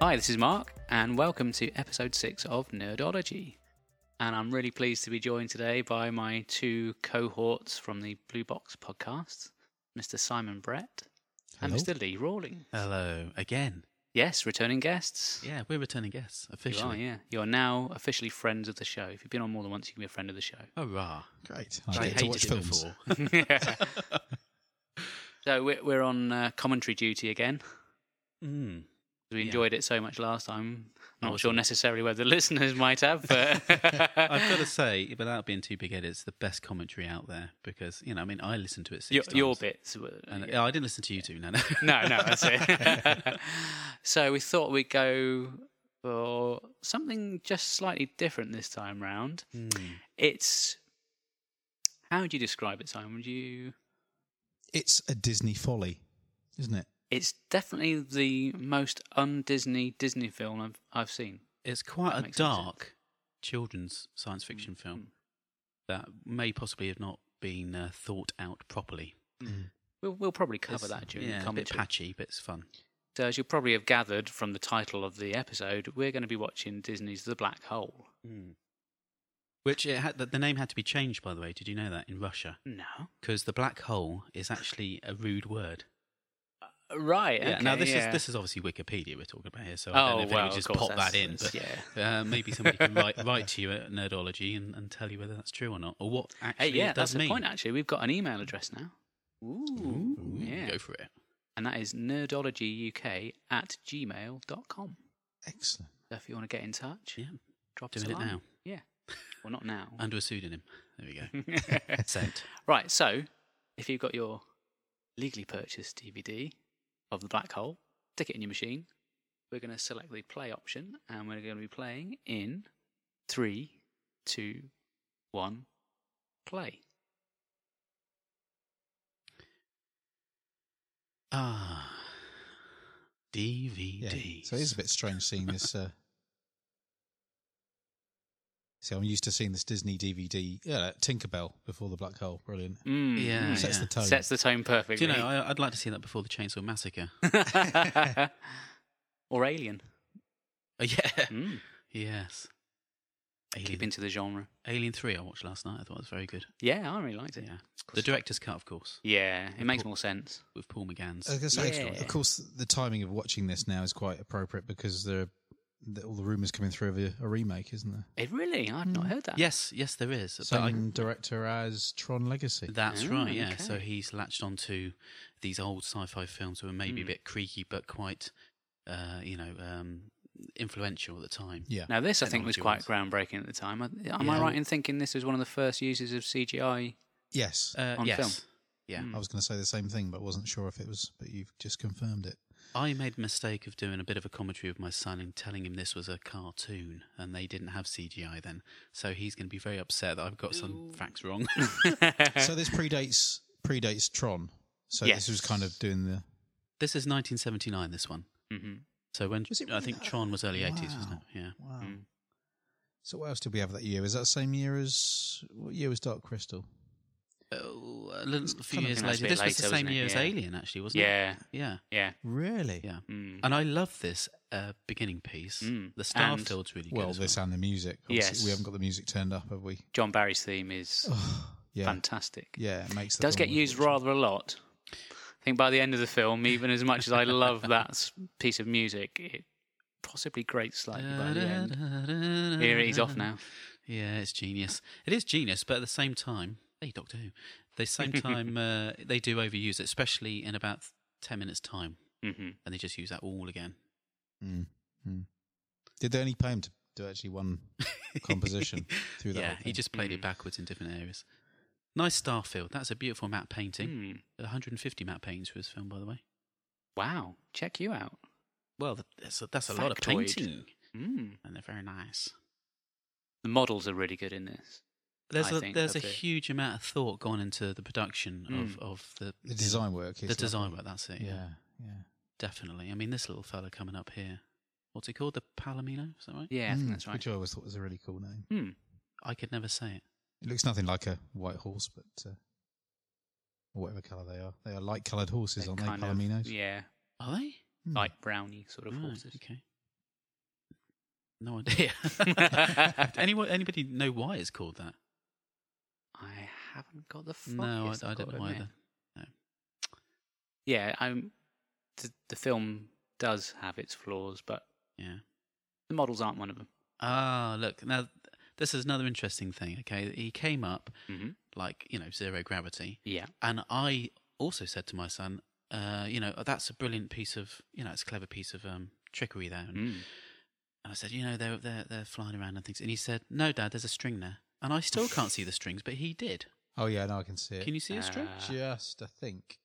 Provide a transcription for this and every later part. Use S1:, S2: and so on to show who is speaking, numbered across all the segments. S1: Hi, this is Mark, and welcome to episode six of Nerdology. And I'm really pleased to be joined today by my two cohorts from the Blue Box podcast, Mr. Simon Brett and
S2: Hello.
S1: Mr. Lee Rawling.
S2: Hello again.
S1: Yes, returning guests.
S2: Yeah, we're returning guests
S1: you are,
S2: officially.
S1: yeah. You are now officially friends of the show. If you've been on more than once, you can be a friend of the show.
S2: Hurrah!
S3: Great.
S2: I
S3: I get to watch
S2: hated it
S3: films.
S2: before.
S1: so we're, we're on uh, commentary duty again.
S2: Mm.
S1: We
S2: Yeah.
S1: enjoyed it so much last time. Not
S2: Awesome.
S1: sure necessarily whether the listeners might have, but
S2: I've got to say, without being too big-headed, it's the best commentary out there because you know, I mean, I listened to it six
S1: your,
S2: times.
S1: your bits. Were,
S2: And, oh, I didn't listen to you two. No, no.
S1: no, no, that's it. so we thought we'd go for something just slightly different this time round.
S2: Mm.
S1: It's how would you describe it, Simon? Would you?
S3: It's a Disney folly, isn't it?
S1: It's definitely the most un-Disney Disney film I've I've seen.
S2: It's quite
S1: That
S2: a
S1: makes some sense. Hmm.
S2: dark children's science fiction film that may possibly have not been uh, thought out properly.
S1: We'll we'll probably cover
S2: It's-
S1: that during
S2: yeah,
S1: the
S2: a bit
S1: commentary.
S2: patchy, but it's fun.
S1: So as you'll probably have gathered from the title of the episode, we're going to be watching Disney's The Black Hole.
S2: Which it had, the, the name had to be changed, by the way. Did you know that in Russia?
S1: No,
S2: Because the black hole is actually a rude word.
S1: right?
S2: Yeah, now
S1: okay,
S2: this
S1: yeah. Oh,
S2: is this is obviously Wikipedia we're talking about here, so I don't know if
S1: well,
S2: they would
S1: of
S2: just
S1: course,
S2: pop
S1: that's-
S2: that in.
S1: that's-
S2: But
S1: yeah.
S2: uh, maybe somebody can write write to you at Nerdology and, and tell you whether that's true or not, or what
S1: Hey,
S2: actually
S1: yeah,
S2: it does
S1: that's the
S2: mean.
S1: point. Actually, we've got an email address now. Ooh,
S2: Ooh,
S1: yeah,
S2: Go for it.
S1: and that is nerdologyuk at gmail.com.
S3: Excellent.
S1: So if you want to get in touch,
S2: Yeah,
S1: drop us
S2: doing
S1: a
S2: it
S1: line.
S2: now
S1: Yeah, well, not now.
S2: under a pseudonym. There we go. Sent.
S1: right, so if you've got your legally purchased DVD of the black hole, stick it in your machine. We're going to select the play option, and we're going to be playing in three, two, one, play.
S2: Ah,
S3: Yeah.
S2: DVD.
S3: So it is a bit strange seeing this. Uh... See, I'm used to seeing this Disney DVD, yeah, like Tinkerbell before the black hole. Brilliant.
S1: Mm,
S2: Yeah,
S1: mm.
S3: Sets
S2: yeah.
S3: the tone.
S1: Sets the tone
S2: Do
S1: perfectly.
S2: you know? I, I'd like to see that before the Chainsaw Massacre.
S1: or Alien.
S2: Oh, yeah.
S1: Mm.
S2: Yes.
S1: Keep
S2: Alien,
S1: into the genre.
S2: Alien Three. I watched last night. I thought it was very good.
S1: Yeah, I really liked it.
S2: Yeah. The director's cut, of course,
S1: Yeah, it
S2: With
S1: makes
S2: Paul-
S1: more sense.
S2: with Paul McGann's.
S3: I was gonna say,
S1: Yeah.
S3: Of course, the timing of watching this now is quite appropriate because there are, the, all the rumours coming through of a, a remake, isn't there?
S1: It really, I've
S2: Mm.
S1: not heard that.
S2: Yes, yes, there is. But I-
S3: Same director as Tron Legacy.
S2: That's
S1: Ah,
S2: right, yeah. So
S1: okay.
S2: he's latched onto these old sci-fi films that were maybe
S1: Mm.
S3: Hmm.
S2: a bit creaky, but quite, uh, you know, um, influential at the time.
S3: Yeah.
S1: Now this, I think, was quite
S2: Technology-wise.
S1: groundbreaking at the time. I- Am I
S2: Yeah.
S1: right in thinking this was one of the first uses of CGI?
S3: Yes.
S2: Uh,
S1: On
S2: yes.
S1: film.
S2: Yeah.
S1: Mm.
S3: I was going to say the same thing, but wasn't sure if it was, but you've just confirmed it.
S2: I made the mistake of doing a bit of a commentary with my son and telling him this was a cartoon and they didn't have CGI then. So he's going to be very upset that I've got some facts wrong.
S3: so this predates predates Tron. So
S1: Yes.
S3: this was kind of doing the
S2: this is 1979, this one.
S1: hmm
S2: So when
S3: Was it
S2: I think
S3: really?
S2: Tron was early 80s, wasn't it?
S3: Wow.
S2: Yeah.
S3: wow.
S1: Mm.
S3: So what else did we have that year? Is that the same year as what year was Dark Crystal?
S2: Oh, a little a few
S3: kind of-
S2: years
S1: I think that's
S2: later.
S1: a bit
S2: This was
S1: later,
S2: the same
S1: wasn't it?
S2: year as
S1: Yeah.
S2: Alien, actually, wasn't it?
S1: Yeah,
S2: Yeah.
S1: yeah.
S3: Really?
S2: Yeah.
S1: Mm.
S2: And I love this uh, beginning piece.
S1: Mm.
S2: The
S1: And-
S2: Starfield's really good.
S3: Well,
S2: as
S3: this and the music. Obviously,
S1: Yes.
S3: We haven't got the music turned up, have we?
S1: John Barry's theme is
S2: Oh,
S3: yeah.
S1: fantastic.
S3: Yeah, it makes
S1: It
S3: the
S1: does
S3: film
S1: get
S3: worth
S1: used
S3: watching.
S1: rather a lot. I think by the end of the film, even as much as I love that s- piece of music, it possibly grates slightly by the end. Here he's off now.
S2: Yeah, it's genius. It is genius, but at the same time, hey, Doctor Who. The same time, uh, they do overuse it, especially in about ten minutes' time,
S1: hmm
S2: and they just use that all again.
S3: Mm. Mm. Did they only pay him to do actually one composition through that?
S2: yeah,
S3: whole
S2: he
S3: thing?
S2: just played
S1: Mhm.
S2: it backwards in different areas. Nice Starfield. That's a beautiful matte painting.
S1: Mm.
S2: 150 matte paintings for his film, by the way.
S1: Wow, check you out.
S2: Well, th- that's a, that's a lot of
S1: Factoid.
S2: painting,
S1: Mm.
S2: and they're very nice.
S1: The models are really good in this.
S2: There's
S1: I
S2: a
S1: think
S2: there's a
S1: that's it.
S2: huge amount of thought gone into the production
S1: Mm.
S2: of, of the
S3: the design work.
S2: the
S3: is
S2: design
S3: lovely.
S2: work. That's it. Yeah.
S3: Yeah, yeah.
S2: definitely. I mean, this little fella coming up here. What's he called? The Palomino? Is that right?
S1: Yeah, I think
S3: Mm,
S1: that's right.
S3: Which I always thought was a really cool name.
S1: Mm.
S2: I could never say it.
S3: It looks nothing like a white horse, but uh, or whatever colour they are. They are light coloured horses,
S1: They're
S3: aren't they,
S1: kind of-
S3: Palominos?
S1: yeah,
S2: Are they?
S3: Hmm.
S1: light browny sort of
S2: Right,
S1: horses.
S2: Okay. No idea. Did Anyone, anybody know why it's called that?
S1: I haven't got the.
S2: no,
S1: foggiest,
S2: I, I
S1: I've got
S2: don't
S1: to
S2: know
S1: admit.
S2: either.
S1: Yeah, I'm. The, the film does have its flaws, but
S2: Yeah.
S1: the models aren't one of them.
S2: Ah, look now. th- This is another interesting thing. Okay, he came up
S3: Mm-hmm.
S1: Mhm.
S2: like you know zero gravity,
S1: Yeah,
S2: and I also said to my son, uh, you know, that's a brilliant piece of you know, it's a clever piece of um, trickery there.
S3: Hmm.
S2: And,
S1: mm.
S3: Mm-hmm.
S2: and I said, you know, they're they're they're flying around and things, and he said, no, Dad, there's a string there, and I still can't see the strings, but he did.
S3: Oh yeah, now I can see it.
S2: Can you see a string?
S1: Ah.
S3: Just, I think.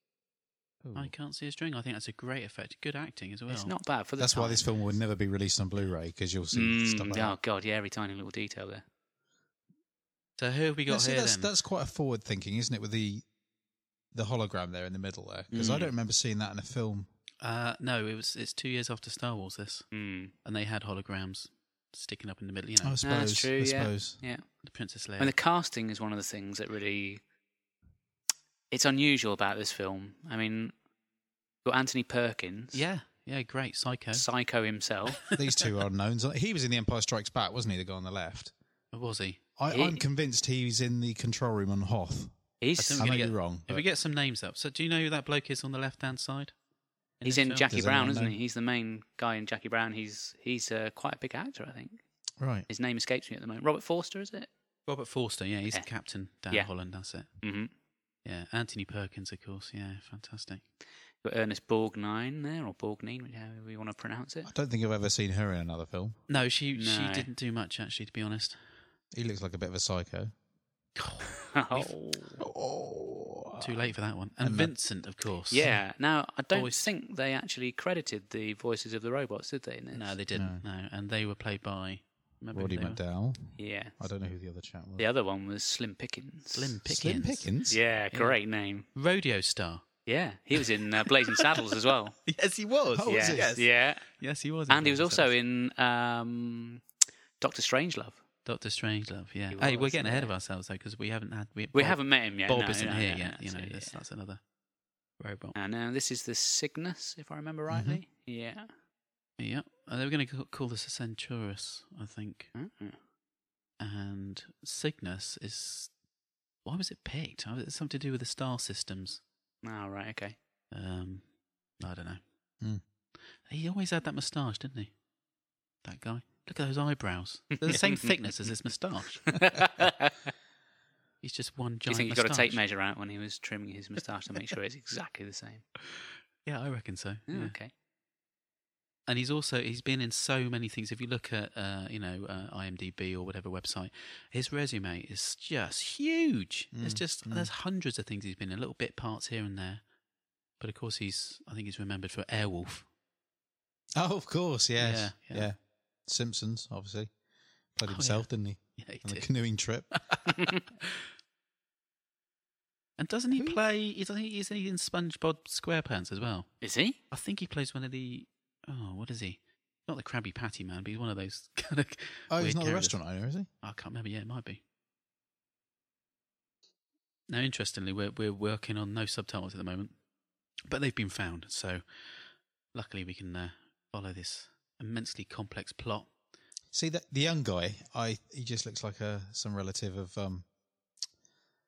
S3: Ooh.
S2: I can't see a string. I think that's a great effect. Good acting as well.
S1: it's not bad for the.
S3: That's why
S1: time.
S3: this film would never be released on Blu-ray because you'll see stuff
S1: Mm,
S3: like
S1: oh
S3: that.
S1: god, yeah, every tiny little detail there.
S2: So who have we got
S3: Yeah, see,
S2: here
S3: that's
S2: then?
S3: that's quite a forward thinking, isn't it? With the the hologram there in the middle there, because I
S1: Mm.
S3: don't remember seeing that in a film.
S2: Uh, no, it was. It's two years after Star Wars. This,
S1: Mm.
S2: and they had holograms sticking up in the middle. You know,
S3: I
S1: that's
S3: suppose.
S1: true,
S3: I
S1: yeah.
S3: suppose.
S1: Yeah,
S2: the Princess Leia.
S1: and the casting is one of the things that really. It's unusual about this film. I mean, you've got Anthony Perkins,
S2: yeah, yeah, great. Psycho.
S1: psycho himself.
S3: These two are unknowns. He was in The Empire Strikes Back, wasn't he? The guy on the left.
S2: Or was he?
S3: I,
S1: He-
S3: I'm convinced he's in the control room on Hoth.
S1: He's
S2: think
S3: I
S2: we're
S3: may
S2: gonna
S3: be
S2: get-
S3: wrong.
S2: If
S3: but-
S2: we get some names up, so do you know who that bloke is on the left-hand side?
S1: he's
S2: this
S1: in
S2: film?
S1: Jackie
S3: Does
S1: Brown,
S3: anyone
S1: isn't
S3: know?
S1: he? He's the main guy in Jackie Brown. He's he's uh, quite a big actor, I think.
S3: right.
S1: His name escapes me at the moment. Robert Forster, is it?
S2: Robert Forster. Yeah, he's
S1: Yeah.
S2: the captain. Dan
S1: Yeah.
S2: Holland. That's it.
S1: Mm-hmm.
S2: Yeah, Anthony Perkins, of course. Yeah, fantastic.
S1: Got Ernest Borgnine there, or Borgnine, however we want to pronounce it.
S3: I don't think I've ever seen her in another film.
S2: No, she she
S1: No.
S2: didn't do much actually, to be honest.
S3: He looks like a bit of a psycho.
S1: Oh.
S3: Oh.
S2: Too late for that one. And,
S3: And the-
S2: Vincent, of course.
S1: Yeah. Now I don't
S2: Voice.
S1: think they actually credited the voices of the robots, did they? In this?
S2: No, they didn't. No, and they were played by. Remember who
S3: Roddy
S2: they were?
S3: McDowell.
S1: Yeah.
S3: I don't know who the other chap was.
S1: The other one was Slim Pickens.
S2: Slim Pickens.
S3: Slim Pickens.
S1: Yeah,
S2: Yeah.
S1: great name.
S2: Rodeo star.
S1: Yeah, he was in uh, Blazing Saddles as well.
S2: Yes, he was.
S3: Oh, was
S1: yeah,
S3: he? Yes.
S1: yeah.
S2: Yes, he was.
S1: And he was also in um, Doctor Strangelove.
S2: Doctor Strangelove. Yeah.
S1: He
S2: Hey, we're
S1: was,
S2: getting ahead
S1: yeah.
S2: of ourselves though because we haven't had we,
S1: We
S2: Bob-
S1: haven't met him yet.
S2: Bob
S1: no,
S2: isn't
S1: no,
S2: here
S1: no,
S2: yet.
S1: no,
S2: you
S1: so,
S2: know, that's,
S1: yeah.
S2: that's another robot.
S1: And uh, this is the Cygnus, if I remember
S3: Mm-hmm.
S1: rightly. Yeah.
S2: yeah. And they were going to call this a Centaurus, I think.
S1: Mm-mm.
S2: And Cygnus is. Why was it picked? Oh, It's something to do with the star systems.
S1: Oh, right. Okay.
S2: Um, I don't know.
S3: Hmm.
S2: He always had that moustache, didn't he? That guy. Look at those eyebrows. They're the same thickness as his moustache.
S1: Do
S2: He's just one
S1: you
S2: giant.
S1: think he got a
S2: moustache.
S1: tape measure out when he was trimming his moustache to make sure it's exactly the same?
S2: Yeah, I reckon so.
S1: Oh,
S2: yeah.
S1: Okay.
S2: and he's also he's been in so many things. If you look at uh, you know uh, IMDb or whatever website, his resume is just huge. It's
S3: Mm,
S2: just
S3: mm.
S2: there's hundreds of things he's been in, little bit parts here and there. But of course, he's I think he's remembered for Airwolf.
S3: Oh, of course. Yes.
S2: Yeah,
S3: Yeah.
S2: yeah.
S3: Simpsons, obviously. Played
S2: Oh,
S3: himself, didn't he?
S2: Yeah, he
S3: On the
S2: did.
S3: canoeing trip.
S2: And doesn't he
S3: Who-
S2: play? Is he is he in SpongeBob SquarePants as well?
S1: Is he?
S2: I think he plays one of the oh what is he? Not the Krabby Patty man, but he's one of those kind of.
S3: Oh,
S2: weird
S3: he's not a
S2: characters.
S3: restaurant owner, is he?
S2: I can't remember. Yeah, it might be. Now, interestingly, we're we're working on no subtitles at the moment, but they've been found. So, luckily, we can uh, follow this immensely complex plot.
S3: See that the young guy, I he just looks like a some relative of um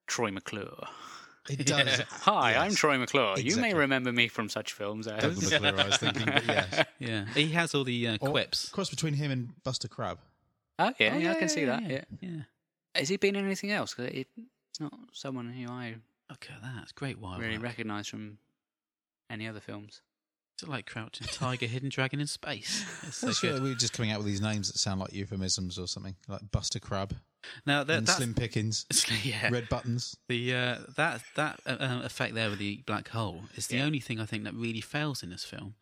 S1: Troy McClure.
S3: Oh, it does.
S1: Hi, I'm
S3: Yes.
S1: Troy McClure. You may
S3: Exactly.
S1: remember me from such films as.
S3: Doug McClure, I was thinking, but yes.
S2: Yeah, he has all the uh,
S3: Or-
S2: quips.
S3: Cross between him and Buster Crab.
S1: Oh, yeah,
S2: Oh,
S1: yeah, I can see that. Yeah.
S2: yeah.
S1: Has he been in anything else? 'Cause it- it's not someone who I
S2: Look at that! It's great wild.
S1: really
S2: work.
S1: recognise from any other films.
S2: It's like Crouching Tiger, Hidden Dragon in space. It's so
S3: That's
S2: good.
S3: good. We were just coming out with these names that sound like euphemisms or something, like Buster Crab
S2: Now that
S3: and
S2: that's,
S3: Slim Pickens,
S2: yeah,
S3: Red Buttons.
S2: The uh, that that uh, um, effect there with the black hole is the
S1: Yeah.
S2: only thing I think that really fails in this film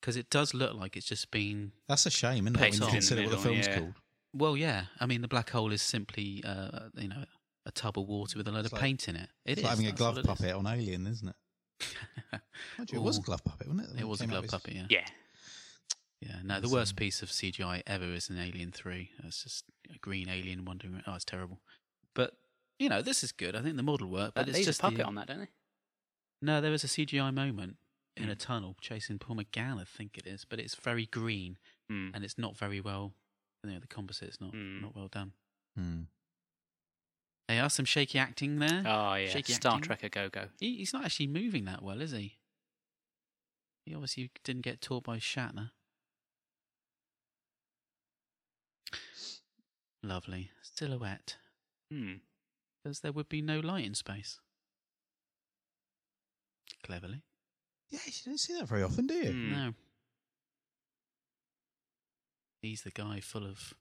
S2: because it does look like it's just been
S3: That's a shame, isn't it?
S1: Picked
S3: When you
S1: off.
S3: consider
S1: In the
S3: what the film's
S1: middle, yeah.
S3: called.
S2: well, yeah. I mean, the black hole is simply uh, you know a tub of water with a load
S3: It's
S2: of
S3: like-
S2: paint in it. It
S3: it's
S2: is
S3: like having a
S2: that's all
S3: glove
S2: it is.
S3: puppet on Alien, isn't it? Mind you, it was a glove puppet, wasn't it? when
S2: it was a
S3: came out
S2: glove
S3: with-
S2: puppet. Yeah.
S1: Yeah.
S2: Yeah. No, the
S3: It's,
S2: worst
S3: um,
S2: piece of CGI ever is in Alien Three. It's just a green alien wandering. around. Oh, it's terrible. But you know, this is good. I think the model worked, but
S1: But
S2: it's
S1: leaves a
S2: just
S1: puppet
S2: the,
S1: on that, don't they?
S2: No, there was a CGI moment in
S3: Mm.
S2: a Hmm. tunnel chasing Paul McGann, I think it is, but it's very green and it's not very well. you know, the composite's not
S1: Mm.
S2: not well done.
S3: Hmm.
S2: They are some shaky acting there.
S1: Oh yeah,
S2: Shaky
S1: Star
S2: acting.
S1: Trek a go go.
S2: He, he's not actually moving that well, is he? He obviously didn't get taught by Shatner. Lovely silhouette,
S1: Hmm.
S2: because there would be no light in space. Cleverly,
S3: Yeah, you don't see that very often, do you?
S1: Hmm.
S2: no. He's the guy full of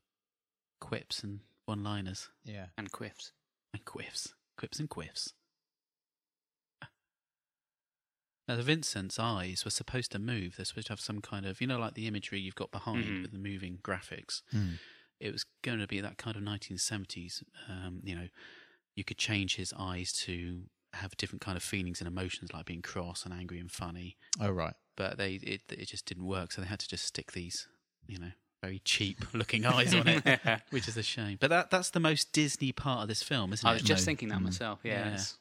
S2: quips and one-liners
S3: Yeah.
S1: And quiffs.
S2: and quiffs, quips and quiffs. Now, the Vincent's eyes were supposed to move. They're supposed to have some kind of, you know, like the imagery you've got behind
S1: Mhm.
S2: with the moving graphics.
S3: Hmm.
S2: It was going to be that kind of 1970s. Um, you know, you could change his eyes to have different kind of feelings and emotions, like being cross and angry and funny.
S3: Oh right.
S2: But they, it, it just didn't work. So they had to just stick these, you know, very cheap-looking eyes on it, which is a shame. But that, that's the most Disney part of this film, isn't it?
S1: I was just
S3: No.
S1: thinking that
S3: Mm.
S1: myself. Yeah,
S2: Hmm. Yeah.
S1: it's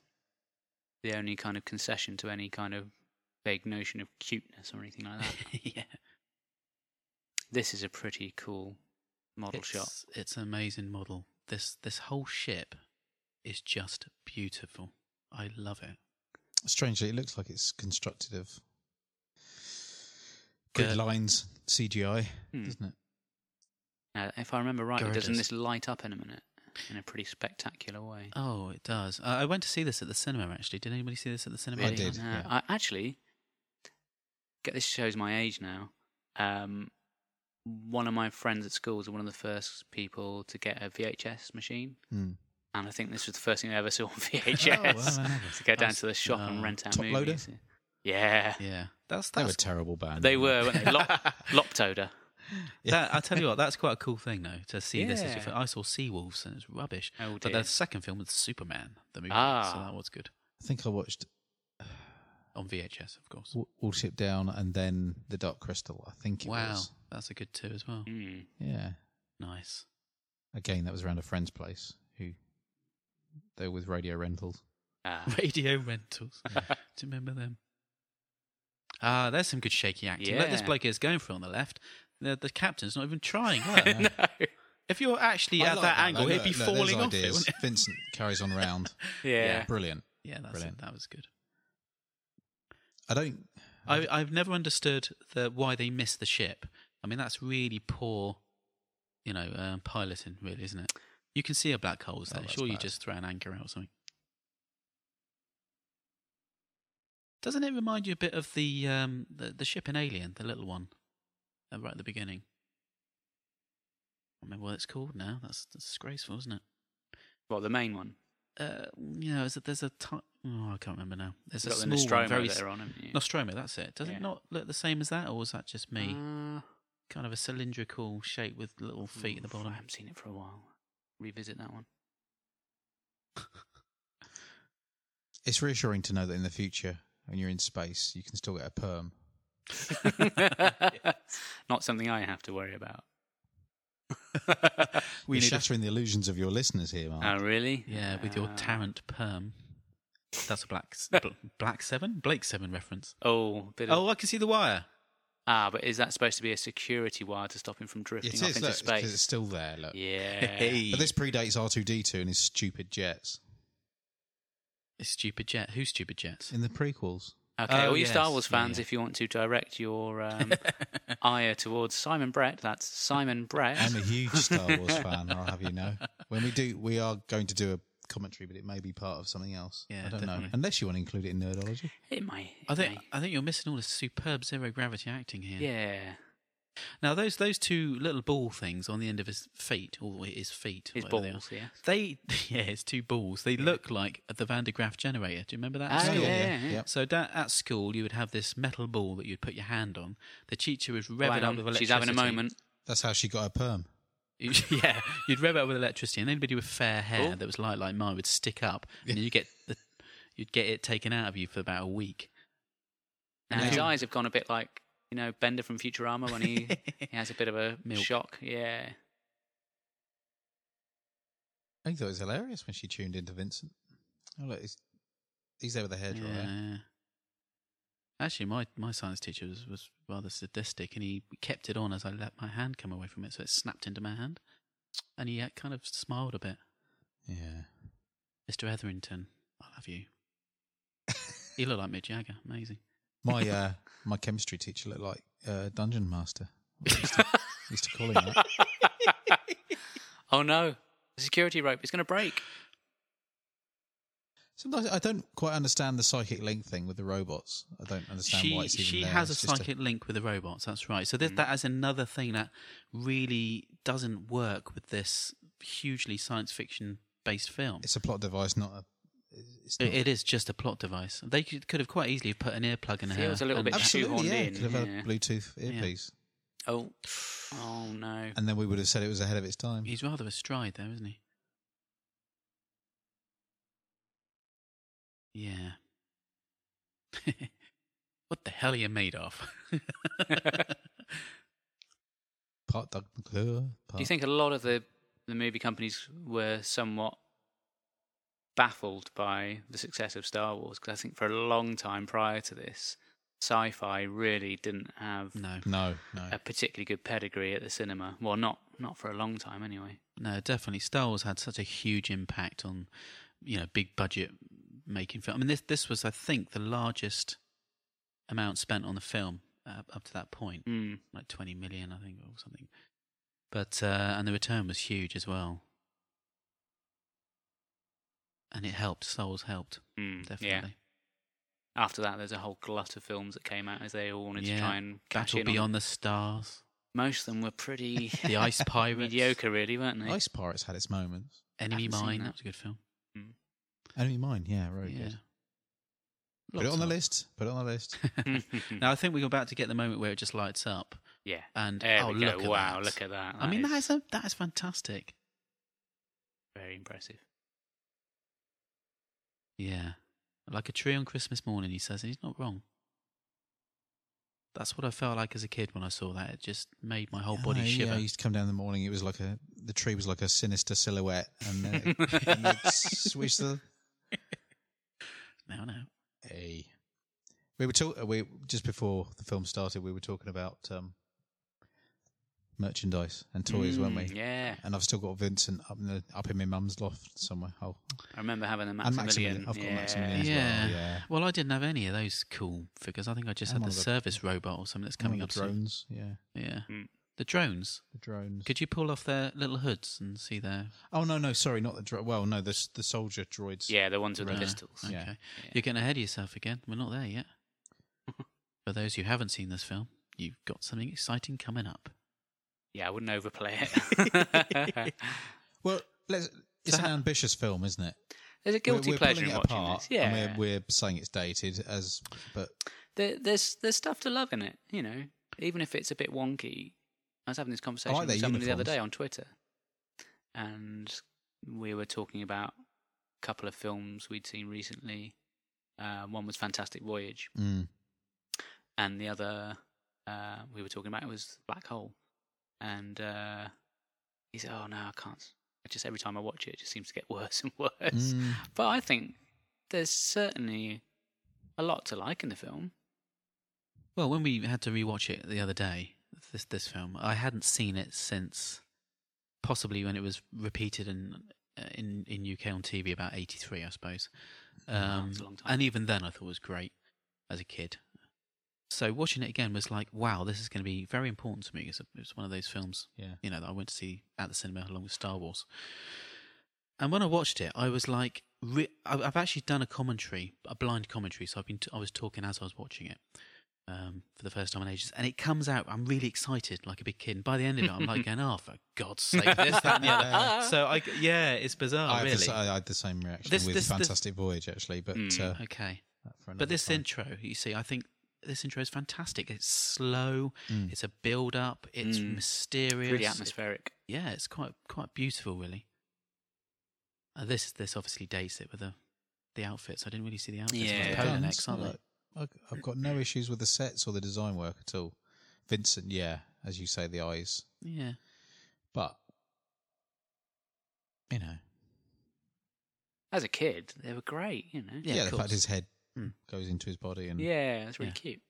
S1: the only kind of concession to any kind of vague notion of cuteness or anything like that.
S2: yeah.
S1: this is a pretty cool model
S2: it's,
S1: shot.
S2: It's an amazing model. This this whole ship is just beautiful. I love it.
S3: Strangely, it looks like it's constructed of good
S2: Good.
S3: lines CGI,
S1: Hmm.
S3: doesn't it?
S1: Now, Uh, if I remember rightly, doesn't
S2: Gorgeous.
S1: this light up in a minute in a pretty spectacular way?
S2: Oh, it does. Uh, I went to see this at the cinema actually. Did anybody see this at the cinema?
S3: I did,
S1: No,
S3: yeah.
S1: Uh, I actually get this shows my age now. Um, one of my friends at school was one of the first people to get a VHS machine,
S3: Hmm.
S1: and I think this was the first thing I ever saw on VHS.
S3: Oh, well, I know.
S1: to go down
S2: That's-
S1: to the shop and
S2: uh,
S1: rent out
S3: Top
S1: movies.
S3: Loader?
S1: Yeah,
S2: Yeah. That's
S3: They were
S2: that's
S3: a terrible band.
S1: they were. Weren't they? Lop, Loptoder.
S2: that, I tell you what, that's quite a cool thing though to see this. As your
S1: Yeah.
S2: fir- I saw Seawolves and it's rubbish.
S1: Oh
S2: But
S1: dear.
S2: their second film was Superman, the movie, so
S1: Ah.
S2: that was good
S3: I think I watched
S2: on VHS, of course.
S3: W- All Ship Down and then The Dark Crystal. I think it
S2: wow,
S3: was.
S2: that's a good two as well.
S1: Mm.
S3: Yeah.
S2: Nice.
S3: Again, that was around a friend's place who they were with Radio Rentals.
S1: Ah.
S2: Radio Rentals. Do you remember them? Ah, there's some good shaky acting. Like this
S1: Yeah.
S2: bloke is going for on the left. The, the captain's not even trying. were they?
S1: no.
S2: if you're actually
S3: I
S2: at
S3: like
S2: that,
S3: though.
S2: angle,
S3: Look-
S2: he'd be
S3: look, there's
S2: falling off it.
S3: ideas.
S2: wouldn't it?
S3: Vincent carries on round.
S1: Yeah.
S3: Brilliant.
S2: Yeah, that's
S3: Brilliant.
S2: that was good.
S3: I don't.
S2: I, I've never understood the why they missed the ship. I mean, that's really poor, you know, um, piloting, really, isn't it? You can see a black hole's
S3: Oh,
S2: there.
S3: that's
S2: sure, you
S3: bad.
S2: just throw an anchor out or something. Doesn't it remind you a bit of the um, the, the ship in Alien, the little one, uh, right at the beginning? I remember what it's called now. That's, that's disgraceful, isn't it?
S1: Well, the main one.
S2: Uh, you know, is it, there's a ti Oh, I can't remember now. There's
S1: You've
S2: a
S1: got the
S2: small
S1: Nostromo
S2: one, very s-
S1: there on, haven't you?
S2: Nostromo. That's it. Does
S1: Yeah.
S2: it not look the same as that, or was that just me?
S1: Uh,
S2: kind of a cylindrical shape with little feet at the
S1: oof, I
S2: bottom.
S1: haven't seen it for a while. Revisit that one.
S3: It's reassuring to know that in the future, when you're in space, you can still get a perm.
S1: Not something I have to worry about.
S3: We are
S2: need a-
S3: shattering the illusions of your listeners here, Mark.
S1: Oh, really?
S2: yeah, with your
S1: Ah.
S2: Tarrant perm. That's a black s- bl- black seven, Blake seven reference.
S1: Oh, bit of,
S2: Oh, I can see the wire.
S1: ah, but is that supposed to be a security wire to stop him from drifting
S3: it
S1: off
S3: is.
S1: into
S3: Look, it's 'cause
S1: space?
S3: it's still there. Look,
S1: Yeah.
S3: but this predates R2D2 and his stupid jets
S2: It's stupid jet. Who's stupid jets?
S3: in the prequels.
S1: Okay,
S2: Oh,
S1: all you Star
S2: yes.
S1: Wars
S2: Yeah,
S1: fans,
S2: yeah.
S1: if you want to direct your um, ire towards Simon Brett, that's Simon Brett.
S3: I'm a huge Star Wars fan. I'll have you know. When we do, we are going to do a commentary, but it may be part of something else.
S2: Yeah,
S3: I don't know.
S2: definitely.
S3: Unless you want to include it in nerdology.
S1: It might.
S2: I
S1: it
S2: think
S1: may.
S2: I think you're missing all the superb zero gravity acting here.
S1: Yeah.
S2: Now those those two little ball things on the end of his feet, or his feet,
S1: His
S2: whatever they are,
S1: balls, yeah.
S2: They yeah, it's two balls. They look like the Van de Graaff generator. Do you remember that? at
S1: Oh,
S2: school?
S1: yeah, yeah, yeah.
S3: Yep.
S2: So da- at school, you would have this metal ball that you'd put your hand on. The teacher would rev
S1: Hang
S2: it up
S1: on,
S2: with electricity.
S1: She's having a moment.
S3: That's how she got her perm.
S2: yeah, you'd rev it up with electricity, and anybody with fair hair
S1: Cool.
S2: that was light like mine would stick up, and you get the, you'd get it taken out of you for about a week.
S1: And
S2: Now-
S1: his eyes have gone a bit like, you know, Bender from Futurama when he, he has a bit of a
S2: Milk.
S1: shock. Yeah.
S3: I thought it was hilarious when she tuned into Vincent. Oh look, he's, he's there with a hairdryer.
S2: Yeah. Actually, my, my science teacher was, was rather sadistic, and he kept it on as I let my hand come away from it, so it snapped into my hand. And he uh, kind of smiled a bit.
S3: Yeah.
S2: Mr. Etherington, I love you. you look like Mick Jagger. Amazing.
S3: My uh, my chemistry teacher looked like uh, Dungeon Master. I used to, used to call him that.
S1: oh no, the security rope is going to break.
S3: Sometimes I don't quite understand the psychic link thing with the robots. I don't understand why
S2: she
S3: it's even
S2: she
S3: there.
S2: has a
S3: It's just Mm.
S2: psychic link with the robots. That's right. So th- that is another thing that really doesn't work with this hugely science fiction based film.
S3: it's a plot device, not a. It's
S2: It-
S3: not,
S2: it is just a plot device. They could, could have quite easily put an earplug in her.
S1: Feels a little
S2: and-
S1: bit
S3: absolutely,
S1: shoehorned
S3: yeah.
S1: in,
S3: Could have had
S1: yeah.
S3: a Bluetooth earpiece,
S1: Oh, oh no.
S3: and then we would have said it was ahead of its time.
S2: He's rather astride there, isn't he? Yeah. what the hell are you made of?
S3: Part Doug McClure.
S1: Do
S3: Part,
S1: you think a lot of the the movie companies were somewhat baffled by the success of Star Wars? Because I think for a long time prior to this, sci-fi really didn't have
S2: no,
S3: No, no.
S1: a particularly good pedigree at the cinema. Well, not not for a long time anyway.
S2: no, definitely. Star Wars had such a huge impact on, you know, big budget making film. I mean, this this was, I think, the largest amount spent on the film uh, up to that point,
S1: Mm.
S2: like twenty million, I think, or something. But uh, and the return was huge as well, and it helped. Star Wars helped.
S1: Mm. Yeah.
S2: definitely.
S1: After that, there's a whole glut of films that came out as they all wanted
S2: Yeah.
S1: to try and catch
S2: Battle
S1: in on-
S2: Beyond the Stars,
S1: Most of them were pretty
S2: The Ice Pirates,
S1: mediocre, really, weren't they?
S3: Ice Pirates had its moments.
S2: Enemy
S1: Haven't seen
S2: Mine.
S1: that.
S2: That was a good film.
S3: Enemy Mine, yeah, very
S2: yeah.
S3: good. Put it
S2: Lots
S3: on the
S2: of-
S3: list. Put it on the list.
S2: now I think we're about to get the moment where it just lights up
S1: yeah.
S2: and
S1: There
S2: oh
S1: we go.
S2: look at
S1: wow,
S2: that.
S1: look at that.
S2: I mean
S1: that is
S2: that is a, that is fantastic.
S1: very impressive.
S2: Yeah, like a tree on Christmas morning. He says and he's not wrong. That's what I felt like as a kid when I saw that. It just made my whole body
S3: Oh, Yeah,
S2: shiver.
S3: I used to come down in the morning. It was like a the tree was like a sinister silhouette, and then it, and it switched the
S2: Now, now,
S3: Hey. We were talking. We just before the film started, we were talking about um, merchandise and toys, weren't we?
S1: Mm, Yeah.
S3: And I've still got Vincent up in, the, up in my mum's loft somewhere. Oh,
S1: I remember having a
S3: and
S1: Maximilian.
S3: Maximilian. I've got
S1: yeah.
S3: Maximilian as
S2: Yeah.
S3: well. Yeah.
S2: well, I didn't have any of those cool figures. I think I just
S3: I'm
S2: had the
S3: on the-
S2: service robot or something that's
S3: Coming
S2: coming
S3: the
S2: up soon.
S3: drones. Yeah,
S2: Yeah,
S1: Mm.
S2: the drones.
S3: the drones.
S2: Could you pull off their little hoods and see their?
S3: Oh no, no, sorry, not the dro- well, no, the s- the soldier droids.
S1: Yeah, the ones with
S2: No,
S1: the pistols.
S2: Okay,
S3: Yeah.
S2: you're getting ahead of yourself again. We're not there yet. For those who haven't seen this film, you've got something exciting coming up.
S1: Yeah, I wouldn't overplay it.
S3: Well, let's. It's
S2: So
S3: an
S2: ha-
S3: ambitious film, isn't it?
S1: There's a guilty
S3: we're, we're
S1: pleasure
S3: pulling
S1: in
S3: it
S1: watching
S3: apart.
S1: this. Yeah,
S3: and we're, we're saying it's dated as, but
S1: There, there's there's stuff to love in it. You know, even if it's a bit wonky. I was having this conversation
S3: their
S1: with someone the other
S3: uniforms.
S1: day on Twitter, and we were talking about a couple of films we'd seen recently. Uh, one was Fantastic Voyage,
S3: mm,
S1: and the other uh, we were talking about was black hole. And uh, he said, "Oh no, I can't." I just every time I watch it, it just seems to get worse and worse.
S3: mm,
S1: But I think there's certainly a lot to like in the film.
S2: Well, when we had to rewatch it the other day, this this film, I hadn't seen it since possibly when it was repeated in uh, in in UK on TV about eighty three, I suppose. Um,
S1: that's a long time.
S2: And even then, I thought it was great as a kid. So watching it again was like, wow, this is going to be very important to me. It's, a, it's one of those films,
S3: Yeah.
S2: you know, that I went to see at the cinema along with Star Wars. And when I watched it, I was like, re- I- I've actually done a commentary, a blind commentary. So I've been, t- I was talking as I was watching it um, for the first time in ages, and it comes out. I'm really excited, like a big kid. And by the end of it, I'm like, going, "Oh, for God's sake, this, that, and the other." So, I, yeah, it's bizarre,
S3: I, had
S2: Oh, really.
S3: the, sa- I had the same reaction
S2: This-
S3: with
S2: this- this-
S3: Fantastic Voyage, actually. But
S1: Mm.
S3: uh,
S2: okay,
S3: for another
S2: but this
S3: time.
S2: intro, you see, I think this intro is fantastic. It's slow.
S3: Mm.
S2: It's a build up. It's
S1: Mm.
S2: mysterious.
S1: Really atmospheric.
S2: yeah, it's quite quite beautiful, really. Uh, this this obviously dates it with the the outfits. I didn't really see the outfits.
S1: Yeah.
S2: Yeah,
S1: It
S2: polar
S3: Guns,
S2: necks, aren't they?
S3: like, I- I've got no issues with the sets or the design work at all. Vincent, yeah, as you say, the eyes,
S2: Yeah.
S3: but you know,
S1: As a kid, they were great. You know,
S2: Yeah,
S3: yeah,
S2: of
S3: the
S2: course.
S3: fact his head
S2: Hmm.
S3: goes into his body and
S1: Yeah, that's really
S2: Yeah.
S1: cute.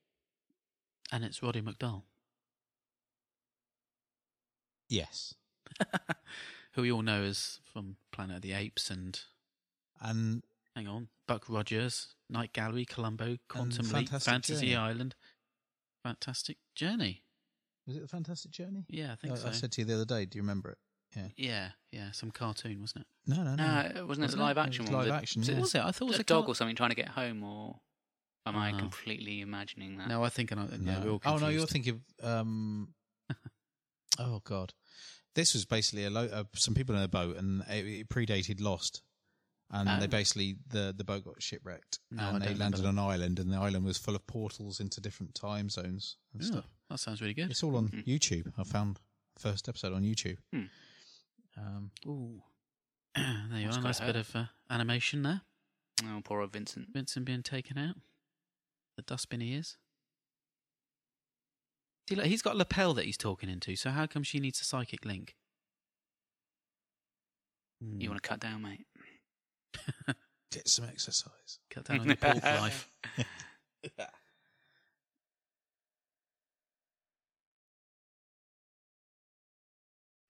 S2: and it's Roddy McDowell,
S3: yes,
S2: who we all know is from Planet of the Apes and
S3: and
S2: hang on, Buck Rogers, Night Gallery, Columbo, Quantum Leap,
S3: Fantastic
S2: Fantasy
S3: Journey.
S2: Island, Fantastic Journey.
S3: was it the Fantastic Journey?
S2: Yeah, I think
S3: I,
S2: so.
S3: I said to you the other day. Do you remember it?
S2: yeah, yeah, some cartoon, wasn't it?
S3: No, no, no.
S2: Uh,
S1: No, it wasn't it
S2: Wasn't
S1: the
S2: it?
S1: live
S3: It
S1: action
S3: was
S1: one?
S3: live
S1: the- Mm.
S3: action,
S1: was it
S3: yeah.
S2: What was it? I thought it was
S1: a
S2: a
S1: dog
S2: car-
S1: or something trying to get home, or am I
S2: Oh.
S1: completely imagining that?
S2: No, I think I know.
S3: No.
S2: Yeah, we're all
S3: oh no,
S2: confused.
S3: you're thinking. of, Um, oh god, this was basically a lo- uh, some people in a boat, and it, it predated Lost, and
S2: Oh.
S3: they basically the the boat got shipwrecked,
S2: No, I
S3: and they
S2: don't remember
S3: landed
S2: that.
S3: on an island, and the island was full of portals into different time zones and
S2: Oh,
S3: stuff.
S2: that sounds really good. Mm-hmm.
S3: It's all on
S1: Mhm.
S3: YouTube. I found first episode on YouTube.
S1: Hmm.
S3: Um,
S1: Ooh.
S2: there you
S1: That's
S2: are.
S1: quite
S2: Nice bit
S1: hurt.
S2: of uh, animation there.
S1: Oh, poor old Vincent.
S2: Vincent being taken out. The dustbin he is. See, look, he's got lapel that he's talking into. So how come she needs a psychic link? Mm.
S1: You want to cut down, mate?
S3: get some exercise.
S2: to cut down on your pork life?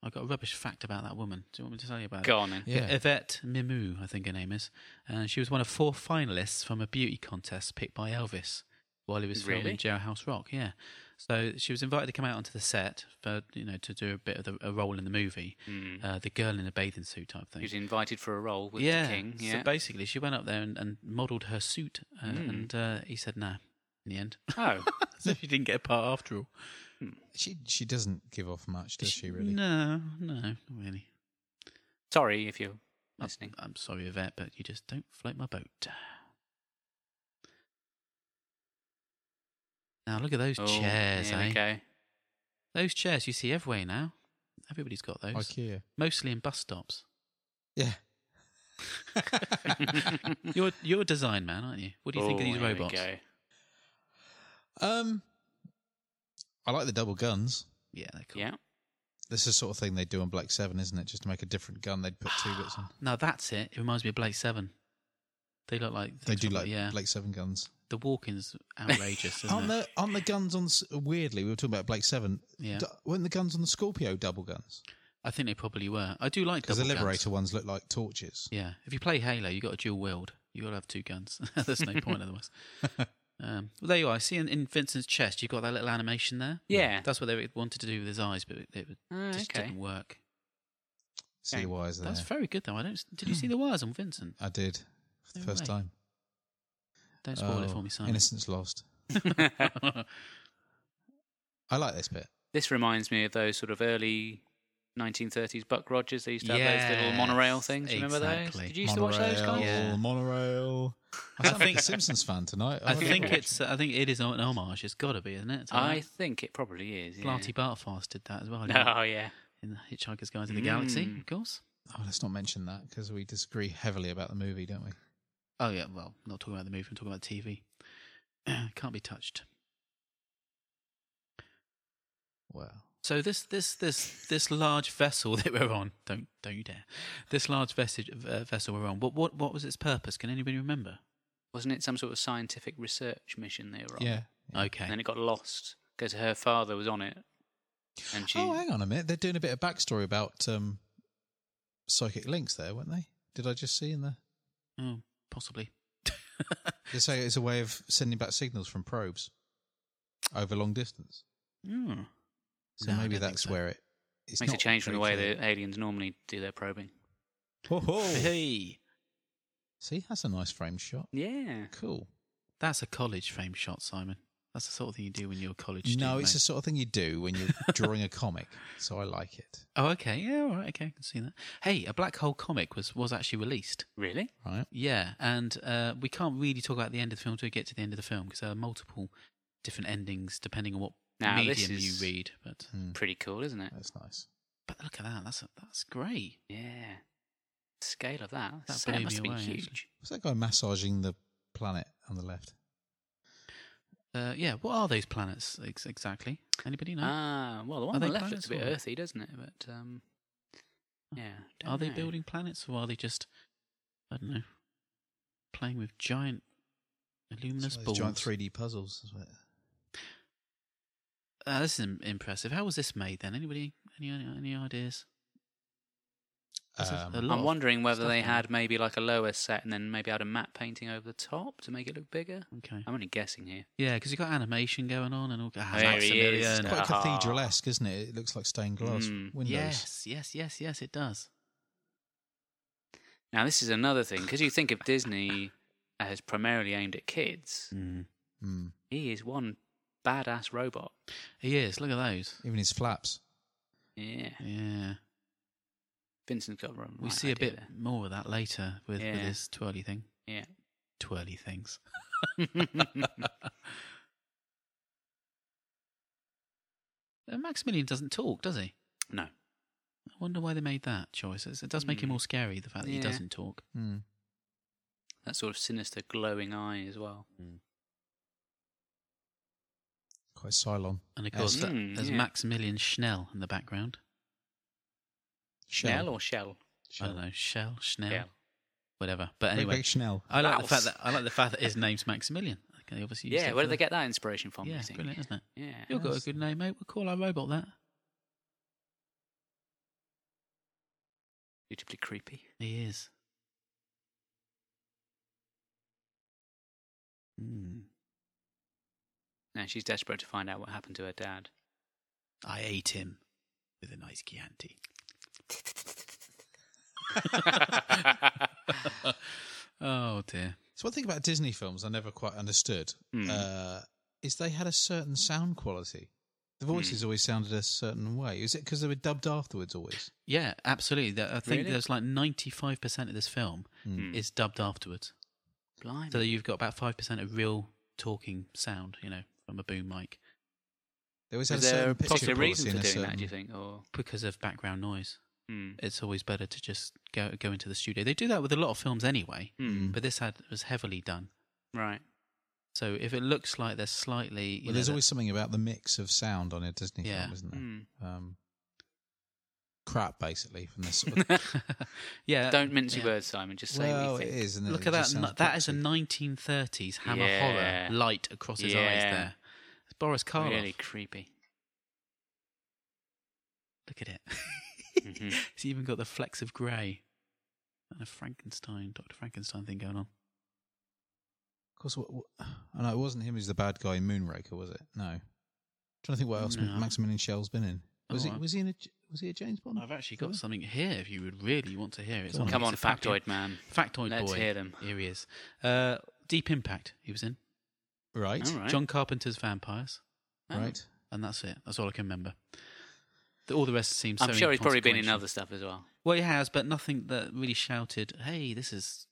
S2: I got a rubbish fact about that woman. Do you want me to tell you about
S1: Go on then.
S2: it? E-, Yvette Mimou, I think her name is. And she was one of four finalists from a beauty contest picked by Elvis while he was filming
S1: Really?
S2: Jailhouse Rock. Yeah. So she was invited to come out onto the set for you know to do a bit of the, a role in the movie,
S1: Mm.
S2: uh, the girl in a bathing suit type
S1: He
S2: thing.
S1: was invited for a role with
S2: yeah.
S1: the king. Yeah.
S2: So basically, she went up there and, and modelled her suit, uh,
S1: Mm.
S2: and uh, he said no in the end.
S1: oh,
S2: so she didn't get a part after all.
S3: She she doesn't give off much, does she? Really?
S2: No, no, not really.
S1: sorry if you're
S2: I'm-
S1: listening.
S2: I'm sorry, Yvette, but you just don't float my boat. Now look at those
S1: Oh,
S2: chairs,
S1: Here
S2: eh?
S1: we go.
S2: Those chairs you see everywhere now. Everybody's got those.
S3: IKEA.
S2: Mostly in bus stops.
S3: Yeah.
S2: You're you're a design man, aren't you? What do you think of
S1: Oh,
S2: these
S1: here we
S2: robots?
S1: go.
S3: um, I like the double guns.
S2: Yeah, they're cool.
S1: Yeah.
S3: This is the sort of thing they do on Black Seven, isn't it? Just to make a different gun, they'd put two bits on.
S2: Now that's it. It reminds me of Blake Seven. They look like
S3: They
S2: things
S3: do
S2: from-
S3: like
S2: yeah.
S3: Blake Seven guns.
S2: The walking's outrageous, isn't
S3: Aren't
S2: it?
S3: the aren't the guns on? s- Weirdly, we were talking about Blake Seven.
S2: Yeah,
S3: D- weren't the guns on the Scorpio double guns?
S2: I think they probably were. I do like
S3: Because the
S2: double guns.
S3: Liberator ones look like torches.
S2: Yeah, if you play Halo, you got to dual wield. You got to have two guns. There's no point otherwise. Um, well, there you are. I see in, in Vincent's chest, you've got that little animation there.
S1: Yeah.
S2: that's what they wanted to do with his eyes, but it, it
S1: Oh,
S2: just
S1: okay.
S2: didn't work.
S3: See
S1: Okay.
S3: the wires there.
S2: That's very good, though. I don't. Did you see the wires on Vincent?
S3: I did for the
S2: No
S3: first
S2: way.
S3: time.
S2: Don't spoil it
S3: Oh,
S2: for me, Simon.
S3: Innocence lost. I like this bit.
S1: This reminds me of those sort of early 1930s Buck Rogers. They used to have those little
S2: Yes,
S1: monorail things. Do you remember
S2: exactly.
S1: those? Did you used to watch those guys?
S2: Yeah.
S3: Monorail. I sound like a Simpsons fan tonight.
S2: I
S3: like
S2: think
S3: watching-
S2: it's. I think it is an homage. It's got to be, isn't it? to
S1: I
S2: that?
S1: think it probably is. Yeah.
S2: Blarty Bartfast did that as well. didn't
S1: No, yeah.
S2: he? In the Hitchhiker's Guide to the Galaxy,
S1: Mm.
S2: of course.
S3: Oh, let's not mention that because we disagree heavily about the movie, don't we?
S2: Oh yeah, well, not talking about the movie. I'm talking about TV. Can't be touched.
S3: Well,
S2: So this this this this large vessel that we're on, don't don't you dare! This large vestige, uh, vessel we're on. What what what was its purpose? Can anybody remember?
S1: Wasn't it some sort of scientific research mission they were on?
S3: yeah.
S2: Okay.
S1: And then it got lost because her father was on it. And she.
S3: Oh, hang on a minute. They're doing a bit of backstory about um, psychic links there, weren't they? Did I just see in the?
S2: oh, possibly.
S3: They say it's a way of sending back signals from probes over long distance.
S2: Hmm.
S3: So
S2: No, I
S3: maybe
S2: don't think
S3: that's
S2: so.
S3: where it. It's
S1: Makes a
S3: not
S1: change from the
S3: very
S1: way
S3: clear.
S1: the aliens normally do their probing.
S3: Ho, ho.
S2: Hey,
S3: See, that's a nice frame shot.
S1: Yeah.
S3: Cool.
S2: that's a college frame shot, Simon. That's the sort of thing you do when you're a college student.
S3: no, it's the
S2: mate.
S3: sort of thing you do when you're drawing a comic. So I like it.
S2: Oh, okay. Yeah, all right. Okay, I can see that. Hey, a black hole comic was was actually released.
S1: Really?
S3: Right.
S2: Yeah, and uh, we can't really talk about the end of the film till we get to the end of the film because there are multiple different endings depending on what
S1: Now, this
S2: medium
S1: is-
S2: you read. But
S3: Hmm,
S1: Pretty cool, isn't it?
S3: that's nice.
S2: but look at that. That's that's great.
S1: Yeah. Scale of that.
S2: That
S1: set
S2: blew
S1: must
S2: me
S1: be
S2: away, actually.
S1: huge.
S3: Was that guy massaging the planet on the left?
S2: Uh, yeah, what are those planets ex- exactly? Anybody know?
S1: Ah, well, the one
S2: Are
S1: on the
S2: they
S1: left looks a bit
S2: planets or-
S1: earthy, doesn't it? But um, yeah. don't
S2: are they
S1: know.
S2: building planets or are they just I don't know playing with giant A luminous
S3: It's one of
S2: balls.
S3: those giant 3D puzzles. isn't it?
S2: Uh, this is im- impressive. How was this made then? Anybody? Any any ideas? That's a-
S3: Um,
S2: a lot
S1: I'm
S2: of
S1: wondering whether
S2: stuff
S1: they
S2: in
S1: had maybe like a lower set and then maybe had a matte painting over the top to make it look bigger.
S2: Okay.
S1: I'm only guessing here.
S2: Yeah, because you got animation going on and all. Ah,
S1: There he
S2: absolutely,
S1: is.
S2: yeah,
S3: It's
S2: no.
S3: quite
S1: Ah.
S3: cathedral esque, isn't it? It looks like stained glass
S1: Mm,
S3: windows.
S2: Yes, yes, yes, yes. It does.
S1: Now this is another thing because you think of Disney as primarily aimed at kids.
S2: Mm.
S3: Mm.
S1: He is one badass robot.
S2: He is. Look at those.
S3: Even his flaps.
S1: Yeah,
S2: Yeah.
S1: Vincent's got a right
S2: We see a
S1: idea
S2: bit
S1: there.
S2: more of that later with, with
S1: Yeah.
S2: his twirly thing.
S1: Yeah.
S2: Twirly things. Uh, Maximilian doesn't talk, does he?
S1: No.
S2: I wonder why they made that choice. It's- It does make him
S1: Hmm.
S2: more scary, the fact that
S1: Yeah.
S2: he doesn't talk.
S3: Mm.
S1: That sort of sinister glowing eye as well.
S3: Quite Cylon.
S2: And of course,
S1: Yes.
S2: that-
S1: Hmm,
S2: there's
S1: yeah.
S2: Maximilian Schnell in the background.
S1: Schnell or Shell?
S2: I don't know, Shell, Schnell,
S1: Yeah.
S2: whatever. But
S3: Big,
S2: anyway,
S3: big Schnell.
S2: I like the fact
S1: Mouse.
S2: that I like the fact that his name's Maximilian. Okay, obviously. used
S1: Yeah,
S2: it
S1: where
S2: for
S1: did they
S2: the-
S1: get that inspiration from? you
S2: Yeah,
S1: think?
S2: brilliant, isn't it?
S1: Yeah.
S2: You've got a
S3: Yes.
S2: good name, mate. We'll call our robot that.
S1: Suitably creepy.
S2: He is. Hmm.
S1: Now she's desperate to find out what happened to her dad.
S2: I ate him with a nice Chianti.
S1: Hmm.
S2: oh dear.
S3: So one thing about Disney films I never quite understood
S1: Mm.
S3: uh, is they had a certain sound quality. The voices always sounded a certain way. Is it because they were dubbed afterwards always?
S2: Yeah, absolutely. There- I think
S1: Really?
S2: there's like 95% of this film
S3: Hmm.
S1: Mm.
S2: is dubbed afterwards.
S1: Blimey.
S2: Hmm. So you've got about 5% of real talking sound, you know, from a boom mic
S3: They
S1: Is
S3: always had a
S1: there
S3: certain
S1: a
S3: picture
S1: particular
S3: quality
S1: reason for
S3: and a
S1: doing that?
S3: certain-
S1: Do you think? Or
S2: because of background noise.
S1: mm.
S2: It's always better to just go go into the studio. They do that with a lot of films anyway,
S3: Hmm.
S1: Mm.
S2: but this had was heavily done.
S1: right?
S2: So if it looks like they're slightly, you
S3: Well,
S2: know,
S3: there's
S2: the-
S3: always something about the mix of sound on a Disney
S2: Yeah.
S3: film, isn't there?
S1: Mm.
S3: Um, crap, basically, from this. Sort of,
S2: yeah,
S1: Don't mince
S2: yeah.
S1: your words, Simon. Just say
S3: well,
S1: what you
S3: it
S1: think.
S3: is. And
S2: Look
S3: it
S2: at that!
S3: just
S2: n-
S3: sounds
S2: That is a
S3: boxy.
S2: 1930s hammer
S1: Yeah.
S2: horror light across his eyes.
S1: Yeah.
S2: There, it's Boris Karloff.
S1: Really creepy.
S2: Look at it.
S1: Mhm.
S2: He's even got the flecks of grey and a Frankenstein, Doctor Frankenstein thing going on.
S3: Of course, what, what, oh, no, it wasn't him who's the bad guy in Moonraker, was it? No. trying to think what else
S2: No.
S3: Maximilian Schell's been in. Was
S2: Oh,
S3: he?
S2: I-
S3: Was he in a? J- Was he a James Bond?
S2: I've actually got something here. If you would really want to hear it, It's
S3: Come on.
S1: Come on,
S2: Mix of Factoid.
S1: factoid man.
S2: Factoid
S1: Let's
S2: boy.
S1: hear them.
S2: Here he is. Uh, Deep Impact. He was in
S3: Right.
S1: All right.
S2: John Carpenter's Vampires,
S1: Oh.
S3: Right.
S2: and that's it. That's all I can remember. The- all the rest seems.
S1: I'm
S2: so
S1: sure he's probably been in
S2: inconsequential.
S1: other stuff as well.
S2: Well, he has, but nothing that really shouted, "Hey, this is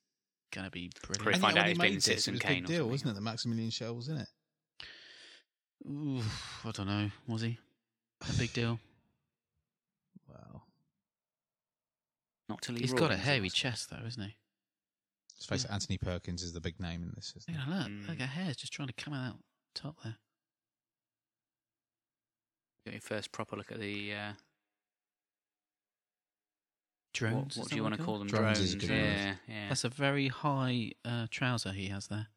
S2: going to be
S1: Pretty
S2: brilliant."
S1: find out
S3: that when
S1: he's
S3: he
S1: been in
S3: made this,
S1: Citizen
S3: it was a
S1: Kane
S3: big
S1: or
S3: deal,
S1: something.
S3: wasn't it? That Maximilian Schell was in it.
S2: Oof, I don't know. Was he a big deal?
S3: Wow.
S1: Not till he
S2: He's got a
S1: roars,
S2: hairy
S1: isn't
S2: chest, though, isn't he?
S3: Let's face it,
S2: Yeah.
S3: Anthony Perkins is the big name in this. Isn't
S2: Look
S3: he?
S2: at that.
S1: Mm.
S2: Look, her hair's just trying to come out top there.
S1: it? Your first proper look at the uh,
S2: Drones.
S1: what,
S2: is
S1: what
S2: that
S1: do you want to
S2: they're
S1: call them?
S3: Drones
S1: Drones.
S3: is a good word.
S1: yeah, yeah.
S2: That's a very high uh, trouser he has there.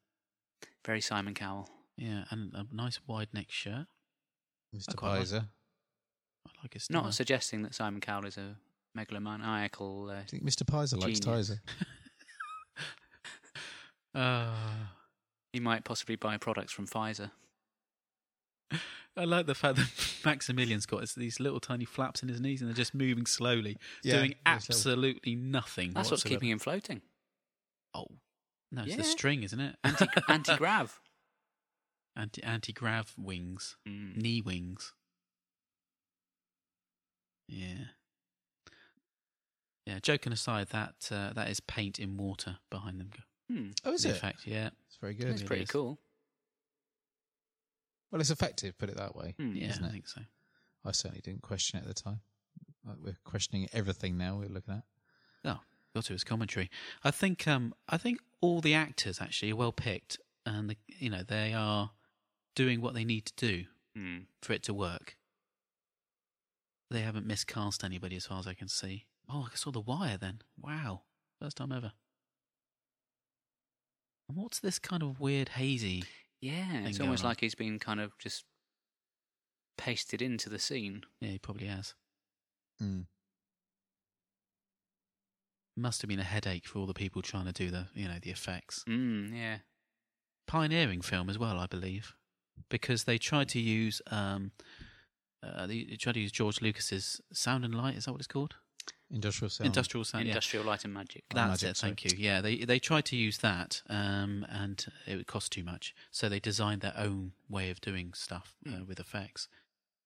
S1: Very Simon Cowell.
S2: Yeah, and a nice wide neck shirt. I
S3: Mr.
S2: quite like-
S3: Pizer.
S2: I like his style.
S1: Not suggesting that Simon Cowell is a megalomaniacal. Uh,
S3: I think Mr. Pizer likes
S1: Genius.
S3: Tizer.
S2: Ah.
S1: he might possibly buy products from Pfizer.
S2: I like the fact that Maximilian's got his- these little tiny flaps in his knees and they're just moving slowly,
S3: Yeah,
S2: doing
S3: very slow.
S2: absolutely nothing.
S1: That's what's
S2: whatsoever.
S1: keeping him floating.
S2: Oh, no, it's the
S1: Yeah.
S2: string, isn't it?
S1: Anti anti grav.
S2: anti anti grav wings,
S1: Mm.
S2: knee wings. Yeah, yeah. Joking aside, that uh, that is paint in water behind them.
S1: Hmm.
S3: Oh, is
S2: the
S3: it?
S2: Effect, yeah,
S3: It's very
S1: That's
S3: good.
S2: it
S1: pretty
S2: is.
S1: cool.
S3: Well, it's effective. Put it that way.
S1: Hmm.
S2: yeah.
S3: Isn't
S2: I
S3: it?
S2: think so.
S3: I certainly didn't question it at the time. Like we're questioning everything now. We're looking at.
S2: Got to his commentary. I think um I think all the actors actually are well picked, and the, you know they are doing what they need to do
S1: Hmm.
S2: for it to work. They haven't miscast anybody as far as I can see. Oh, I saw The Wire then. Wow. First time ever. And what's this kind of weird hazy?
S1: Yeah, it's
S2: thing
S1: almost
S2: going on.
S1: like he's been kind of just pasted into the scene.
S2: Yeah, he probably has.
S3: Mm.
S2: Must have been a headache for all the people trying to do the, you know, the effects.
S1: Mm, yeah.
S2: Pioneering film as well, I believe, because they tried to use um, uh, they they tried to use George Lucas's sound and light. Is that what it's called?
S3: Industrial sound.
S2: Industrial
S1: Oh,
S2: sound. yeah.
S1: Industrial light and magic.
S3: Light and
S2: That's
S3: Magic,
S2: it.
S3: sorry.
S2: Thank you. Yeah, they they tried to use that, um, and it would cost too much, so they designed their own way of doing stuff uh,
S1: Mm.
S2: with effects.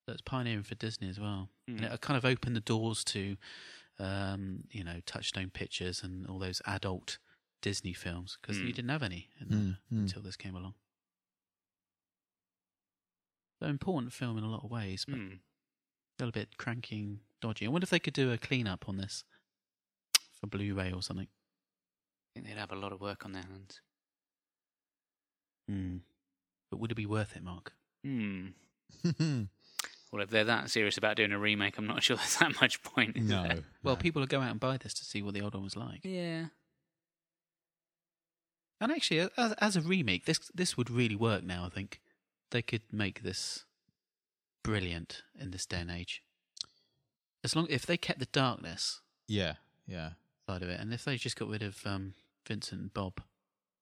S2: So it's pioneering for Disney as well, and
S1: Mm.
S2: it kind of opened the doors to, um, you know, Touchstone Pictures and all those adult Disney films because you
S1: Mm.
S2: didn't have any in,
S3: Mm, mm.
S2: until this came along. So important film in a lot of ways, but
S1: Mm.
S2: a little bit cranky, and dodgy. I wonder if they could do a cleanup on this for Blu-ray or something.
S1: I think they'd have a lot of work on their hands.
S2: Mm. But would it be worth it, Mark?
S1: Hmm. Well, if they're that serious about doing a remake, I'm not sure there's that much point. is
S3: no.
S1: there?
S2: Well,
S3: no.
S2: people will go out and buy this to see what the old one was like.
S1: Yeah.
S2: And actually, as, as a remake, this this would really work now. I think they could make this brilliant in this day and age. As long if they kept the darkness
S3: Yeah. Yeah.
S2: side of it, and if they just got rid of um, Vincent and Bob.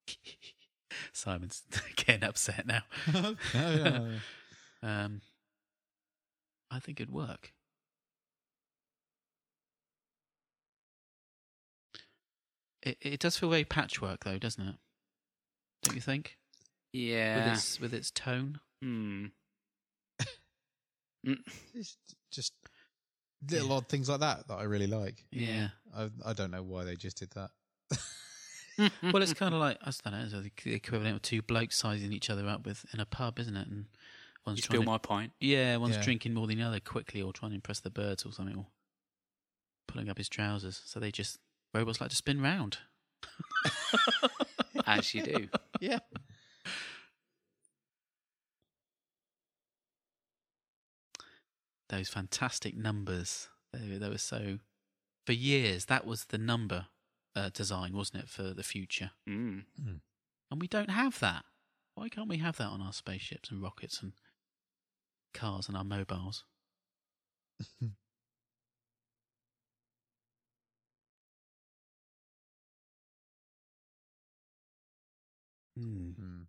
S2: Simon's getting upset now.
S3: No, no, no.
S2: Um, I think it'd work. It it does feel very patchwork though, doesn't it? Don't you think? With
S1: Yeah.
S2: its with its tone.
S1: Hmm.
S3: It's just little odd things like that that I really like.
S1: Yeah.
S3: I I don't know why they just did that.
S2: well, it's kind of like I don't know, it's like the equivalent of two blokes sizing each other up with in a pub, isn't it? And one's
S1: you
S2: trying
S1: steal
S2: to,
S1: my point.
S2: yeah, one's
S3: Yeah.
S2: drinking more than the other quickly, or trying to impress the birds or something, or pulling up his trousers. So they just robots like to spin round.
S1: As you do.
S3: yeah.
S2: those fantastic numbers. They, they were so for years that was the number uh, design, wasn't it, for the future?
S1: Hmm.
S2: And we don't have that. Why can't we have that on our spaceships and rockets and cars and our mobiles? Hmm.
S3: Mm.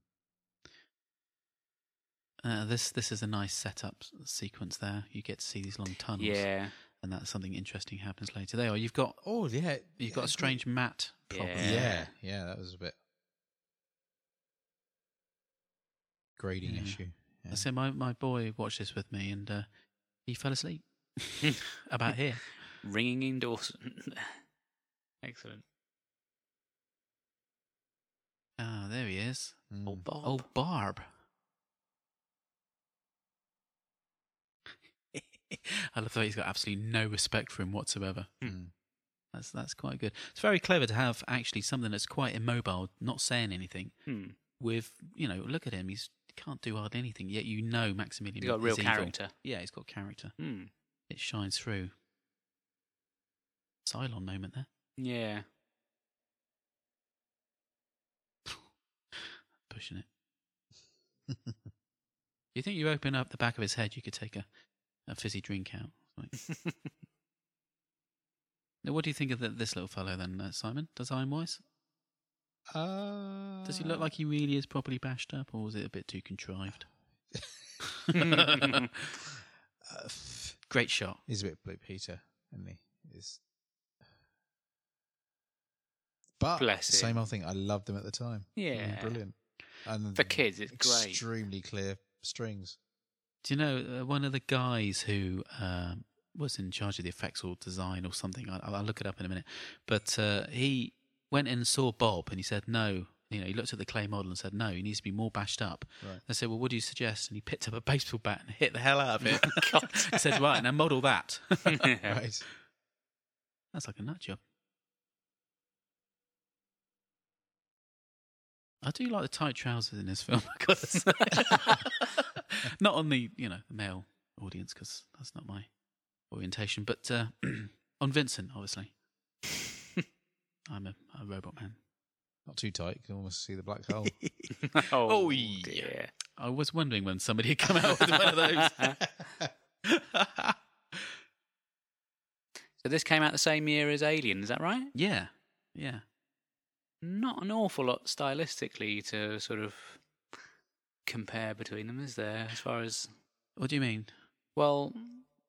S2: Uh, this this is a nice setup s- sequence there. You get to see these long tunnels,
S1: Yeah.
S2: and that's something interesting happens later. There, you've got
S3: Oh yeah.
S2: You've got a strange mat problem.
S1: Yeah.
S3: Yeah. Yeah. That was a bit grading
S2: Yeah.
S3: issue. Yeah.
S2: I said my, my boy watched this with me and uh, he fell asleep about here.
S1: Ringing endorsement. Excellent.
S2: Ah, there he is.
S3: Mm.
S1: Old Bob.
S2: Oh, Barb. I love that he's got absolutely no respect for him whatsoever.
S3: Mm.
S2: That's that's quite good. It's very clever to have actually something that's quite immobile, not saying anything.
S1: Hmm.
S2: With you know, look at him. He's he can't do hardly anything. Yet you know Maximilian.
S1: He's got
S2: is
S1: real
S2: evil.
S1: character.
S2: Yeah, he's got character.
S1: Hmm.
S2: It shines through. Cylon moment there.
S1: Yeah.
S2: pushing it. you think you open up the back of his head, you could take a, a fizzy drink out. Like- now, what do you think of th this little fellow then, uh, Simon? Design wise,
S3: Uh,
S2: does he look like he really is properly bashed up, or is it a bit too contrived?
S3: Uh, f-
S2: Great shot.
S3: he's a bit Blue Peter, isn't he? He's... But
S1: Bless
S3: same old thing. I loved them at the time. They were
S1: Yeah.
S3: Mm, brilliant. And
S1: For kids, it's great.
S3: extremely clear strings.
S2: Do you know uh, one of the guys who um, was in charge of the effects or design or something? I, I'll look it up in a minute. But uh, he went in and saw Bob, and he said no. You know, he looked at the clay model and said no. He needs to be more bashed up.
S3: Right.
S2: They said, well, what do you suggest? And he picked up a baseball bat and hit the hell out of it.
S1: God.
S2: He said, right, now model that.
S3: Right.
S2: That's like a nut job. I do like the tight trousers in this film, I gotta say. not on the you know the male audience because that's not my orientation, but uh, on Vincent, obviously. I'm a, a robot man.
S3: Not too tight. You can almost see the black hole.
S1: oh,
S2: Oh, yeah.
S1: dear.
S2: I was wondering when somebody had come out with one of those.
S1: So this came out the same year as Alien, is that right?
S2: yeah, yeah.
S1: Not an awful lot stylistically to sort of compare between them, is there? As far as
S2: What do you mean?
S1: well,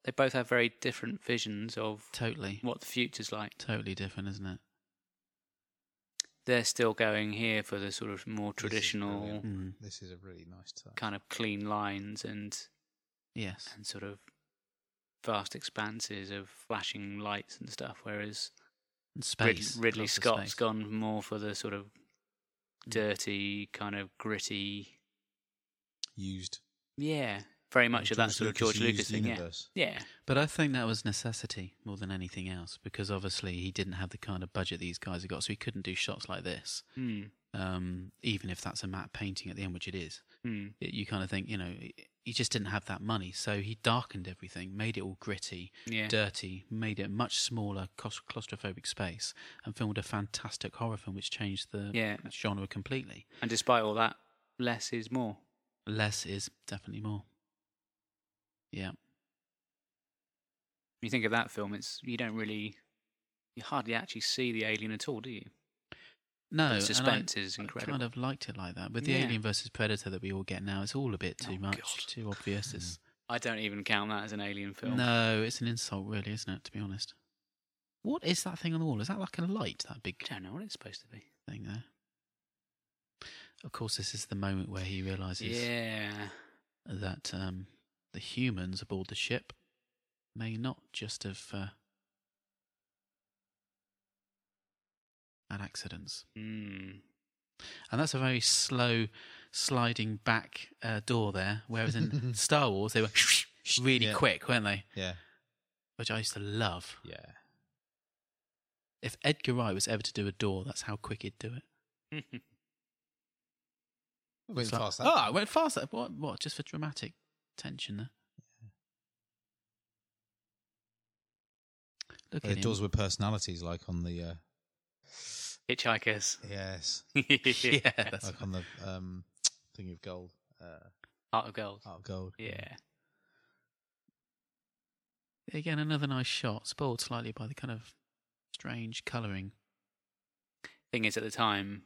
S1: they both have very different visions of
S2: Totally,
S1: what the future's like.
S2: totally different, isn't it?
S1: They're still going here for the sort of more
S3: This is
S1: traditional
S3: brilliant.
S1: Hmm.
S2: Mm.
S3: this is a really nice touch.
S1: kind of clean lines and
S2: Yes.
S1: and sort of vast expanses of flashing lights and stuff, whereas Rid-
S2: And space.
S1: Ridley
S2: lots of
S1: Scott's
S2: space.
S1: gone more for the sort of dirty, kind of gritty.
S3: Used.
S1: Yeah, very much of that sort of George Lucas,
S3: used
S1: thing.
S3: universe.
S1: Yeah, yeah.
S2: But I think that was necessity more than anything else because obviously he didn't have the kind of budget these guys have got, so he couldn't do shots like this.
S1: Hmm.
S2: Um, even if that's a matte painting at the end, which it is,
S1: Hmm.
S2: It- you kind of think, you know, he just didn't have that money, so he darkened everything, made it all gritty,
S1: Yeah.
S2: dirty, made it a much smaller, claus- claustrophobic space, and filmed a fantastic horror film which changed the
S1: Yeah.
S2: genre completely.
S1: And despite all that, less is more.
S2: Less is definitely more. Yeah.
S1: When you think of that film, it's you don't really, you hardly actually see the alien at all, do you?
S2: No,
S1: The
S2: and I-
S1: suspense is
S2: I
S1: incredible.
S2: kind of liked it like that. With the
S1: Yeah.
S2: Alien versus Predator that we all get now, it's all a bit too
S1: Oh,
S2: much,
S1: God.
S2: too obvious. It's,
S1: I don't even count that as an alien film.
S2: no, it's an insult, really, isn't it? To be honest, what is that thing on the wall? Is that like a light? That big
S1: I don't know what it's supposed to be.
S2: thing there. Of course, this is the moment where he realizes
S1: Yeah.
S2: that um, the humans aboard the ship may not just have uh, had accidents.
S1: Hmm.
S2: And that's a very slow sliding back uh, door there. Whereas in Star Wars, they were really
S3: Yeah.
S2: quick, weren't they?
S3: Yeah.
S2: Which I used to love.
S3: Yeah.
S2: If Edgar Wright was ever to do a door, that's how quick he'd do it.
S3: I went
S2: It's like,
S3: past that.
S2: Oh, I went faster. What? What? Just for dramatic tension there. Look
S3: the
S2: at him.
S3: doors with personalities, like on the uh,
S1: Hitchhikers.
S3: yes,
S2: yeah, that's
S3: like on the um, thing of gold, uh,
S1: Heart of Gold.
S3: art of gold.
S1: Yeah.
S2: again another nice shot, spoiled slightly by the kind of strange colouring.
S1: Thing is, at the time,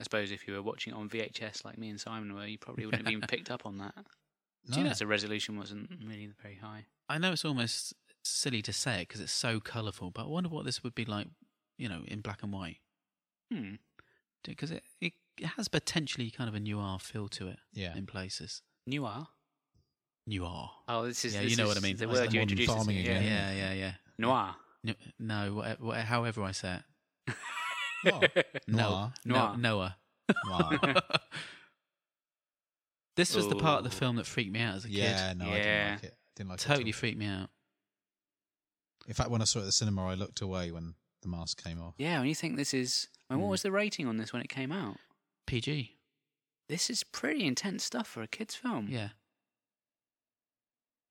S1: I suppose if you were watching it on VHS like me and Simon were, you probably wouldn't have even picked up on that.
S3: No.
S1: Do you know? The resolution wasn't really very high.
S2: I know it's almost silly to say it because it's so colourful, but I wonder what this would be like, you know, in black and white,
S1: Hmm.
S2: because it, it it has potentially kind of a noir feel to it
S3: Yeah.
S2: in places.
S1: Noir.
S2: Noir.
S1: Oh, this is
S2: Yeah,
S1: this
S2: you know
S1: is
S2: what I mean.
S1: The
S3: That's
S1: word
S3: the
S1: you
S3: modern
S1: introduced us
S3: farming
S1: to,
S3: again.
S1: Yeah.
S2: Yeah, yeah, yeah.
S1: Noir.
S2: No, no wha- wha- however I say it.
S3: Noir.
S2: No,
S1: Noir.
S2: No, Noah.
S3: Noir.
S2: This was the part of the
S1: Ooh.
S2: film that freaked me out as a
S3: yeah,
S2: kid.
S3: no, I
S1: Yeah.
S3: didn't like it. Didn't like it.
S2: Totally
S3: at all.
S2: freaked me out.
S3: In fact, when I saw it at the cinema, I looked away when the mask came off.
S1: Yeah. When you think this is, I mean, what
S2: Hmm.
S1: was the rating on this when it came out?
S2: PG.
S1: This is pretty intense stuff for a kids' film.
S2: Yeah.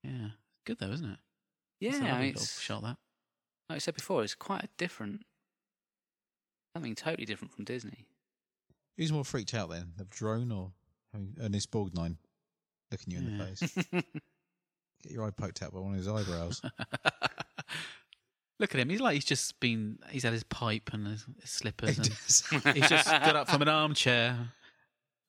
S2: Yeah. Good though, isn't it? It's a
S1: Yeah. I
S2: lovely
S1: mean,
S2: little
S1: it's,
S2: shot that.
S1: like I said before, it's quite a different, something totally different from Disney.
S3: Who's more freaked out then, the drone or having Ernest Borgnine looking you in the
S2: Yeah.
S3: face? Get your eye poked out by one of his eyebrows.
S2: Look at him. He's like he's just been. He's had his pipe and his, his slippers. and
S3: It's-
S2: he's just got up from an armchair.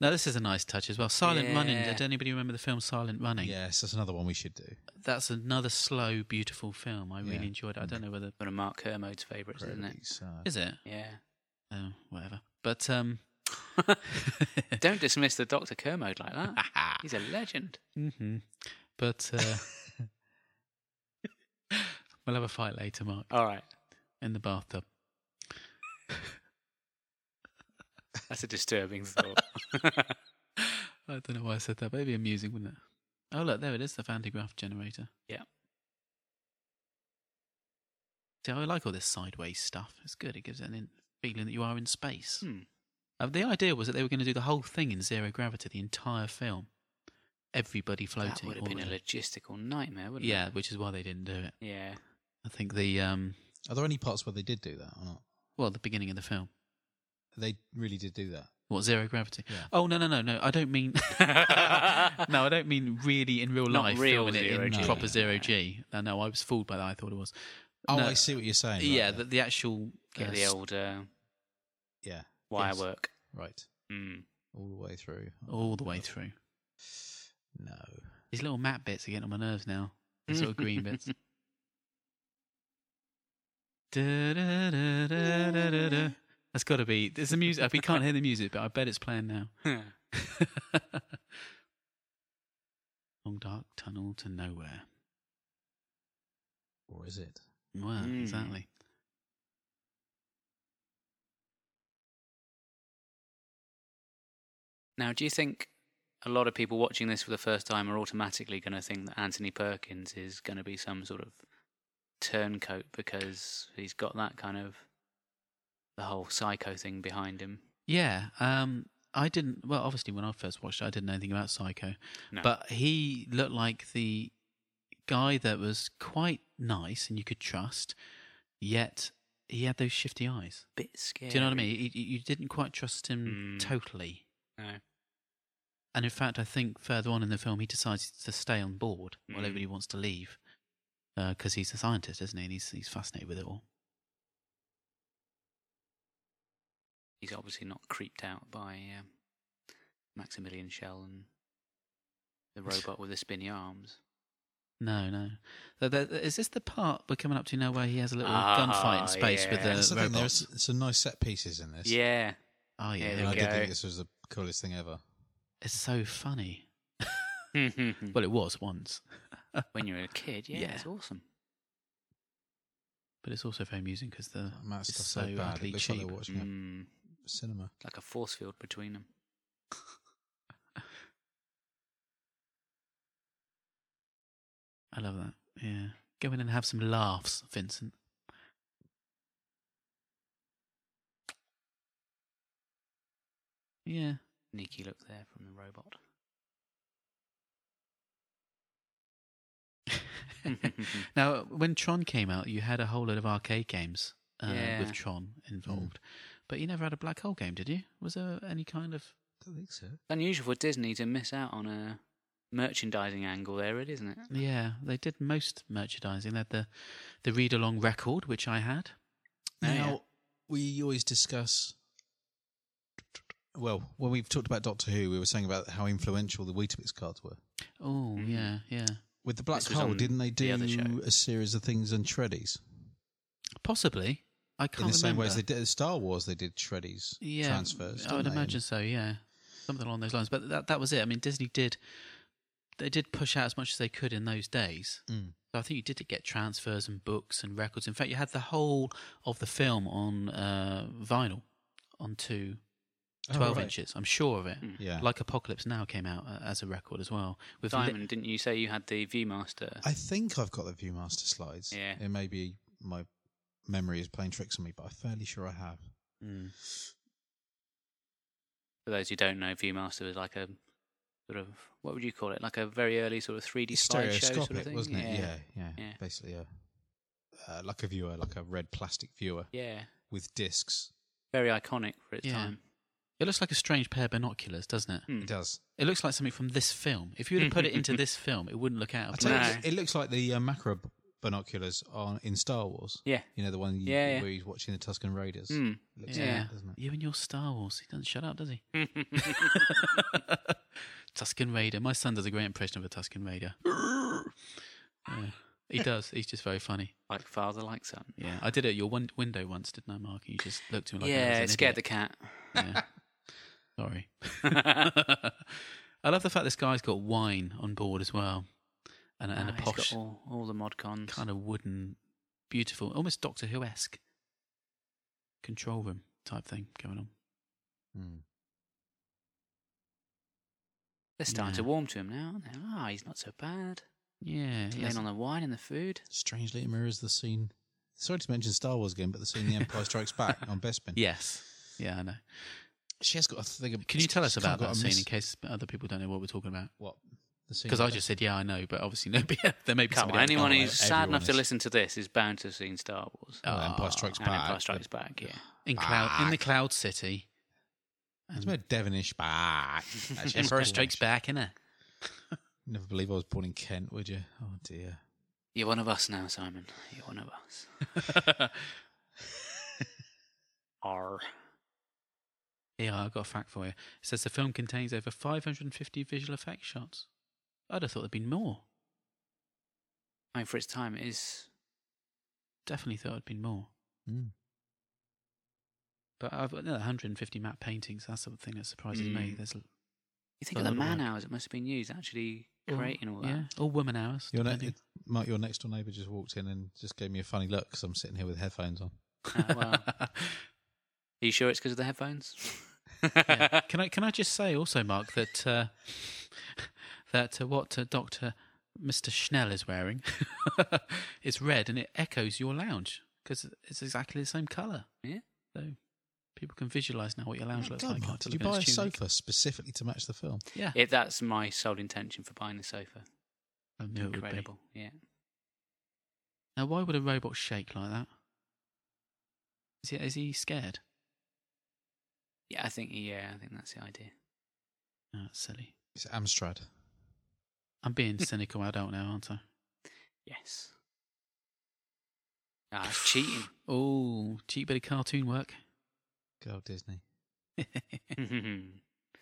S2: No, this is a nice touch as well. Silent Running.
S1: Yeah.
S2: Did anybody remember the film Silent Running?
S3: yes, that's another one we should do.
S2: That's another slow, beautiful film. I really
S3: Yeah.
S2: enjoyed it. I don't know whether
S1: One of Mark Kermode's favourites, isn't it?
S3: Crowley's, uh,
S2: is it.
S1: Yeah.
S2: Oh, whatever. But um,
S1: Don't dismiss the Doctor Kermode like that. He's a legend.
S2: hmm But uh, we'll have a fight later, Mark,
S1: All right,
S2: in the bathtub.
S1: that's a disturbing thought.
S2: I don't know why I said that, but it'd be amusing, wouldn't it? Oh, look, there it is, the Van de Graaff generator.
S1: Yeah.
S2: See, I like all this sideways stuff. It's good. It gives it an in- feeling that you are in space.
S1: Hmm.
S2: Uh, the idea was that they were going to do the whole thing in zero gravity, the entire film. Everybody floating.
S1: That would have
S2: all
S1: been a
S2: the-
S1: logistical nightmare, wouldn't
S2: Yeah, which is why they didn't do it.
S1: it? Yeah.
S2: I think the um,
S3: Are there any parts where they did do that or not?
S2: well, the beginning of the film.
S3: they really did do that.
S2: What zero gravity?
S3: Yeah.
S2: Oh no no no no! I don't mean no, I don't mean really in real
S1: Not
S2: life
S1: real
S2: filming it
S1: zero
S2: in
S3: G.
S2: proper
S1: No.
S2: zero G. Uh, No, no, I was fooled by that. I thought it was.
S3: Oh,
S2: No.
S3: I see what you're saying. right
S2: yeah,
S3: there.
S2: the, the actual
S1: Get
S2: uh,
S1: the old uh,
S3: yeah,
S1: wire
S3: Yes.
S1: work.
S3: right,
S1: Mm.
S3: all the way through.
S2: all the way through.
S3: No,
S2: These little matte bits are getting on my nerves now. The sort of green bits. Da-da-da-da-da-da. That's got to be. There's the music. We can't hear the music, but I bet it's playing now.
S1: Hmm.
S2: Long dark tunnel to nowhere.
S3: or is it?
S2: Well,
S1: Mm.
S2: exactly.
S1: now, do you think a lot of people watching this for the first time are automatically going to think that Anthony Perkins is going to be some sort of turncoat because he's got that kind of the whole psycho thing behind him?
S2: Yeah. Um. I didn't. Well, obviously, when I first watched it, I didn't know anything about Psycho.
S1: No.
S2: But he looked like the guy that was quite nice and you could trust, yet he had those shifty eyes.
S1: bit scary.
S2: Do you know what I mean? You, you you didn't quite trust him
S1: Mm.
S2: totally.
S1: No.
S2: And in fact, I think further on in the film, he decides to stay on board while
S1: Mm.
S2: everybody wants to leave because he's a scientist, isn't he? And he's, he's fascinated with it all.
S1: He's obviously not creeped out by um, Maximilian Schell and the robot with the spinny arms.
S2: No, no. So there- there- Is this the part we're coming up to now where he has a little
S1: Ah,
S2: gunfight in space with
S1: yeah.
S2: the
S3: That's the thing.
S2: robots?
S3: There's some nice set pieces in this.
S1: Yeah.
S2: Oh, yeah.
S1: Yeah,
S3: and I
S1: we
S3: did
S1: go.
S3: think this was the coolest thing ever.
S2: It's so funny.
S1: when
S2: Well, it was once,
S1: you're a kid, yeah,
S2: Yeah.
S1: it's awesome.
S2: but it's also very amusing because the
S3: Man, that
S2: it's
S3: stuff's so, bad.
S2: ugly
S3: It looks
S2: cheap.
S3: like they're watching a
S1: Mm,
S3: cinema.
S1: like a force field between them.
S2: I love that. Yeah. Go in and have some laughs, Vincent. Yeah.
S1: Sneaky look there from the robot.
S2: now, when Tron came out, you had a whole lot of arcade games uh,
S1: Yeah.
S2: with Tron involved,
S3: Mm.
S2: but you never had a black hole game, did you? Was there any kind of?
S3: don't think so.
S1: It's unusual for Disney to miss out on a merchandising angle there, it isn't it?
S2: Yeah, they did most merchandising. They had the the read along record, which I had.
S1: Oh, yeah.
S3: Now we always discuss. Well, when we've talked about Doctor Who, we were saying about how influential the Weetabix cards were.
S2: Oh
S1: Mm.
S2: yeah, yeah,
S3: With the Black
S1: This was
S3: Hole,
S1: on
S3: didn't they
S1: the
S3: do
S1: other show.
S3: a series of things on Shreddies?
S2: possibly. I
S3: In
S2: can't
S3: the same way as
S2: remember.
S3: they did Star Wars, they did Shreddies
S2: yeah,
S3: transfers.
S2: I would
S3: didn't they?
S2: imagine so. Yeah, something along those lines. But that that was it. I mean, Disney did they did push out as much as they could in those days.
S3: Mm.
S2: So I think you did get transfers and books and records. In fact, you had the whole of the film on uh, vinyl onto
S3: Oh,
S2: 12
S3: right.
S2: inches. I'm sure of it.
S1: Mm.
S3: Yeah.
S2: Like Apocalypse Now came out uh, as a record as well. With li-
S1: Diamond, didn't you say you had the Viewmaster?
S3: I think I've got the ViewMaster slides.
S1: Yeah.
S3: It may be my memory is playing tricks on me, but I'm fairly sure I have.
S2: Mm.
S1: For those who don't know, ViewMaster was like a sort of what would you call it? Like a very early sort of 3D slideshow sort of thing.
S3: wasn't it? Yeah, yeah.
S1: Yeah.
S3: Basically, a, uh, like a viewer, like a red plastic viewer
S1: Yeah.
S3: with discs.
S1: Very iconic for its
S2: Yeah.
S1: time.
S2: It looks like a strange pair of binoculars, doesn't it?
S1: Hmm.
S3: It does.
S2: It looks like something from this film. If you were to put it into this film, it wouldn't look
S3: I
S2: out of
S3: tell
S2: place.
S3: you,
S1: No.
S3: it- it looks like the uh, macro b- binoculars on in Star Wars.
S1: Yeah.
S3: You know the one you,
S1: Yeah, yeah.
S3: where he's watching the Tuscan Raiders.
S1: Mm.
S3: It looks
S1: Yeah.
S3: like that, doesn't it?
S2: You and your Star Wars. He doesn't shut up, does he? Tuscan Raider. My son does a great impression of a Tuscan Raider. Yeah, he does. He's just very funny.
S1: like father, like son.
S2: Yeah, I did it at your win- window once, didn't I, Mark? And you just looked at me like I was
S1: yeah,
S2: an
S1: it scared
S2: idiot.
S1: the cat.
S2: Yeah. Sorry. I love the fact this guy's got wine on board as well, and, a- and a
S1: Ah, he's
S2: posh
S1: got all, all the mod cons.
S2: kind of wooden, beautiful, almost Doctor Who esque control room type thing going on.
S3: Mm.
S1: They're starting to
S2: Yeah.
S1: warm to him now. aren't they? Ah, he's not so bad.
S2: Yeah,
S1: He's
S2: he
S1: laying
S2: has-
S1: on the wine and the food.
S3: Strangely, it mirrors the scene. Sorry to mention Star Wars again, but the scene in The Empire Strikes Back on Bespin.
S2: yes, yeah, I know.
S3: She has got a thing. of-
S2: Can you tell us
S3: she's kind
S2: about that
S3: of got a
S2: scene
S3: mis-
S2: in case other people don't know what we're talking about?
S3: What
S2: Because I just said, yeah, I know, but obviously no. But yeah, there may be
S1: Come on,
S2: somebody else.
S1: anyone
S3: Oh,
S1: who's sad
S3: everyone
S1: enough to
S3: is.
S1: listen to this is bound to have seen Star Wars.
S2: Oh,
S3: Empire Strikes
S1: and Empire
S3: Back.
S1: Strikes Back, yeah.
S2: in cloud in the
S3: Back.
S2: cloud city.
S3: It's about Devonish back. That's
S2: Emperor
S3: just
S2: Strikes
S3: Cornish.
S2: Back, innit?
S3: Never believe I was born in Kent, would you? Oh dear.
S1: You're one of us now, Simon. You're one of us. R.
S2: yeah, I've got a fact for you. It says the film contains over 550 visual effects shots. I'd have thought there'd been more.
S1: I mean, for its time, it is.
S2: Definitely thought there'd been more.
S3: Mm.
S2: But I've no, 150 matte paintings. That's the thing that surprises me.
S1: Mm.
S2: There's l-
S1: You think of
S2: Got
S1: the
S2: a lot
S1: man
S2: of work.
S1: hours it must have been used actually creating all that.
S2: yeah, all woman hours.
S3: Your ne-
S2: depending-
S3: Mark, your next door neighbour just walked in and just gave me a funny look because I'm sitting here with headphones on.
S1: Uh, well, Are you sure it's because of the headphones?
S2: Yeah. Can I can I just say also, Mark, that uh, that uh, what uh, Doctor Mister Schnell is wearing is red, and it echoes your lounge because it's exactly the same color.
S1: Yeah.
S2: so people can visualize now what your lounge
S3: Well
S2: looks
S3: done,
S2: like.
S3: Mark.
S2: after
S3: Oh, Did you
S2: looking
S3: buy
S2: at
S3: a
S2: his tunic.
S3: sofa specifically to match the film?
S2: Yeah,
S1: It, that's my sole intention for buying the sofa.
S2: I knew it would be.
S1: Incredible. Yeah.
S2: Now, why would a robot shake like that? Is he is he scared?
S1: Yeah, I think yeah, I think that's the idea.
S2: No, Ah, that's silly.
S3: It's Amstrad.
S2: I'm being cynical adult now, aren't I?
S1: Yes. Ah, that's cheating.
S2: Oh, cheap bit of cartoon work.
S3: Good old Disney.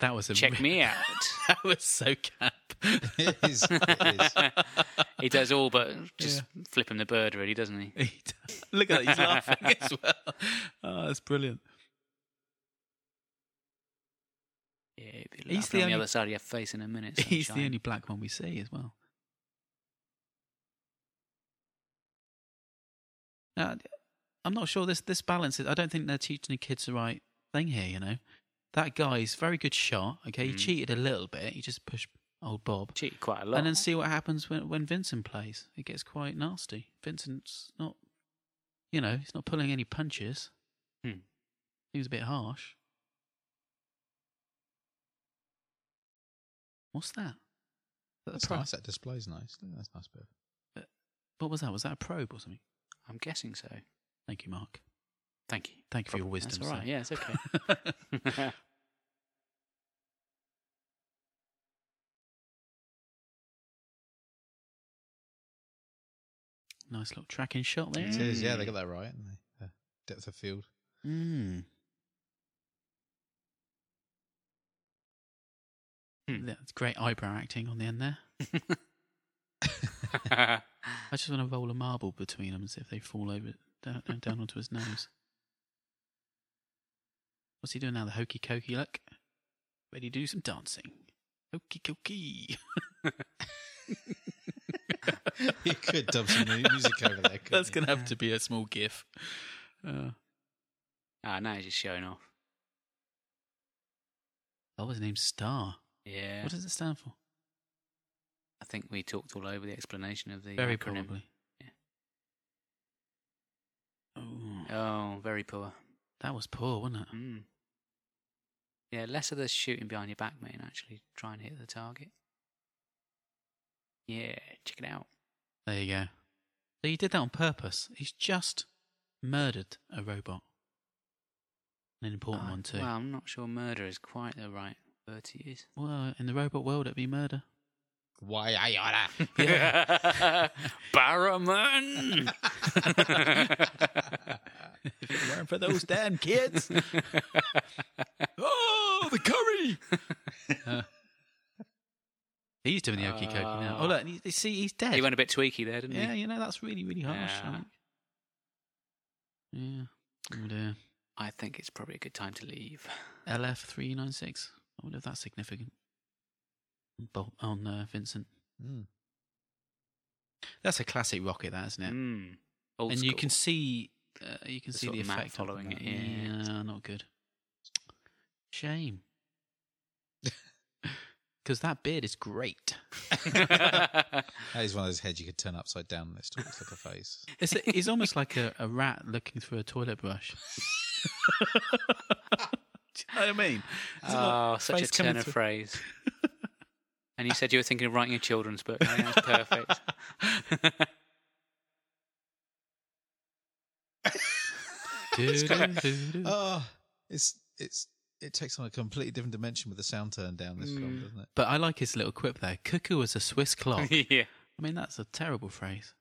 S2: That was a
S1: Check
S2: re-
S1: me out.
S2: that was so cap.
S3: It is. It is.
S1: he does all but just flip him the bird, really, doesn't he?
S2: He does. Look at that, he's laughing as well. Oh, that's brilliant.
S1: Yeah, he'll
S2: He's
S1: be laughing
S2: the
S1: on
S2: only-
S1: the other side of your face in a minute.
S2: He's the
S1: sunshine.
S2: only black one we see as well. Now, I'm not sure this this balance is. I don't think they're teaching the kids the right thing here. You know, that guy's very good shot. Okay, he
S1: Mm.
S2: cheated a little bit. He just pushed old Bob,
S1: cheat quite a lot.
S2: and then see what happens when when Vincent plays. It gets quite nasty. Vincent's not, you know, he's not pulling any punches.
S1: Hmm.
S2: Seems a bit harsh. What's that? Is that
S3: That's
S2: a probe?
S3: nice. That display's nice. Look, That's a nice bit.
S2: What was that? Was that a probe or something?
S1: I'm guessing so.
S2: Thank you, Mark.
S1: Thank you.
S2: Thank you for your
S1: Probably.
S2: wisdom.
S1: That's all right. Yeah, it's okay.
S2: sir. nice little tracking shot there.
S3: It is. Yeah, they
S1: Mm.
S3: got that right. haven't they? The depth of field.
S2: Mm.
S1: Hmm.
S2: That's great eyebrow acting on the end there. I just want to roll a marble between them and see if they fall over down, down- down onto his nose. What's he doing now? The hokey cokey look? Ready to do some dancing. Hokey cokey.
S3: you could dub some mu- music over there.
S2: That's
S3: couldn't
S2: going to have to be a small gif. Uh,
S1: ah, now he's just showing off.
S2: oh, his name's Star.
S1: Yeah.
S2: What does it stand for?
S1: I think we talked all over the explanation of the
S2: Very
S1: acronym.
S2: probably.
S1: Yeah.
S2: Oh,
S1: Oh, very poor.
S2: that was poor, wasn't it?
S1: Mm. Yeah, less of the shooting behind your back, mate, and actually try and hit the target. Yeah, check it out.
S2: There you go. So he did that on purpose. He's just murdered a robot. An important
S1: Ah,
S2: one too.
S1: Well, I'm not sure murder is quite the right word to use.
S2: Well, in the robot world, it'd be murder.
S3: you? Why are you on that? Hmm.
S1: Barrowman!
S2: if it weren't for those damn kids. oh, the curry! Uh, he's doing the okey cokey now. Oh,
S1: Ah.
S2: look, and he, see, he's dead.
S1: he went a bit tweaky there, didn't
S2: yeah,
S1: he?
S2: you know, that's really, really harsh. I
S1: Yeah.
S2: think. Yeah. Oh, dear.
S1: I think it's probably a good time to leave.
S2: LF396. I wonder if that's significant. Bob, on uh, Vincent.
S3: Mm.
S2: That's a classic rocket, that, isn't it?
S1: Mm. Old
S2: and you
S1: school.
S2: can see uh, you can
S1: The
S2: see
S1: sort
S2: the
S1: of map
S2: effect of
S1: following
S2: that.
S1: it, yeah.
S2: yeah not good shame because that beard is great
S3: That is one of those heads you could turn upside down and it still looks like a face.
S2: it's, it's almost like a, a rat looking through a toilet brush Do you know what I mean? It's not-
S1: oh, such a
S2: face coming
S1: turn of
S2: through-
S1: phrase. And you said you were thinking of writing a children's book. I think that's perfect.
S2: Doo-doo-doo-doo.
S1: Uh,
S3: Oh, it's it's it takes on a completely different dimension with the sound turned down this film,
S1: Mm.
S3: doesn't it?
S2: but I like his little quip there. Cuckoo is a Swiss clock. I
S1: yeah.
S2: mean, that's a terrible phrase.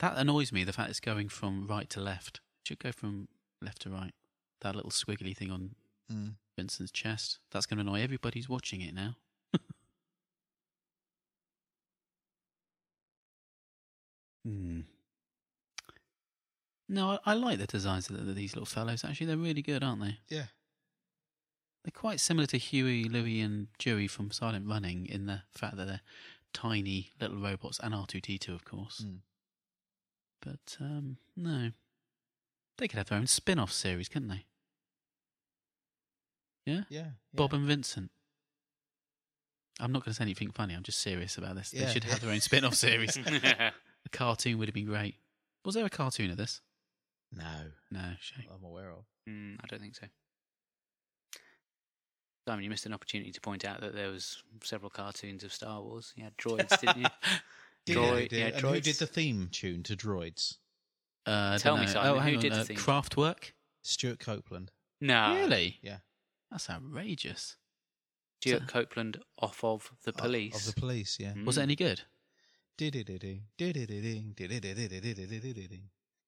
S2: That annoys me. The fact it's going from right to left. It should go from left to right. That little squiggly thing on
S3: Mm.
S2: Vincent's chest. That's going to annoy everybody who's watching it now. Hmm. No, I, I like the designs of the, these little fellows. Actually, they're really good, aren't they?
S3: Yeah.
S2: They're quite similar to Huey, Louie, and Dewey from Silent Running in the fact that they're tiny little robots, and R2D2, of course.
S3: Mm. Hmm.
S2: But um, no, they could have their own spin-off series, couldn't they? Yeah,
S3: Yeah. yeah.
S2: Bob uh, and Vincent. I'm not going to say anything funny. I'm just serious about this.
S3: Yeah.
S2: They should have their own spin-off series.
S1: yeah.
S2: A cartoon would have been great. Was there a cartoon of this?
S3: No,
S2: No, shame.
S3: I'm aware of.
S1: Mm, I don't think so. Simon, you missed an opportunity to point out that there was several cartoons of Star Wars. You had droids, didn't you? Droid- yeah,
S3: and who
S1: droids.
S3: did the theme tune to Droids?
S2: Uh,
S1: Tell
S2: dunno.
S1: me, Simon,
S2: oh,
S1: who
S2: hang on,
S1: did the
S2: uh,
S1: theme? Ah.
S2: Kraftwerk?
S3: Stuart Copeland.
S1: No.
S2: really?
S3: yeah.
S2: That's outrageous.
S1: Stuart Copeland off of the
S3: Of-
S1: police.
S3: Of, the police, yeah.
S1: Mm.
S2: Was it any good?
S3: Di-di-di-di, di-di-di-di, di-di-di-di-di-di-di-di-di.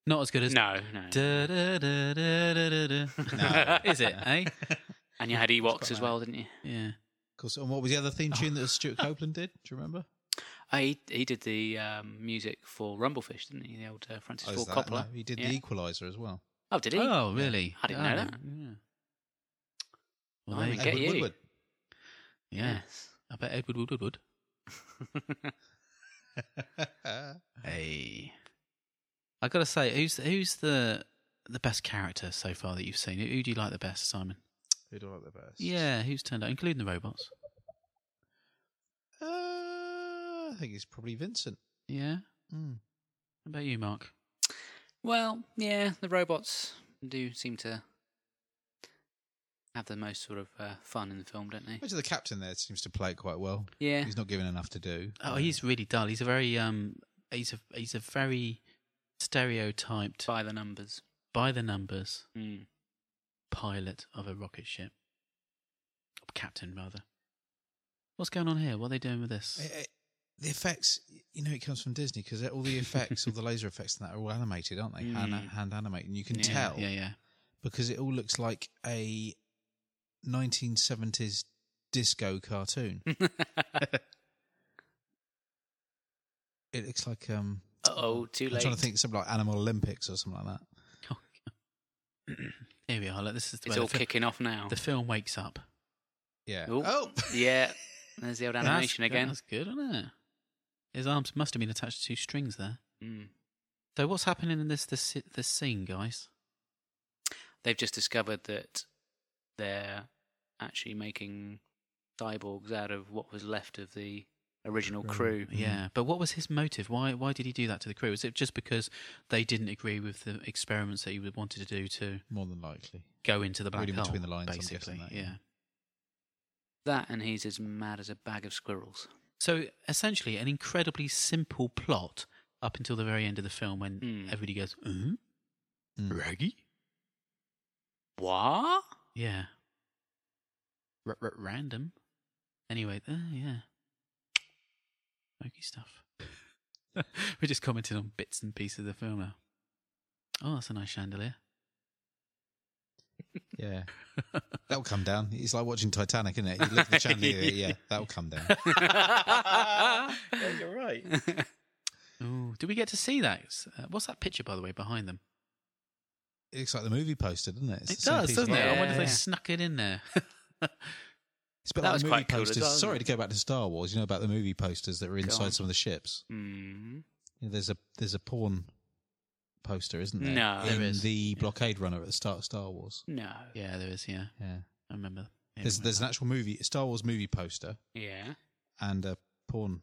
S2: Not as good as.
S1: No, no.
S2: Da, da, da, da, da, da, da.
S3: No.
S2: Is it, eh?
S1: and you had Ewoks
S3: quite
S1: as well, didn't you?
S2: Yeah.
S3: Course, and what was the other theme tune that Stuart Copeland did? Do you remember?
S1: Oh, he, he did the um, music for Rumblefish, didn't he? The old uh, Francis
S3: Oh, is
S1: Ford
S3: that-
S1: Coppola.
S3: no, he did
S1: Yeah.
S3: the Equalizer as well.
S1: Oh, did he?
S2: Oh, really?
S1: I didn't
S2: Oh,
S1: know
S2: no.
S1: that.
S2: Yeah. Well,
S1: Blimey,
S2: there you
S1: Get
S2: go.
S3: Edward
S1: you.
S3: Woodward.
S2: yeah. I bet Edward Woodward would. Hey. I gotta say, who's who's the the best character so far that you've seen? Who, who do you like the best, Simon?
S3: Who do I like the best?
S2: Yeah, who's turned out, including the robots?
S3: Uh, I think it's probably Vincent.
S2: Yeah.
S3: Mm.
S2: How about you, Mark?
S1: Well, yeah, the robots do seem to have the most sort of uh, fun in the film, don't they?
S3: Which the captain there seems to play it quite well.
S1: Yeah.
S3: He's not given enough to do.
S2: Oh, he's really dull. He's a very um, he's a he's a very stereotyped
S1: By the numbers.
S2: by the numbers
S1: Mm.
S2: pilot of a rocket ship, Or captain rather. What's going on here? What are they doing with this?
S3: It- it- Uh, the effects, you know, it comes from Disney because all the effects, all the laser effects and that are all animated, aren't they? Hand,
S1: Mm.
S3: hand animated. And you can
S1: Yeah,
S3: tell
S2: Yeah, yeah.
S3: because it all looks like a 1970s disco cartoon. It looks like, um,
S1: oh, too
S3: I'm
S1: late.
S3: trying to think something like Animal Olympics or something like that.
S2: Here we are. Look, this is the
S1: It's
S2: way
S1: all
S2: the, fil-
S1: kicking off now.
S2: the film wakes up.
S3: Yeah.
S1: Ooh.
S3: Oh,
S1: yeah, there's the old
S2: That's
S1: animation
S2: good-
S1: again.
S2: That's good, isn't it? His arms must have been attached to strings there.
S1: Mm.
S2: So what's happening in this this this scene, guys?
S1: They've just discovered that they're actually making cyborgs out of what was left of the original
S3: Crew.
S1: crew.
S2: Yeah, but what was his motive? Why why did he do that to the crew? Was it just because they didn't agree with the experiments that he would- wanted to do to
S3: more than likely.
S2: go into the black
S3: Reading
S2: hole?
S3: between the lines, I'm guessing
S2: basically.
S3: that, yeah.
S2: yeah.
S1: That and he's as mad as a bag of squirrels.
S2: So essentially, an incredibly simple plot up until the very end of the film when
S1: Hmm.
S2: everybody goes, "Hmm,
S3: Mm.
S2: Raggy."
S1: What?
S2: Yeah. R- r- random. Anyway, uh, yeah. Smoky stuff. We're just commenting on bits and pieces of the film now. Oh, that's a nice chandelier.
S3: Yeah. That'll come down. It's like watching Titanic, isn't it? You look at the chandelier, yeah, that'll come down.
S1: you're
S2: right.
S1: Hmm.
S2: Oh, did we get to see that? It's, Uh, what's that picture, by the way, behind them?
S3: It looks like the movie poster, doesn't it? It's
S2: It
S3: the same
S2: does,
S3: piece of
S2: doesn't it?
S1: art.
S2: I wonder if they
S1: Yeah.
S2: snuck it in there.
S3: It's a bit
S1: That
S3: like
S1: was
S3: the movie
S1: quite cool as
S3: posters.
S1: well,
S3: Sorry
S1: isn't
S3: to go back to Star Wars. You know about the movie posters that are inside
S1: on.
S3: some of the ships.
S1: Mm.
S3: You know, there's a there's a porn poster, isn't there?
S1: No.
S3: in
S2: There is.
S3: the blockade runner at the start of Star Wars.
S1: No.
S2: yeah, there is. Yeah,
S3: Yeah,
S2: I remember. Yeah,
S3: there's
S2: I
S3: there's an
S2: remember
S3: actual movie Star Wars movie poster
S1: Yeah.
S3: and a porn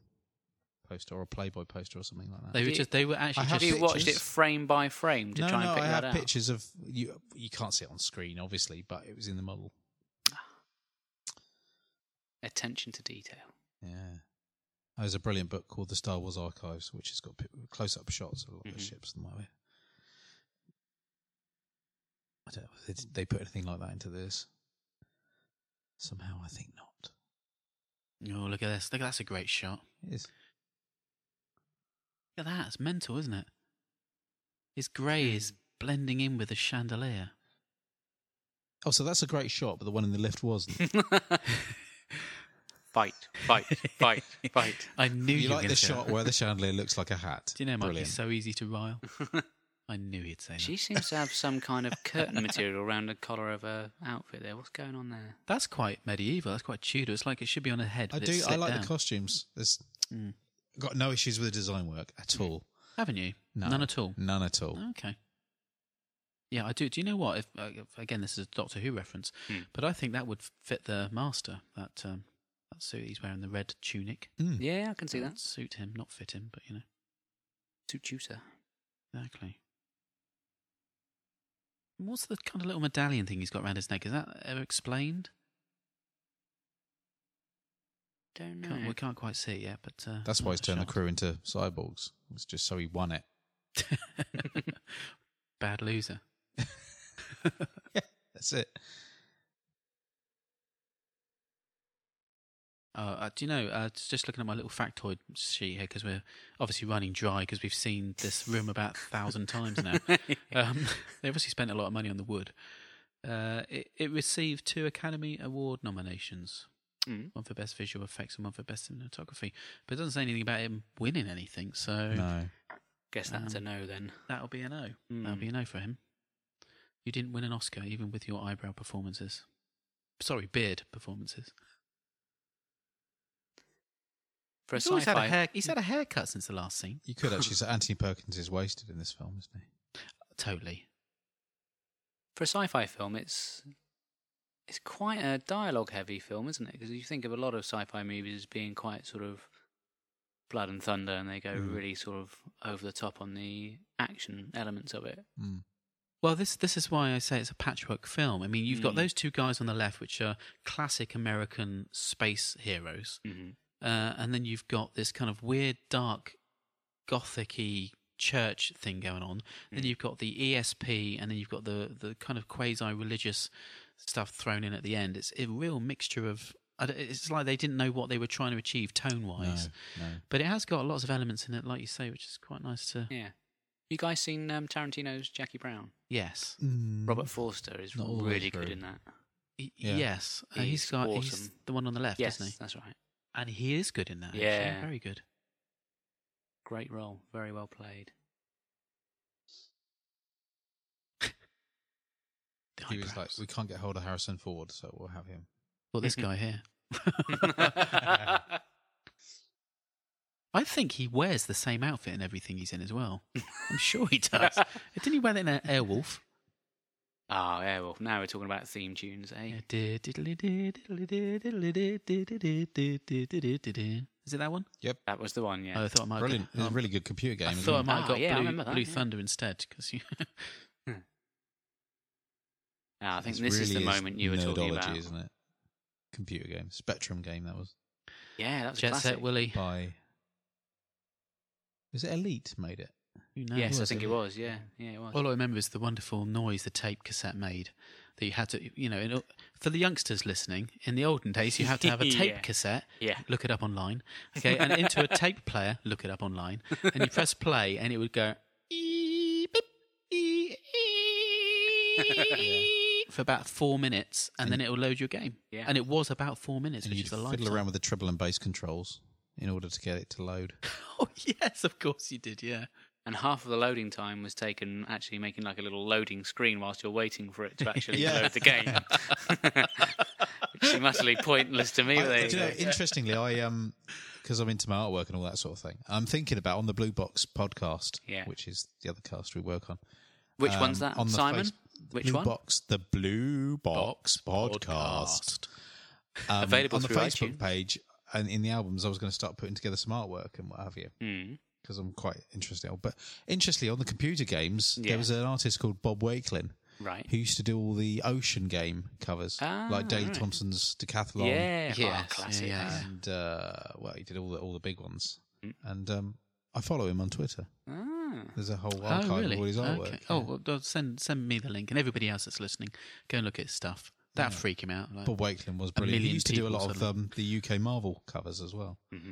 S3: poster or a Playboy poster or something like that.
S2: that. They were
S1: Did-
S2: just. They were actually.
S3: I
S2: just
S3: have
S1: Have you watched it
S3: pictures.
S1: frame by frame to
S3: no,
S1: try
S3: no,
S1: and pick
S3: I
S1: that
S3: have
S1: out?
S3: pictures of you. You can't see it on screen, obviously, but it was in the model.
S1: attention to detail.
S3: Yeah. Oh, There's a brilliant book called The Star Wars Archives, which has got close up shots of a lot of
S1: Mhm.
S2: Mm-hmm.
S3: the ships and whatever. I don't know if they, did they put anything like that into this. Somehow, I think not.
S2: Oh, look at this. Look, that's a great shot.
S3: It is.
S2: Look at that. It's mental, isn't it? His grey
S1: Hmm.
S2: is blending in with the chandelier.
S3: Oh, so that's a great shot, but the one in the lift wasn't.
S1: Fight, fight, fight, fight.
S2: I
S3: you
S2: knew you,
S3: like
S2: were
S3: the
S2: gonna say
S3: shot
S2: that.
S3: where the chandelier looks like a hat.
S2: Do you know, Mike?
S3: Brilliant.
S2: He's so easy to rile. I knew he'd say that.
S1: She seems to have some kind of curtain material around the collar of her outfit there. What's going on there?
S2: That's quite medieval. That's quite Tudor. It's like it should be on her head.
S3: I
S2: but it's
S3: do. I
S2: slit
S3: like
S2: down.
S3: the costumes. There's
S2: Mm.
S3: got no issues with the design work at all.
S2: Haven't you?
S3: No.
S2: None at all.
S3: None at all.
S2: Okay. Yeah, I do. Do you know what? If, uh, if- again, this is a Doctor Who reference,
S1: Hmm.
S2: but I think that would fit the Master. That um, that suit he's wearing, the red tunic.
S3: Mm.
S1: Yeah, I can see
S2: would
S1: that.
S2: suit him, not fit him, but you know
S1: To tutor.
S2: exactly. And What's the kind of little medallion thing he's got around his neck? Is that ever explained?
S1: Don't know.
S2: Can't, We can't quite see it yet, but uh,
S3: That's why
S2: oh,
S3: he's turned the
S2: shot.
S3: crew into cyborgs. It's just so he won it.
S2: Bad loser.
S3: That's it.
S2: Uh, uh, do you know? Uh, it's just looking at my little factoid sheet here because we're obviously running dry because we've seen this room about a thousand times now. Um, they obviously spent a lot of money on the wood. Uh, it, it received two Academy Award nominations
S1: Mm.
S2: one for Best Visual Effects and one for Best Cinematography. But it doesn't say anything about him winning anything, so
S3: No.
S1: Guess that's
S2: Um,
S1: a no then.
S2: that'll be a no. That'll
S1: Mm.
S2: be a no for him. You didn't win an Oscar, even with your eyebrow performances. Sorry, beard performances.
S1: For a
S2: he's always
S1: sci-fi,
S2: had a hair, he's had a haircut since the last scene.
S3: You could actually say Anthony Perkins is wasted in this film, isn't he?
S2: Totally.
S1: for a sci-fi film, it's it's quite a dialogue-heavy film, isn't it? Because you think of a lot of sci-fi movies as being quite sort of blood and thunder, and they go
S2: Hmm.
S3: Mm.
S1: really sort of over the top on the action elements of it.
S3: Mm.
S2: Well, this this is why I say it's a patchwork film. I mean, you've got
S1: Mm.
S2: those two guys on the left, which are classic American space heroes,
S1: Mm-hmm.
S2: uh, and then you've got this kind of weird, dark, gothicy church thing going on. Then
S1: Mm.
S2: you've got the ESP, and then you've got the the kind of quasi religious stuff thrown in at the end. It's a real mixture of. I d- It's like they didn't know what they were trying to achieve tone wise,
S3: No, no.
S2: but it has got lots of elements in it, like you say, which is quite nice to.
S1: Yeah. You guys seen um, Tarantino's Jackie Brown?
S2: Yes,
S3: Mm.
S1: Mm. Robert Forster is
S3: Not all the way
S1: really good
S3: through.
S1: in that.
S2: Y-
S3: Yeah.
S2: yes, Uh, he's
S1: He's
S2: got he's
S1: awesome.
S2: the one on the left,
S1: yes,
S2: isn't he?
S1: that's right.
S2: And he is good in that. Actually.
S1: Yeah.
S2: Very good.
S1: Great role, very well played.
S2: The
S3: He was like,
S2: eyebrows.
S3: we can't get hold of Harrison Ford, so we'll have him.
S2: well, this guy here. I think he wears the same outfit in everything he's in as well. I'm sure he does. Didn't he wear that in uh, Airwolf?
S1: Ah, yeah. Well, now we're talking about theme tunes, eh?
S2: Yeah, diddly diddly diddly diddly diddly diddly diddly diddly. Is it that one?
S1: That was the one. Yeah.
S2: Oh, I thought I might have
S3: Brilliant.
S2: got-
S3: It's a really good computer game.
S2: I
S3: isn't
S2: thought I
S3: it?
S2: might have
S1: Ah,
S2: got
S1: yeah, I
S2: Blue,
S1: remember that,
S2: Blue
S1: yeah.
S2: Thunder instead because you.
S1: Ah, I think
S3: It's
S1: this is the
S3: really
S1: moment you were talking
S3: nerdology,
S1: about.
S3: isn't it? Computer game, Spectrum game that was
S1: Yeah, that was a
S2: Jet
S1: classic.
S2: Set Willy.
S3: by. Was it Elite made it?
S2: Who knows?
S1: yes, I
S3: was,
S1: think it
S3: wasn't
S1: was. Yeah, yeah, it was.
S2: All I remember is the wonderful noise the tape cassette made that you had to, you know, in, for the youngsters listening, in the olden days, you had to have a tape
S1: Yeah.
S2: cassette,
S1: yeah,
S2: look it up online, okay, and into a tape player, look it up online, and you press play and it would go "Ee, beep, ee, ee," for about four minutes and, then it will load your game.
S1: Yeah.
S2: And it was about four minutes,
S3: And
S2: which
S3: you'd
S2: is a
S3: fiddle
S2: lifetime.
S3: around with the treble and bass controls in order to get it to load.
S2: Oh, yes, of course you did, yeah.
S1: and half of the loading time was taken actually making like a little loading screen whilst you're waiting for it to actually
S3: Yeah.
S1: load the game. Which seemed utterly pointless to me.
S3: I-
S1: but there you
S3: do you know,
S1: go.
S3: interestingly, I um, because I'm into my artwork and all that sort of thing. I'm thinking about on the Blue Box podcast,
S1: Yeah.
S3: which is the other cast we work on.
S1: Which
S3: um,
S1: one's that,
S3: on the
S1: Simon?
S3: face-
S1: Which
S3: Blue
S1: one?
S3: Box, the Blue Box, podcast, Um,
S1: Available
S3: on the
S1: through
S3: Facebook
S1: iTunes.
S3: page and in the albums. I was going to start putting together some artwork and what have you
S1: Mm.
S3: because I'm quite interested. But interestingly, on the computer games,
S1: Yeah.
S3: there was an artist called Bob Wakelin
S1: Right.
S3: who used to do all the Ocean Game covers,
S1: Ah,
S3: like Dave
S1: right.
S3: Thompson's Decathlon.
S1: Yeah.
S2: Yes, yeah,
S1: Ah, classic.
S2: yeah.
S3: and uh, well, he did all the all the big ones.
S1: Mm.
S3: And um, I follow him on Twitter.
S1: Ah.
S3: There's a whole archive of all his artwork.
S2: Oh, Okay. Oh,
S3: yeah.
S2: well, they'll send send me the link, and everybody else that's listening, go and look at his stuff. That'd
S3: Yeah.
S2: freak him out. Like,
S3: Bob Wakeland was brilliant. He
S2: million
S3: used to do a
S2: people
S3: lot of
S2: suddenly-
S3: um, the UK Marvel covers as well.
S1: hmm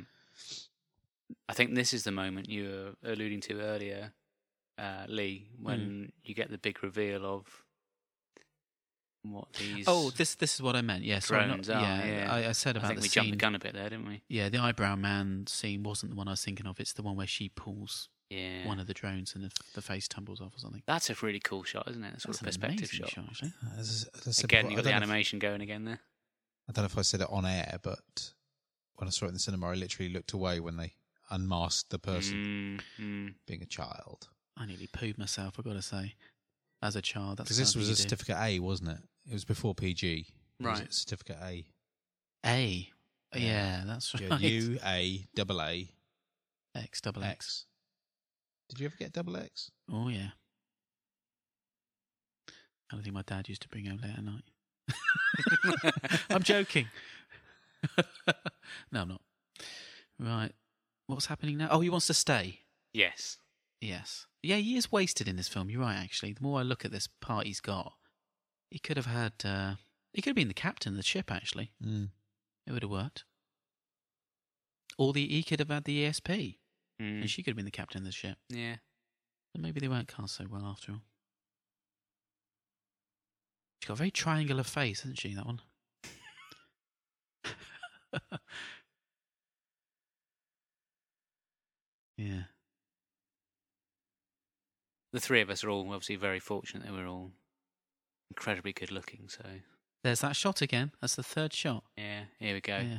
S1: I think this is the moment you were alluding to earlier, uh, Lee, when
S2: Hmm.
S1: you get the big reveal of what these.
S2: oh, this this is what I meant. Yeah, sorry, not,
S1: Drones are,
S2: yeah,
S1: yeah.
S2: I, I said
S1: I
S2: about
S1: think
S2: the
S1: we
S2: scene.
S1: jumped the gun a bit there, didn't we?
S2: Yeah, the eyebrow man scene wasn't the one I was thinking of. It's the one where she pulls
S1: Yeah.
S2: one of the drones and the, the face tumbles off or something.
S1: That's a really cool shot, isn't it? That's sort of
S2: an
S1: perspective
S2: amazing
S1: shot.
S2: actually.
S3: As I- as I said
S1: Again, you
S3: before, I
S1: got the
S3: don't know if-
S1: animation going again there.
S3: I don't know if I said it on air, but when I saw it in the cinema, I literally looked away when they unmasked the person
S1: Mm, mm.
S3: being a child.
S2: I nearly pooed myself. I got to say, as a child, that's
S3: Because this was
S2: something you
S3: a
S2: do.
S3: certificate A, wasn't it? It was before PG. It was
S1: Right.
S3: a certificate A.
S2: A.
S3: Yeah.
S2: Yeah, that's
S3: You
S2: right.
S3: had U A double A
S2: X double X.
S3: X. Did you ever get double X?
S2: Oh yeah. Kind of thing my dad used to bring home late at night. I'm joking. no, I'm not. Right. What's happening now? Oh, he wants to stay.
S1: Yes.
S2: Yes. Yeah, he is wasted in this film. You're right, actually. The more I look at this part he's got, he could have had. Uh, he could have been the captain of the ship, actually.
S3: Mm.
S2: It would have worked. Or the, he could have had the ESP,
S1: Mm,
S2: and she could have been the captain of the ship.
S1: Yeah.
S2: But maybe they weren't cast so well after all. She's got a very triangular face, hasn't she, that one? yeah.
S1: The three of us are all obviously very fortunate that we're all incredibly good looking. So,
S2: There's that shot again. That's the third shot.
S1: yeah, here we go.
S2: Yeah.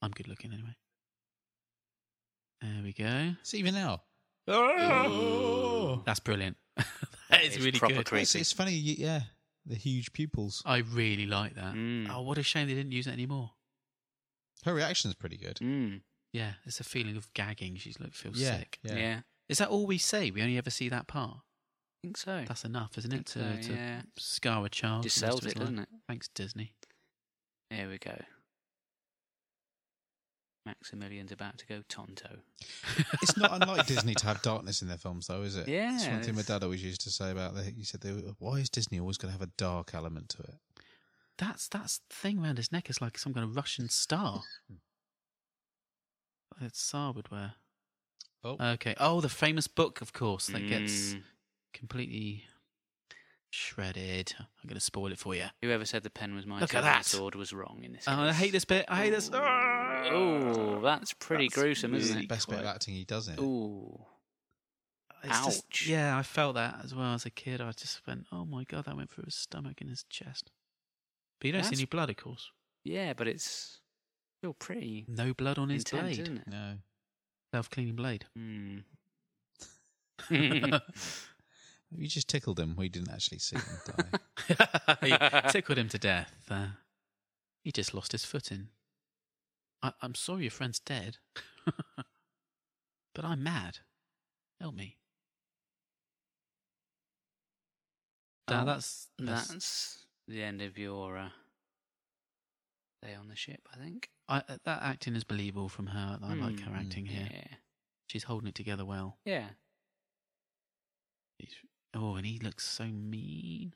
S2: I'm good looking anyway. There we go.
S3: See, even now.
S1: Oh.
S2: That's brilliant.
S1: That
S2: that is,
S1: is
S2: really
S1: proper
S2: good.
S1: Creepy.
S3: It's, it's funny, you, yeah. The huge pupils.
S2: I really like that.
S1: Mm.
S2: Oh, what a shame they didn't use it anymore.
S3: Her reaction's pretty good.
S1: Mm,
S2: Yeah, it's a feeling of gagging. She's like feels
S3: Yeah,
S2: sick.
S1: yeah.
S3: yeah.
S2: Is that all we see? We only ever see that part.
S1: I think so.
S2: That's enough, isn't
S1: think
S2: it? To,
S1: so,
S2: to
S1: yeah.
S2: scar a child.
S1: Just
S2: for the rest
S1: sells
S2: of his
S1: it,
S2: life.
S1: doesn't it?
S2: Thanks, Disney.
S1: Here we go. Maximilian's about to go tonto.
S3: It's not unlike Disney to have darkness in their films, though, is it? That's
S1: Yeah,
S3: one thing my
S1: it's-
S3: dad always used to say about that. He said, they were, why is Disney always going to have a dark element to it?
S2: That's that's the thing round his neck is like some kind of Russian star. that Tsar would wear.
S3: Oh.
S2: Okay. Oh, the famous book, of course, that gets
S1: Mm.
S2: completely shredded. I'm going to spoil it for you.
S1: Whoever said the pen was my
S2: Look
S1: sword,
S2: at
S1: the
S2: that.
S1: sword was wrong in this.
S2: Oh, I
S1: case.
S2: hate this bit. I hate this. Ah!
S1: Oh, that's pretty
S2: That's
S1: gruesome,
S3: It's
S1: isn't
S3: the
S2: really-
S1: it?
S3: best bit of
S2: quite-
S3: acting he does in it.
S1: Ooh,
S2: It's just-
S1: Ouch.
S2: yeah, I felt that as well as a kid. I just went, oh my god, that went through his stomach and his chest. But you don't
S1: That's-
S2: see any blood, of course.
S1: yeah, but it's still pretty
S2: No blood on his
S1: intense,
S2: blade.
S1: isn't it?
S3: No.
S2: Self cleaning blade.
S1: Mm. Hmm.
S3: You just tickled him. We didn't actually see him die.
S2: he tickled him to death. Uh, he just lost his footing. I- I'm sorry your friend's dead, but I'm mad. Help me. Now
S1: Oh,
S2: that's, that's
S1: That's the end of your uh, day on the ship, I think.
S2: I, uh, that acting is believable from her. I like her
S1: Hmm.
S2: acting here.
S1: Yeah.
S2: She's holding it together well.
S1: Yeah.
S2: He's- oh, and he looks so mean.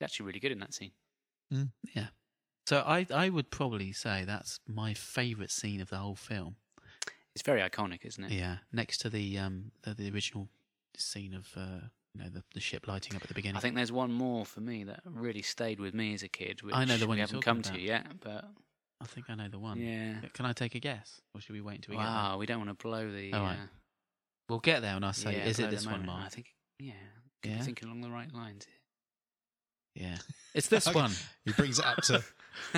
S1: Actually, really good in that scene.
S2: Yeah. So I I would probably say that's my favourite scene of the whole film.
S1: It's very iconic, isn't it?
S2: Yeah, next to the um the, the original scene of uh, you know the, the ship lighting up at the beginning.
S1: I think there's one more for me that really stayed with me as a kid, which
S2: I know the one
S1: we
S2: you're
S1: haven't come
S2: talking
S1: to
S2: about.
S1: yet. But
S2: I think I know the one.
S1: yeah,
S2: Can I take a guess, or should we wait until we get there?
S1: wow, we don't want to blow the.
S2: All right.
S1: uh,
S2: We'll get there, and I say,
S1: yeah,
S2: is
S1: blow
S2: it
S1: the
S2: this one,
S1: moment. I
S2: Mark?
S1: think yeah, could be
S2: Yeah?
S1: thinking along the right lines.
S2: Yeah, it's this
S3: Okay.
S2: one
S3: he brings it up to,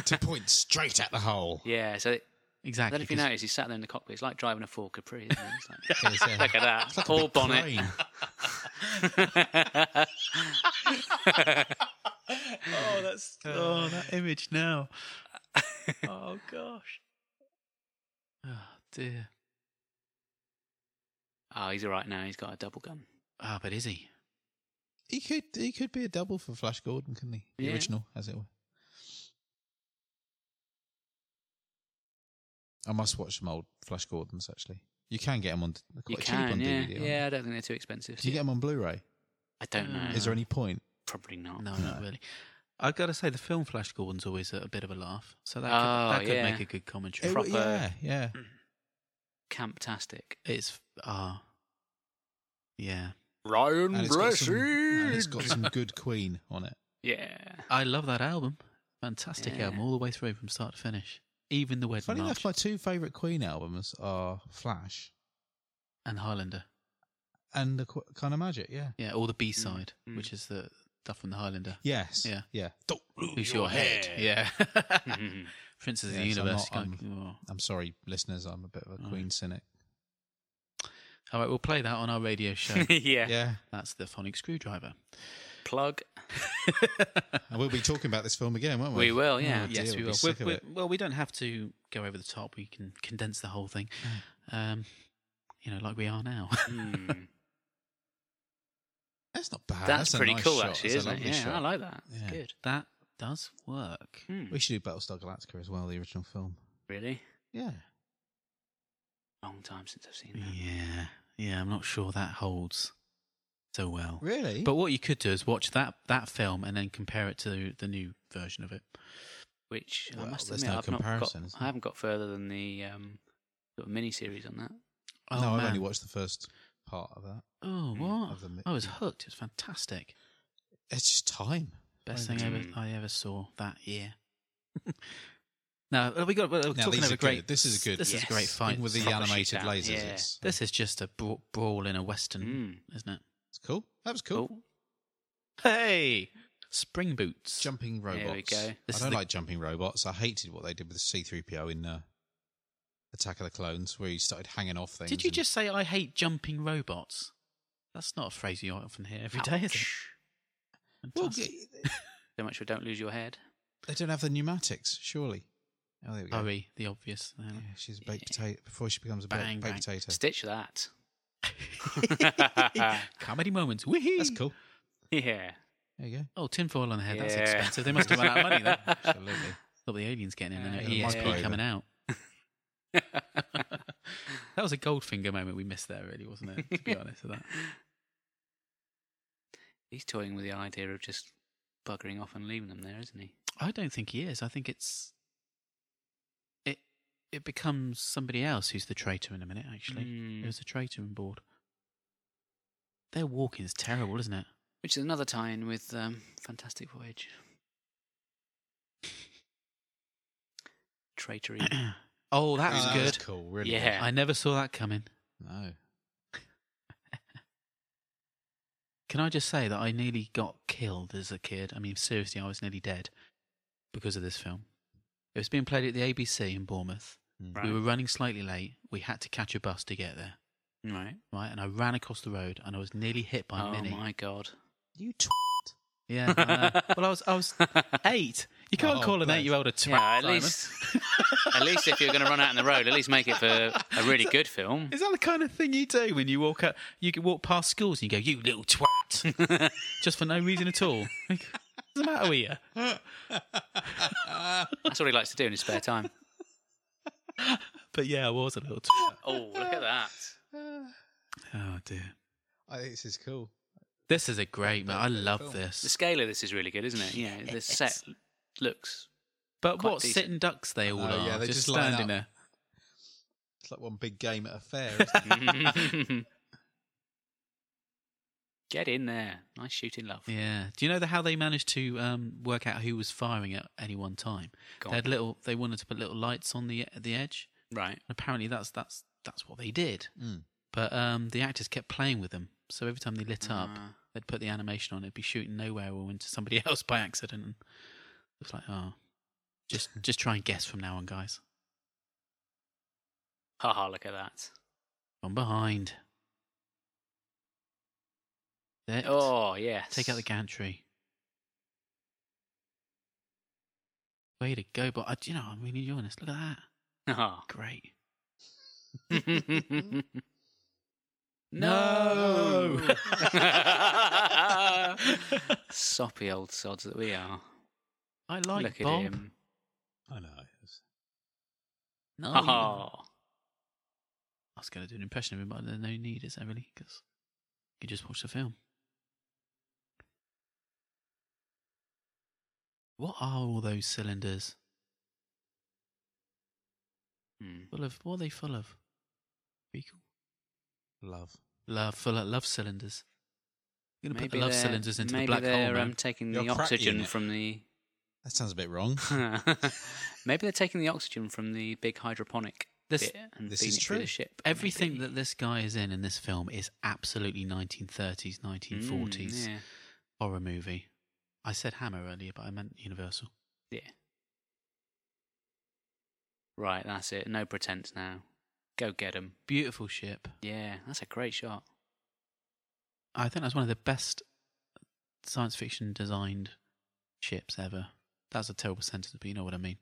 S3: to point straight at the hole.
S1: Yeah, so it-
S2: exactly.
S1: then if you
S2: 'cause-
S1: notice, he's sat there in the cockpit. It's like driving a Ford Capri. Isn't it? It's like,
S3: It's, uh,
S1: look at that,
S3: it's like a
S1: all
S3: big
S1: bonnet.
S3: crane.
S2: oh, that's oh that image now. oh gosh. Oh dear.
S1: oh, he's all right now. He's got a double gun.
S2: Ah, but is he?
S3: He could he could be a double for Flash Gordon, couldn't he? The
S1: Yeah.
S3: original, as it were. I must watch some old Flash Gordons. Actually, you can get them on
S1: You
S3: quite cheap
S1: can,
S3: on
S1: yeah.
S3: DVD. aren't
S1: Yeah, I don't think they're too expensive.
S3: they? Do you get them on Blu-ray?
S1: I
S2: Uh,
S1: don't know.
S3: Is there any point?
S1: Probably not.
S2: No, not really. I gotta say, the film Flash Gordon's always a, a bit of a laugh, so that
S1: Oh,
S2: could, that could
S1: yeah.
S2: make a good commentary.
S3: It w-
S1: proper-
S3: Eh, yeah, yeah.
S1: Camptastic.
S2: It's ah, yeah.
S1: Ryan
S3: And it's got some- uh, and it's got some good Queen on it.
S1: Yeah.
S2: I love that album. Fantastic
S1: Yeah.
S2: album all the way through from start to finish. Even the wedding
S3: Funny enough,
S2: march
S3: my two favourite Queen albums are Flash
S2: and Highlander.
S3: and the Qu- Kind of Magic. Yeah.
S2: Yeah, or the B side,
S1: Mm.
S2: which is the stuff from the Highlander.
S3: Yes.
S2: Yeah.
S3: Yeah. Don't lose
S2: Who's your, head? Mm-hmm. Yeah. Princess of the
S3: Yes, I'm
S2: Universe.
S3: not-
S2: you can't- oh.
S3: I'm sorry, listeners. I'm a bit of
S1: Mm.
S3: a
S2: Oh.
S3: Queen cynic.
S2: All right, we'll play that on our radio show.
S1: yeah.
S3: Yeah.
S2: That's the phonic screwdriver.
S1: Plug.
S3: And we'll be talking about this film again, won't we?
S1: We will, yeah.
S3: Oh, dear,
S2: yes, we
S3: we'll be
S2: will.
S3: sick of
S2: We-
S3: it.
S2: we- well, we don't have to go over the top. We can condense the whole thing,
S3: Mm.
S2: um, you know, like we are now.
S1: Hmm.
S3: That's not bad.
S1: That's,
S3: a
S1: pretty
S3: nice
S1: cool,
S3: shot.
S1: actually,
S3: That's a
S1: isn't it?
S3: lovely
S1: Yeah,
S3: shot.
S1: I like that.
S3: Yeah.
S1: Good.
S2: that does work.
S1: Hmm.
S3: We should do Battlestar Galactica as well, the original film.
S1: Really?
S3: Yeah.
S1: Long time since I've seen that.
S2: Yeah, yeah. I'm not sure that holds so well.
S3: Really?
S2: But what you could do is watch that that film and then compare it to the new version of it.
S1: Which I
S3: Well,
S1: must
S3: there's
S1: admit,
S3: no
S1: I've not got,
S3: comparison, is there?
S1: I haven't got further than the um, sort of mini series on that.
S2: Oh
S3: no,
S2: man.
S3: I've only watched the first part of that.
S2: Oh
S1: Mm,
S2: what?
S3: of the mi-
S2: I was hooked. It was fantastic.
S3: It's just time.
S2: Best
S3: Over
S2: thing ever
S1: time.
S2: I ever saw that year. now we got. We're
S3: Now,
S2: talking
S3: these
S2: of
S3: are
S2: a great.
S3: good. This is a good-
S2: This is a great
S1: Yes.
S2: fight.
S3: Even with the
S1: Proper
S3: animated
S1: shootout,
S3: lasers,
S1: yeah.
S3: it's,
S2: This is just a bra- brawl in a western,
S1: Mm.
S2: isn't it?
S3: it's cool. That was cool.
S1: Oh,
S2: Hey, spring boots.
S3: Jumping robots.
S1: There we go.
S3: I
S2: This is
S3: don't
S2: the-
S3: like jumping robots. I hated what they did with the C3PO in uh, Attack of the Clones, where he started hanging off things.
S2: Did you
S3: and-
S2: just say I hate jumping robots? That's not a phrase you often hear every day, is it?
S1: ouch.
S3: Well,
S2: Fantastic.
S3: g-
S1: So much for don't lose your head.
S3: they don't have the pneumatics, surely. Oh, there we go.
S2: Sorry, the obvious. there.
S3: Yeah, she's a baked potato before she becomes a ba-
S2: Bang,
S3: baked
S2: bang.
S3: potato.
S1: Stitch that.
S2: Comedy moments. Wee
S3: That's cool.
S1: Yeah.
S3: There you go.
S2: Oh, tinfoil on the head. That's
S1: Yeah.
S2: expensive. They must have run out of money then.
S3: Absolutely.
S2: Not the aliens getting in and
S1: Yeah,
S2: their
S1: yeah.
S2: ESP
S1: Microwave
S2: coming out. that was a Goldfinger moment we missed there, really, wasn't it? To be honest with that.
S1: He's toying with the idea of just buggering off and leaving them there, isn't he?
S2: I don't think he is. I think it's it it becomes somebody else who's the traitor in a minute. Actually,
S1: Mm.
S2: there's a traitor on board. Their walking is terrible, isn't it?
S1: Which is another tie in with um, Fantastic Voyage. Traitory.
S2: Oh, that
S1: Oh,
S2: was
S1: that
S2: good.
S1: was
S3: cool, really.
S1: Yeah.
S2: I never saw that coming.
S3: good. No.
S2: Can I just say that I nearly got killed as a kid? I mean, seriously, I was nearly dead because of this film. It was being played at the ABC in Bournemouth.
S1: right.
S2: We were running slightly late. We had to catch a bus to get there,
S1: right.
S2: right? And I ran across the road, and I was nearly hit by a
S1: oh
S2: mini.
S1: my god.
S3: You t-
S2: Yeah. I know. well, I was I was eight. You can't
S3: Oh,
S2: call an
S3: bless.
S2: eight-year-old a twat.
S1: yeah, at
S2: Simon.
S1: least at least if you're going to run out on the road, at least make it for a really good film.
S2: Is that the kind of thing you do when you walk out? You can walk past schools and you go, "You little twat," just for no reason at all. Like, What's the matter with you?
S1: That's what he likes to do in his spare time.
S2: But yeah, I was a little twat.
S1: Oh, look at that.
S2: Oh dear.
S3: I think this is cool.
S2: This is a great man. I
S3: Perfect
S2: love
S3: film.
S1: The
S2: this.
S1: scale of this is really good, isn't it? Yeah, the set looks.
S2: But
S1: quite
S2: what
S1: decent.
S2: sitting ducks they all
S3: Oh,
S2: are.
S3: yeah, they
S2: just,
S3: just line
S2: standing there.
S3: It's like one big game at a fair. Isn't it?
S1: Get in there. Nice shooting, love.
S2: Yeah. Do you know the, how they managed to um, work out who was firing at any one time?
S1: Go
S2: They
S1: on.
S2: had little. They wanted to put little lights on the the edge.
S1: Right.
S2: apparently that's that's that's what they did.
S3: Mm.
S2: But um, the actors kept playing with them, so every time they lit up,
S1: Ah.
S2: they'd put the animation on. It'd be shooting nowhere or into somebody else by accident. And it's like, oh, just just try and guess from now on, guys.
S1: Haha, look at that.
S2: From behind. There.
S1: Oh, yes.
S2: Take out the gantry. Way to go! But I, you know, I'm really enjoying this. Look at that.
S1: Ah.
S2: Great.
S1: no. Soppy old sods that we are.
S2: I like
S1: Look
S2: Bob.
S1: at him.
S3: I know.
S2: No,
S1: Ha
S2: I
S1: ha.
S2: was going to do an impression of him, but there's no need, is there really? Because you just watch the film. What are all those cylinders
S1: Hmm.
S2: full of? What are they full of? Fecal?
S3: Love.
S2: Love, full of love cylinders. You're going to put
S1: Maybe
S2: the love
S1: they're-
S2: cylinders into the
S1: maybe
S2: black hole,
S1: they're,
S2: man.
S1: um, taking
S3: You're
S1: the
S3: cracking
S1: oxygen
S3: it.
S1: from the.
S3: That sounds a bit wrong.
S1: maybe they're taking the oxygen from the big hydroponic
S2: This-
S1: bit and
S3: this
S1: feeding
S3: is
S1: it through the
S3: true.
S1: ship.
S2: Everything
S1: maybe.
S2: that this guy is in in this film is absolutely 1930s, 1940s
S1: Mm, yeah.
S2: horror movie. I said Hammer earlier, but I meant Universal.
S1: Yeah. Right, that's it. No pretense now. Go get 'em.
S2: Beautiful ship.
S1: Yeah, that's a great shot.
S2: I think that's one of the best science fiction designed ships ever. That's a terrible sentence, but you know what I mean.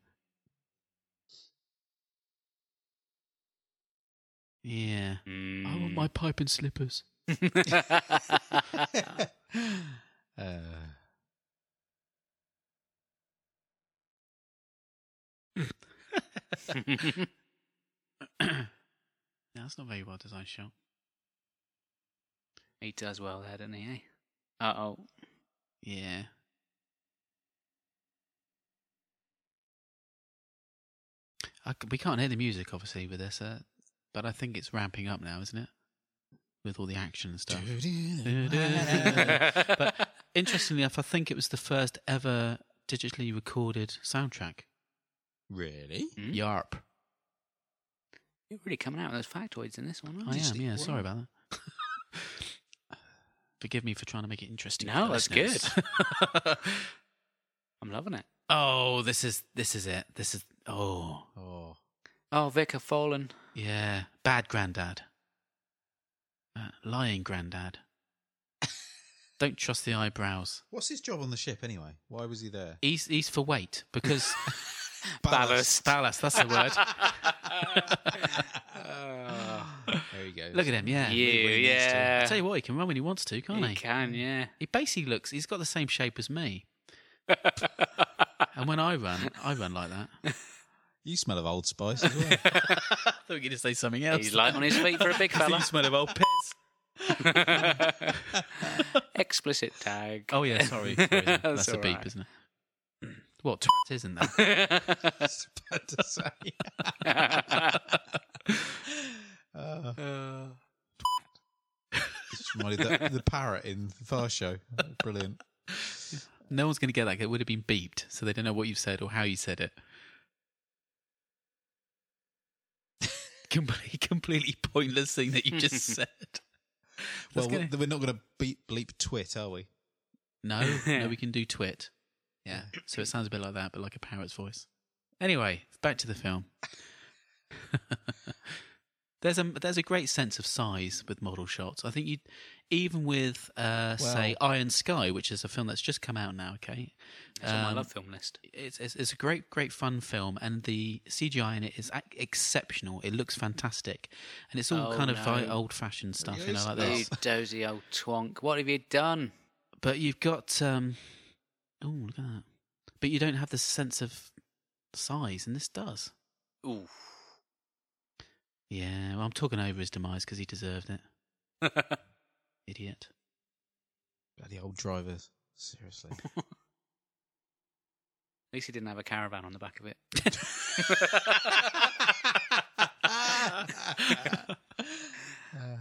S2: Yeah. I
S1: Oh,
S2: want my pipe and slippers.
S1: Mm.
S3: uh,
S2: that's not a very well designed shot.
S1: he does well there, doesn't he? Eh? Uh oh.
S2: Yeah. I c we can't hear the music, obviously, with this, uh, but I think it's ramping up now, isn't it? With all the action and stuff. But- Interestingly enough, I think it was the first ever digitally recorded soundtrack.
S3: really?
S1: Hmm?
S2: Yarp.
S1: You're really coming out with those factoids in this one, aren't
S2: I
S1: you?
S2: am,
S3: Digitally-
S2: yeah. Sorry
S3: wow.
S2: about that. Forgive me for trying to make it interesting.
S1: No,
S2: for
S1: that's
S2: listeners.
S1: I'm loving it.
S2: oh, this is this is it. This is oh
S3: Oh,
S1: Oh, Vicar Fallen.
S2: Yeah, bad granddad. Uh, lying granddad. Don't trust the eyebrows.
S3: what's his job on the ship anyway? Why was he there?
S2: He's he's for weight because
S1: Ballast.
S2: ballast. That's the word. Oh,
S3: Ah, There you go.
S2: Look at him. Yeah.
S1: you,
S3: really needs to.
S1: yeah.
S2: I tell you what, he can run when he wants to, can't he?
S1: he can, yeah.
S2: He basically looks. He's got the same shape as me. and when I run, I run like that.
S3: You smell of Old Spice as well.
S2: I thought you were going to say something else.
S1: He's light on his feet for a big fella.
S2: you smell of old piss.
S1: Explicit tag.
S2: Oh yeah, sorry. sorry
S1: That's
S2: That's a
S1: all
S2: beep,
S1: right.
S2: isn't it? What isn't that?
S3: I was about to say. Uh, just reminded that the parrot in the Far Show. Brilliant.
S2: No one's going to get that. It would have been beeped, so they don't know what you've said or how you said it. completely, completely pointless thing that you just said.
S3: Well,
S2: That's gonna-
S3: we're not going to beep bleep twit, are we?
S2: no, no, we can do twit. Yeah, so it sounds a bit like that, but like a parrot's voice. Anyway, back to the film. there's a there's a great sense of size with model shots. I think you, even with uh, say Iron Sky, which is a film that's just come out now. Okay,
S1: That's on my
S2: Um,
S1: love film list.
S2: it's, it's it's a great great fun film and the CGI in it is ac- exceptional. It looks fantastic, and it's all
S1: Oh,
S2: kind of
S1: no.
S2: like old fashioned stuff, you know, like
S1: You
S2: this.
S3: Yes.
S1: dozy old twonk. What have you done?
S2: But you've got um, oh look at that. But you don't have the sense of size, and this does.
S1: Ooh.
S2: Yeah, well, I'm talking over his demise because he deserved it, idiot.
S3: Bloody old drivers. Seriously.
S1: At least he didn't have a caravan on the back of it.
S2: Ah,
S3: Uh,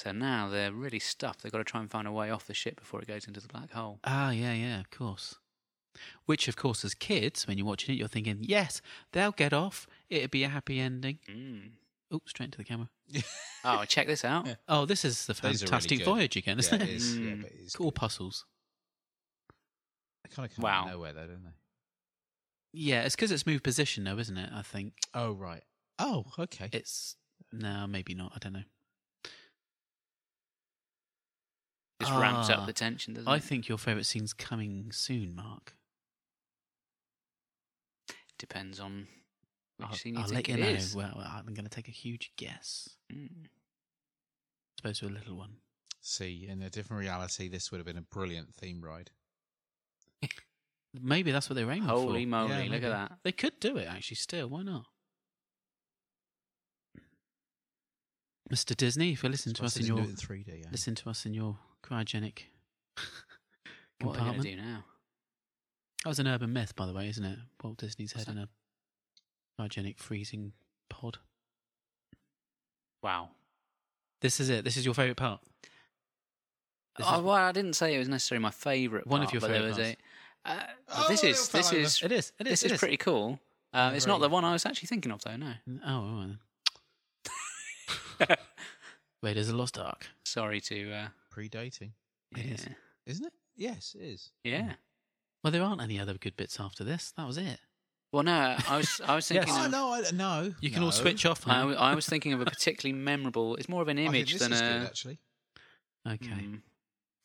S1: So now they're really stuffed. They've got to try and find a way off the ship before it goes into the black hole.
S2: Ah, yeah, yeah, of course. Which, of course, as kids, when you're watching it, you're thinking, yes, they'll get off. It'd be a happy ending.
S1: Mm.
S2: Oops, straight into the camera.
S1: Oh, check this out.
S2: Oh, this is the
S3: Those are really
S2: Fantastic
S3: good.
S2: Voyage again,
S3: yeah,
S2: isn't
S3: it
S2: it?
S3: is. Yeah,
S1: Mm.
S3: but it's
S2: All puzzles.
S3: They kind of come
S1: Wow.
S3: out of nowhere, though, don't they?
S2: Yeah, it's because it's moved position, though, isn't it? I think
S3: Oh, right. Oh, okay.
S2: it's no, maybe not. I don't know.
S1: Just ramps
S2: Ah.
S1: up the tension, doesn't
S2: I
S1: it?
S2: think your favourite scene's coming soon, Mark.
S1: Depends on Which
S2: I'll,
S1: scene you
S2: I'll
S1: think
S2: let you
S1: it
S2: know.
S1: is?
S2: Well, I'm going to take a huge guess.
S1: Mm.
S2: Supposed to be a little one.
S3: See, in a different reality, this would have been a brilliant theme ride.
S2: Maybe that's what they were aiming for.
S1: Holy moly!
S3: Yeah,
S1: look
S3: maybe.
S1: at that.
S2: They could do it actually. Still, why not? Mr. Disney, if you listen to us in
S3: Buses do
S2: your
S3: it in eh? 3D. Yeah.
S2: listen to us in your cryogenic
S1: What are they
S2: compartment.
S1: going to do now?
S2: That was an urban myth, by the way, isn't it? Walt Disney's
S1: What's
S2: head in a cryogenic freezing pod.
S1: Wow.
S2: This is it. This is your favourite part. This
S1: Oh,
S2: is-
S1: well, I didn't say it was necessarily my favourite.
S2: One of
S1: part,
S2: your
S1: but there
S2: favourite
S1: was a- Uh,
S3: Oh,
S1: this
S3: it
S1: is
S3: fell
S1: this
S3: over.
S1: is
S2: It is. It is.
S1: this
S2: it
S1: is pretty cool. Um,
S3: Yeah,
S1: it's not
S3: very-
S1: the one I was actually thinking of though. No.
S2: Oh, all right. Raiders of the Lost Ark.
S1: Sorry to. Uh,
S3: Predating,
S2: It
S1: yeah.
S2: is.
S3: isn't it? Yes, it is.
S1: Yeah.
S2: Well, there aren't any other good bits after this. That was it.
S1: Well, no, I was I was thinking.
S3: Oh,
S1: of,
S3: no, I, no.
S2: You can
S3: no.
S2: all switch off
S1: I,
S2: now.
S1: wa- I was thinking of a particularly memorable. It's more of an
S3: I think
S1: image uh,
S3: this
S1: than
S3: is
S1: a.
S3: good, actually.
S2: okay.
S1: Mm,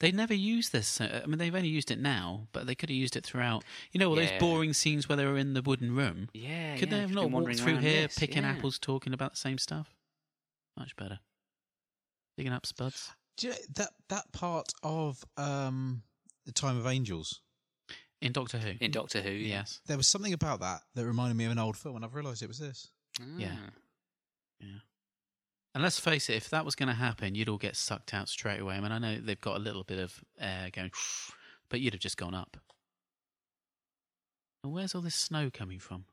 S2: They never used this. uh, I mean, they've only used it now, but they could have used it throughout. You know, all
S1: Yeah.
S2: those boring scenes where they were in the wooden room.
S1: yeah.
S2: could
S1: yeah,
S2: they have
S1: been
S2: not
S1: wandering
S2: walked through
S1: around
S2: here
S1: this,
S2: picking
S1: yeah.
S2: apples, talking about the same stuff? Much better. Picking up spuds.
S3: Do you know, that that part of um, the Time of Angels?
S2: In Doctor Who.
S1: in Doctor Who? Yeah.
S2: Yes.
S3: There was something about that that reminded me of an old film, and I've realised it was this.
S2: Yeah.
S1: Ah,
S2: And let's face it, if that was going to happen, you'd all get sucked out straight away. I mean, I know they've got a little bit of air going, but you'd have just gone up. And where's all this snow coming from?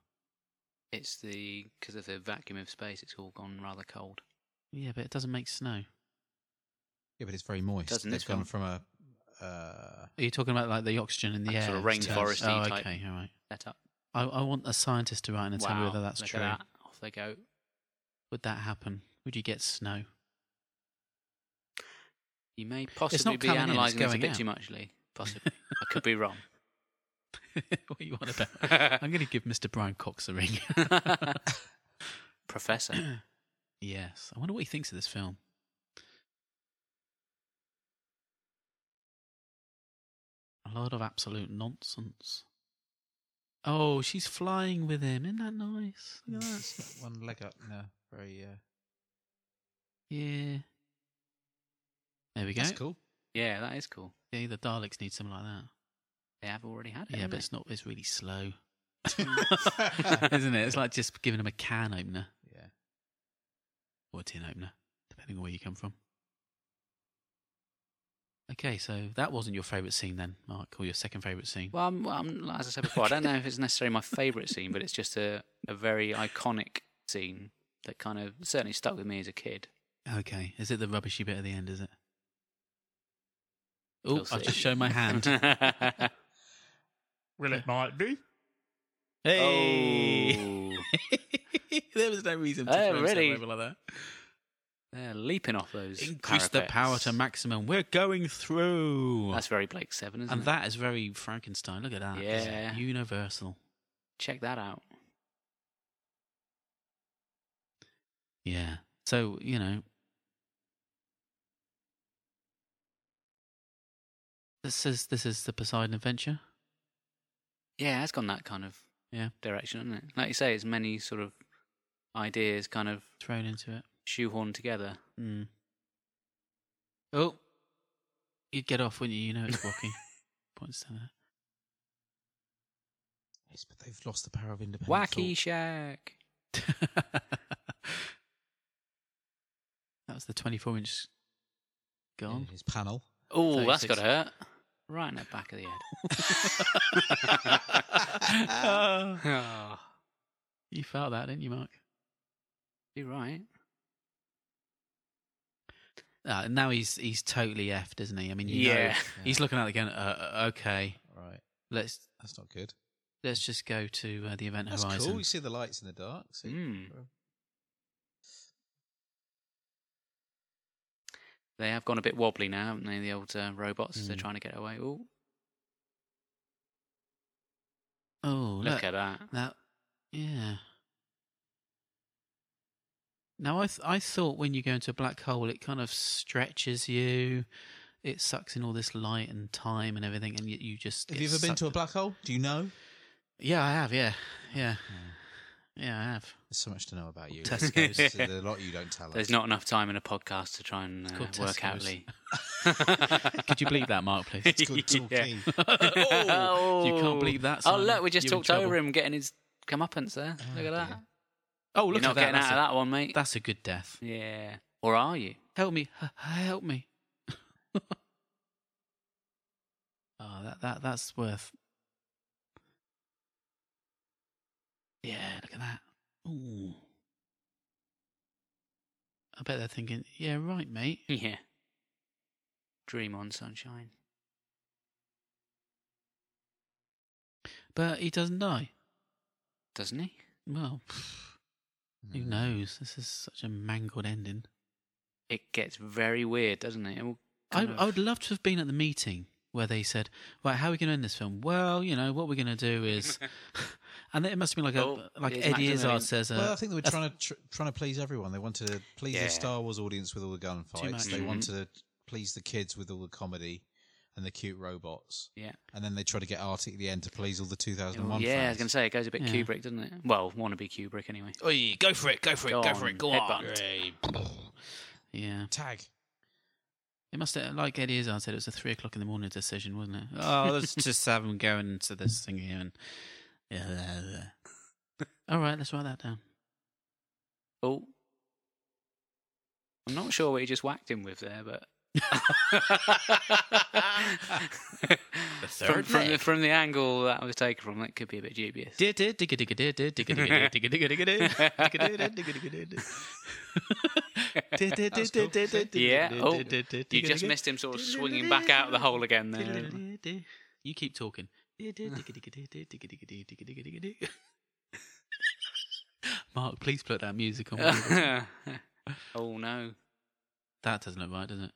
S1: It's the because of the vacuum of space. It's all gone rather cold.
S2: Yeah, but it doesn't make snow.
S3: Yeah, but it's very moist.
S1: Doesn't
S3: They've
S1: this
S3: gone
S1: one?
S3: from a. Uh,
S2: Are you talking about like the oxygen in the
S1: Like
S2: air?
S1: sort of
S2: turns-
S1: rainforesty
S2: Oh,
S1: type.
S2: okay, all right.
S1: Set up.
S2: I, I want a scientist to write in and tell me
S1: Wow,
S2: whether that's
S1: look
S2: true.
S1: At that. Off they go.
S2: Would that happen? Would you get snow?
S1: You may possibly
S2: not
S1: be
S2: coming in, it's
S1: analysing this a
S2: going
S1: bit
S2: out.
S1: too much, Lee. Possibly. I could be wrong.
S2: what you want about? I'm going to give Mr. Brian Cox a ring.
S1: Professor.
S2: yes. I wonder what he thinks of this film. A lot of absolute nonsense. Oh, she's flying with him. Isn't that nice? Look at that.
S3: it's got one leg up. No, very. Uh,
S2: Yeah. There we go.
S3: That's cool.
S1: Yeah, that is cool.
S2: Yeah, the Daleks need something like that.
S1: They have already had it.
S2: Yeah,
S1: haven't
S2: but
S1: they?
S2: it's not. It's really slow, isn't it? It's like just giving them a can opener
S3: Yeah.
S2: or a tin opener, depending on where you come from. Okay, so that wasn't your favourite scene then, Mark, or your second favourite scene.
S1: Well, I'm, well, I'm, as I said before, I don't know if it's necessarily my favourite scene, but it's just a, a very iconic scene that kind of certainly stuck with me as a kid.
S2: Okay, is it the rubbishy bit at the end? Is it? Oh,
S1: We'll
S2: I've
S1: see.
S2: just shown my hand.
S3: Well, it might be.
S2: hey,
S1: Oh,
S2: there was no reason to
S1: Oh,
S2: throw himself
S1: really?
S2: over like that.
S1: they're leaping off those.
S2: Increase the power to
S1: parapets.
S2: maximum. We're going through.
S1: That's very Blake Seven, isn't
S2: and
S1: it?
S2: that is very Frankenstein. Look at that. It's
S1: Yeah.
S2: universal.
S1: Check that out.
S2: Yeah. So, you know. This is this is the Poseidon Adventure.
S1: Yeah, it's gone that kind of
S2: Yeah.
S1: direction, hasn't it? Like you say, it's many sort of ideas kind of
S2: Thrown into it.
S1: shoehorned together.
S2: Mm. Oh. You'd get off, wouldn't you? You know it's walking. Points to that.
S3: Yes, but they've lost the power of independence.
S1: Wacky Shack.
S2: that was the twenty four inch gone.
S3: His panel.
S1: Oh, that's
S2: 36.
S1: got to hurt. Right in the back of the head.
S2: Oh.
S1: Oh,
S2: you felt that, didn't you, Mark?
S1: you're right.
S2: Uh, now he's he's totally effed, isn't he? I mean, you know,
S1: yeah.
S2: he's looking at it again. Uh, uh, okay,
S3: Right.
S2: let's
S3: That's not good.
S2: let's just go to uh, the event
S3: That's
S2: horizon.
S3: cool. You see the lights in the dark. See?
S1: Mm. They have gone a bit wobbly now, haven't they? The old uh, robots as they're
S2: Mm.
S1: trying to get away. Oh,
S2: Oh,
S1: look,
S2: look,
S1: at that.
S2: that. Yeah. Now I th- I thought when you go into a black hole, it kind of stretches you. It sucks in all this light and time and everything, and you, you just.
S3: Have
S2: get
S3: you ever been
S2: sucked
S3: to a
S2: in.
S3: black hole? Do you know?
S2: Yeah, I have. Yeah, yeah. Yeah, I have.
S3: There's so much to know about you.
S2: Tesco's.
S3: There's a lot you don't tell us.
S1: There's not enough time in a podcast to try and uh,
S2: called
S1: work out
S2: Tesco's.
S1: Lee.
S2: Could you believe that, Mark, please?
S3: It's called talking. Mm.
S1: Yeah.
S2: Oh, you can't believe that.
S1: Oh,
S2: Simon.
S1: look, we just
S2: You're in
S1: talked over
S2: trouble.
S1: him getting his comeuppance there. look at that.
S3: dear.
S2: Oh, look
S1: You're not
S2: at that.
S1: getting
S2: That's,
S1: out
S2: a,
S1: of that one, mate.
S2: that's a good death.
S1: Yeah. Or are you?
S2: Help me! h- Help me! oh, that that that's worth. Yeah, look at that. Ooh. I bet they're thinking, yeah, right, mate.
S1: Yeah. Dream on, sunshine.
S2: But he doesn't die.
S1: Doesn't he?
S2: Well, who
S3: Mm.
S2: knows? This is such a mangled ending.
S1: It gets very weird, doesn't it? It will
S2: I,
S1: kind of-
S2: I would love to have been at the meeting where they said, right, how are we going to end this film? Well, you know, what we're going to do is. and it must have been like,
S1: Oh,
S2: a, like
S1: here's
S2: Eddie
S1: Maximilian.
S2: Izzard says, uh,
S3: well, I think they were
S2: that's-
S3: trying to tr- trying to please everyone. They wanted to please
S1: Yeah.
S3: the Star Wars audience with all the
S2: much.
S3: gunfights. They
S1: Mhm.
S3: wanted to please the kids with all the comedy and the cute robots.
S1: Yeah.
S3: And then they tried to get arty at the end to please all the 2001
S1: yeah, I was going to
S3: fans.
S1: say, it goes a bit
S2: Oh, Yeah.
S1: Kubrick, doesn't it? Well, wannabe Kubrick, anyway.
S2: Oi, go for it, go for it,
S1: Go
S2: go, for
S1: on,
S2: it, go on.
S1: headbutt.
S2: Yeah.
S3: Tag.
S2: It must have, like Eddie Izzard said, it was a three o'clock in the morning decision, wasn't it? Oh, let's just have him going to this thing here and. Yeah. blah, blah. All right, let's write that down.
S1: Oh. I'm not sure what you just whacked him with there, but. the from,
S2: third
S1: from, the,
S2: leg.
S1: from the angle that was taken from, that could be a bit dubious.
S2: Digga digga digga digga digga digga digga digga digga digga digga digga digga digga digga digga
S1: Yeah, oh,
S2: digga
S1: You
S2: digga
S1: just
S2: digga.
S1: missed him sort of swinging back out of the hole again there.
S2: You keep talking. Mark, please put that music on.
S1: oh no.
S2: that doesn't look right, does it?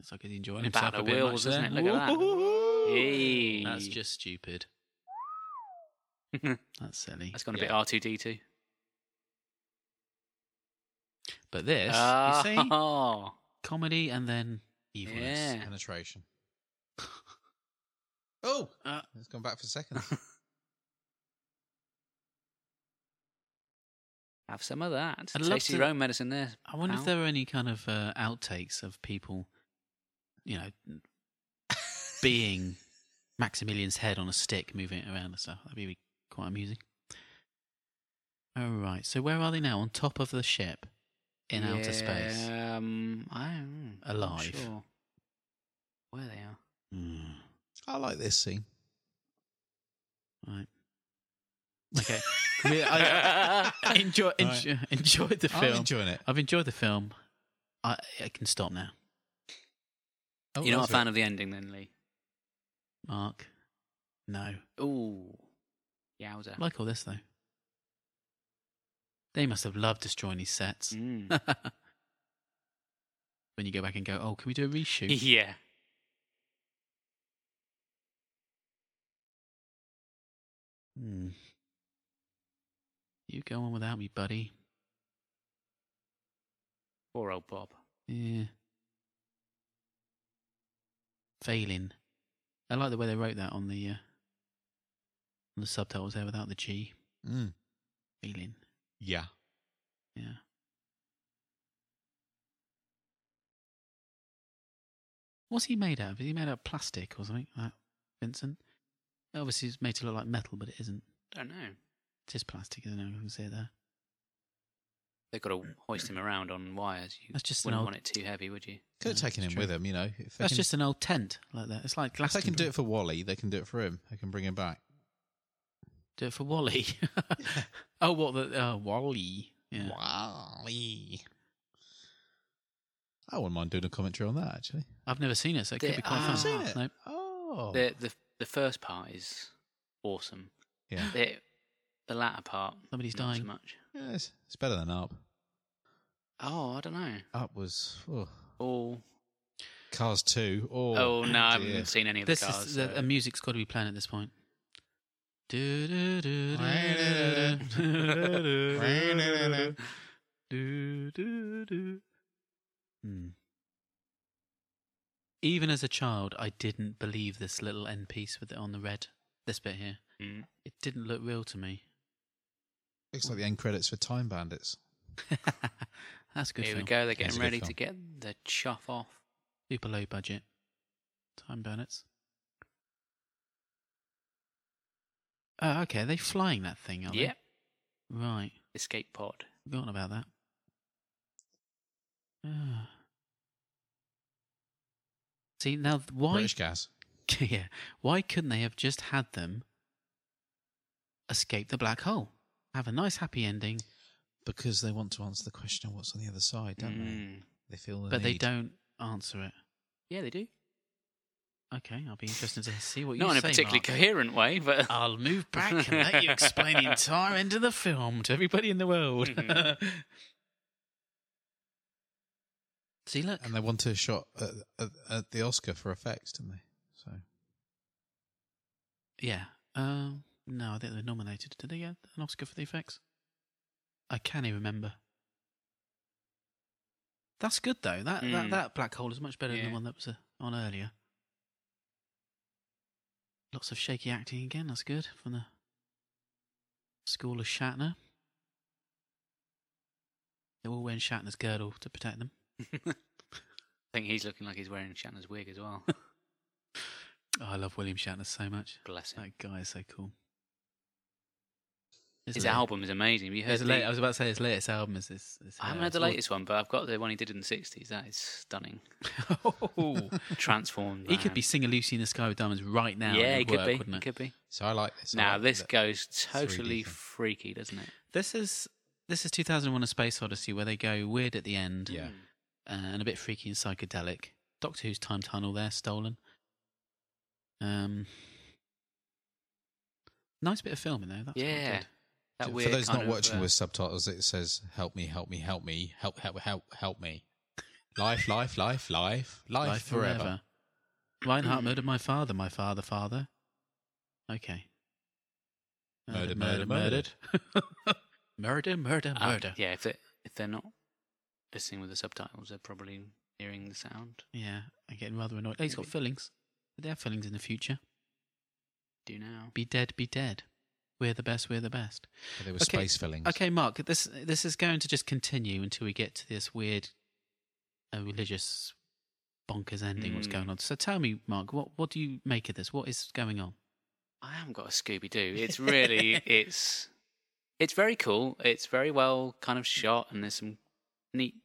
S2: It's like he's enjoying
S1: About
S2: himself
S1: the
S2: a bit
S1: wheels,
S2: much
S1: isn't
S2: there.
S1: it? Look at that.
S2: Woo-hoo-hoo.
S1: Hey.
S2: That's just stupid. That's silly.
S1: That's gone a
S3: Yeah.
S1: bit R two D two.
S2: But this, you see,
S1: Oh,
S2: comedy and then evilness.
S1: yeah.
S3: Penetration. oh!
S2: Uh.
S3: it's gone back for seconds.
S1: Have some of that.
S2: I'd love
S1: Tasty
S2: to-
S1: your own medicine there.
S2: I wonder
S1: Ow.
S2: if there were any kind of uh, outtakes of people, you know, being Maximilian's head on a stick, moving it around and stuff. That'd be quite amusing. All right. So where are they now? On top of the ship, in outer space.
S1: Um, I don't know.
S2: Alive.
S1: I'm sure where they are.
S2: Mm.
S3: I like this scene.
S2: Right. Okay. We- I I enjoy,
S3: Right.
S2: enjoy, enjoyed the
S3: I'm
S2: film.
S3: enjoying it.
S2: I've enjoyed the film. I, I can stop now,
S3: Oh,
S1: You're not
S3: that's
S1: a fan of the ending, then, Lee?
S2: Mark. No.
S1: Ooh, yowza.
S2: I like all this though. They must have loved destroying these sets.
S1: Mm.
S2: when you go back and go, oh, can we do a reshoot?
S1: yeah.
S2: Hmm. You go on without me, buddy.
S1: Poor old Bob.
S2: Yeah. Failing. I like the way they wrote that on the uh, on the subtitles there without the G.
S3: Mm.
S2: Failing.
S3: Yeah.
S2: Yeah. What's he made out of? Is he made out of plastic or something? That Vincent? Obviously, it's made to look like metal, but it isn't.
S1: Don't know.
S2: It's just plastic, isn't it? I can see it there.
S1: They've got to hoist him around on wires. You
S2: That's just an
S1: wouldn't
S2: old-
S1: want it too heavy, would you?
S3: Could have
S2: Yeah,
S3: taken
S2: it's
S3: him
S2: true.
S3: with them, you know. If they
S2: That's
S3: can,
S2: just an old tent like that. It's like
S3: if
S2: glass.
S3: they can do it for Wally, they can do it for him. They can bring him back.
S2: do it for Wally. oh, what the uh, Wally? Yeah.
S3: Wally. I wouldn't mind doing a commentary on that actually.
S2: I've never seen it, so it could
S1: They-
S2: be quite
S1: Ah.
S2: fun.
S1: Haven't
S3: seen it?
S2: Nope.
S3: Oh,
S1: The the the first part is awesome.
S3: Yeah.
S1: The, the latter part.
S2: Somebody's
S1: not so
S2: dying.
S1: much.
S3: Yeah, it's, it's better than up.
S1: Oh, I don't know.
S3: Up was oh,
S1: Oh,
S3: Cars Two. Oh,
S1: oh no, I
S3: dear.
S1: haven't seen any of the
S2: This
S1: cars.
S2: is
S1: so-
S2: the, the music's got to be playing at this point. Hmm. Hmm. Even as a child, I didn't believe this little end piece with it on the red. this bit here.
S1: Mm.
S2: It didn't look real to me.
S3: Looks like the end credits for Time Bandits.
S2: That's a good.
S1: Here
S2: film.
S1: we go. They're
S3: That's a
S1: getting
S3: good
S1: ready
S3: film.
S1: to get the chuff off.
S2: Super low budget. Time bandits. Oh, okay. Are they flying that thing, are they?
S1: Yep.
S2: Right.
S1: Escape pod.
S2: Forgotten about that. Ah. See now, th- why?
S3: British Gas.
S2: yeah, why couldn't they have just had them escape the black hole, have a nice happy ending,
S3: Because they want to answer the question of what's on the other side, don't they?
S1: Mm.
S3: They feel the
S2: but they
S3: need.
S2: don't answer it?
S1: Yeah, they do.
S2: Okay, I'll be interested to see what you
S1: Not in a
S2: say,
S1: particularly
S2: Mark.
S1: coherent way, but
S2: I'll move back and let you explain the entire end of the film to everybody in the world.
S1: Mm-hmm.
S2: See, look,
S3: And they want a shot at, at, at the Oscar for effects, didn't they? So
S2: yeah. Um, no, I think they're nominated. Did they get an Oscar for the effects? I can't even remember. That's good though. That
S1: Mm.
S2: that, that black hole is much better than
S1: Yeah.
S2: the one that was uh, on earlier. Lots of shaky acting again. That's good from the school of Shatner. They're all wearing Shatner's girdle to protect them.
S1: I think he's looking like he's wearing Shatner's wig as well.
S2: Oh, I love William Shatner so much.
S1: Bless him.
S2: That guy is so cool.
S1: His
S2: la-
S1: album is amazing. Have you heard
S2: his
S1: the,
S2: la- I was about to say his latest album is this. is,
S1: I haven't
S2: uh,
S1: heard the
S2: Sword-
S1: latest one, but I've got the one he did in the 60s. That is stunning.
S2: oh,
S1: Transformed.
S2: he could
S1: man.
S2: be singing "Lucy in the Sky with Diamonds" right now. and
S1: Yeah, he
S2: it would
S1: could
S2: work,
S1: be.
S2: Wouldn't
S1: He
S2: it?
S1: could be.
S3: so I like this. I
S1: now
S3: like
S1: this
S3: that-
S1: goes
S3: 3D
S1: totally
S3: thing.
S1: freaky, doesn't it?
S2: This is this is 2001: A Space Odyssey, where they go weird at the end
S3: Yeah.
S1: Hmm.
S2: uh, and a bit freaky and psychedelic. Doctor Who's time tunnel there stolen. Um, nice bit of filming though. That's quite
S1: Yeah.
S2: good.
S1: That
S3: For
S1: weird
S3: those
S1: kind
S3: not
S1: of,
S3: watching
S1: uh,
S3: with subtitles, it says "Help me, help me, help me, help, help, help, help me." Life, life, life, life, life, forever.
S2: Reinhardt murdered my father, my father, father. Okay.
S3: Murdered,
S2: murdered.
S3: murdered,
S2: murder, murder,
S1: um,
S2: murder.
S1: yeah, if, it, if they're not listening with the subtitles, they're probably hearing the sound.
S2: yeah, I'm getting rather annoyed. He's got fillings. Did they have fillings in the future?
S1: Do now.
S2: Be dead, be dead. We're the best, we're the best.
S3: But There was
S2: Okay,
S3: space fillings.
S2: Okay, Mark, this this is going to just continue until we get to this weird uh, religious bonkers ending, what's
S1: Mm.
S2: going on. So tell me, Mark, what, what do you make of this? What is going on?
S1: I haven't got a Scooby Doo. It's really it's it's very cool. It's very well kind of shot, and there's some neat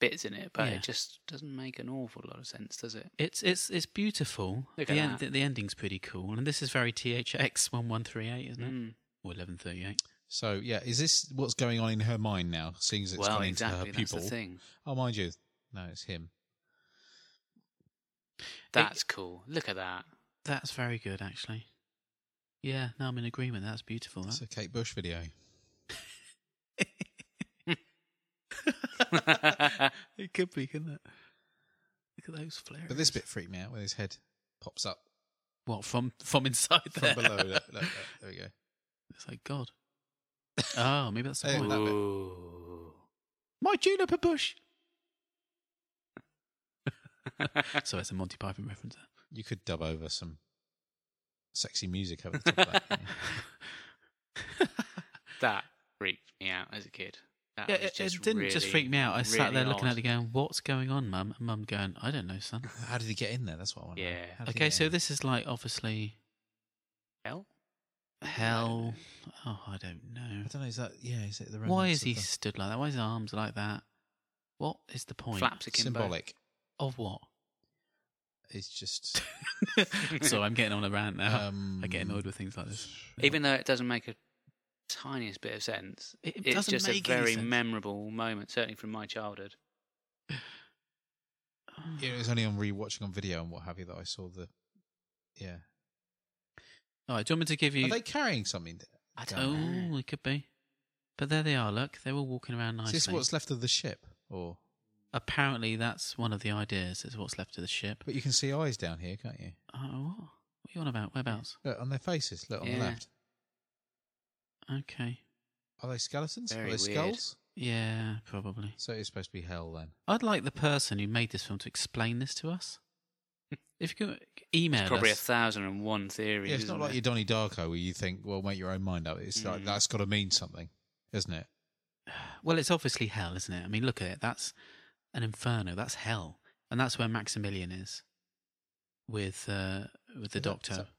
S1: bits in it, but
S2: Yeah.
S1: it just doesn't make an awful lot of sense, does it?
S2: It's it's it's beautiful.
S1: Look
S2: the
S1: at
S2: end,
S1: that.
S2: The, the ending's pretty cool, and this is very THX one one three eight, isn't it?
S1: Mm.
S2: Or eleven thirty eight.
S3: So yeah, is this what's going on in her mind now? Seeing as it's
S1: Well,
S3: gone
S1: exactly.
S3: into her
S1: That's the
S3: pupil.
S1: thing.
S3: Oh, mind you, no, it's him.
S1: That's cool. Look at that.
S2: That's very good, actually. Yeah, no, I'm in agreement. That's beautiful.
S3: It's
S2: That.
S3: a Kate Bush video.
S2: it could be, couldn't it? Look at those flares.
S3: But this bit freaked me out when his head pops up
S2: what from from inside
S3: from
S2: there?
S3: below. Look, look, look, there we go.
S2: It's like God. Oh, maybe that's the
S3: Hey,
S2: point.
S3: that bit.
S1: Ooh.
S2: my juniper bush. so it's a Monty Python reference. there.
S3: You could dub over some sexy music over the top of that.
S1: that freaked me out as a kid. That
S2: Yeah,
S1: was
S2: it,
S1: just
S2: it didn't just
S1: really-
S2: freak me out. I sat
S1: really
S2: there looking at
S1: odd.
S2: it going, What's going on, mum? And mum going, I don't know, son.
S3: How did he get in there? That's what I want. to know.
S1: Yeah.
S3: How did he
S2: Okay,
S3: get
S2: so
S3: in?
S2: this is like obviously
S1: Hell?
S2: hell. Oh, I don't know.
S3: I don't know. Is that yeah? Is it the
S2: Why
S3: remnants
S2: is
S3: of
S2: he
S3: the-
S2: stood like that? Why is his arms like that? What is the point?
S1: Flaps akimbo.
S3: symbolic?
S2: Of what?
S3: It's just
S2: so I'm getting on a rant now.
S3: um,
S2: I get annoyed with things like this.
S1: Even though it doesn't make a tiniest bit of sense,
S2: It
S1: it's
S2: doesn't
S1: just a
S2: make any
S1: very
S2: sense.
S1: memorable moment, certainly from my childhood.
S2: Oh.
S3: Yeah, it was only on rewatching on video and what have you that I saw the. Yeah.
S2: All right, do you want me to give you.
S3: Are they carrying something?
S1: I don't
S2: oh, it could be. But there they are, look. They're all walking around
S3: Is
S2: nicely.
S3: this what's left of the ship? Or
S2: Apparently, that's one of the ideas, is what's left of the ship.
S3: but you can see eyes down here, can't you?
S2: Oh, what? What are you on about? Whereabouts?
S3: Look on their faces. Look on
S1: Yeah.
S3: the left.
S2: Okay.
S3: Are they skeletons?
S1: Very
S3: Are they
S1: weird.
S3: skulls?
S2: Yeah, probably.
S3: So it's supposed to be hell then.
S2: I'd like the person who made this film to explain this to us.
S3: Hmm.
S2: If you can email
S1: Probably a
S2: us,
S1: thousand and one theories.
S3: Yeah, it's not
S1: isn't
S3: like
S1: there?
S3: your Donnie Darko where you think, well, make your own mind up. It's like
S1: Mm.
S3: that's got to mean something, isn't it?
S2: well, it's obviously hell, isn't it? I mean, look at it. That's an inferno. That's hell, and that's where Maximilian is with uh, with the
S3: Is that-
S2: doctor.
S3: is that-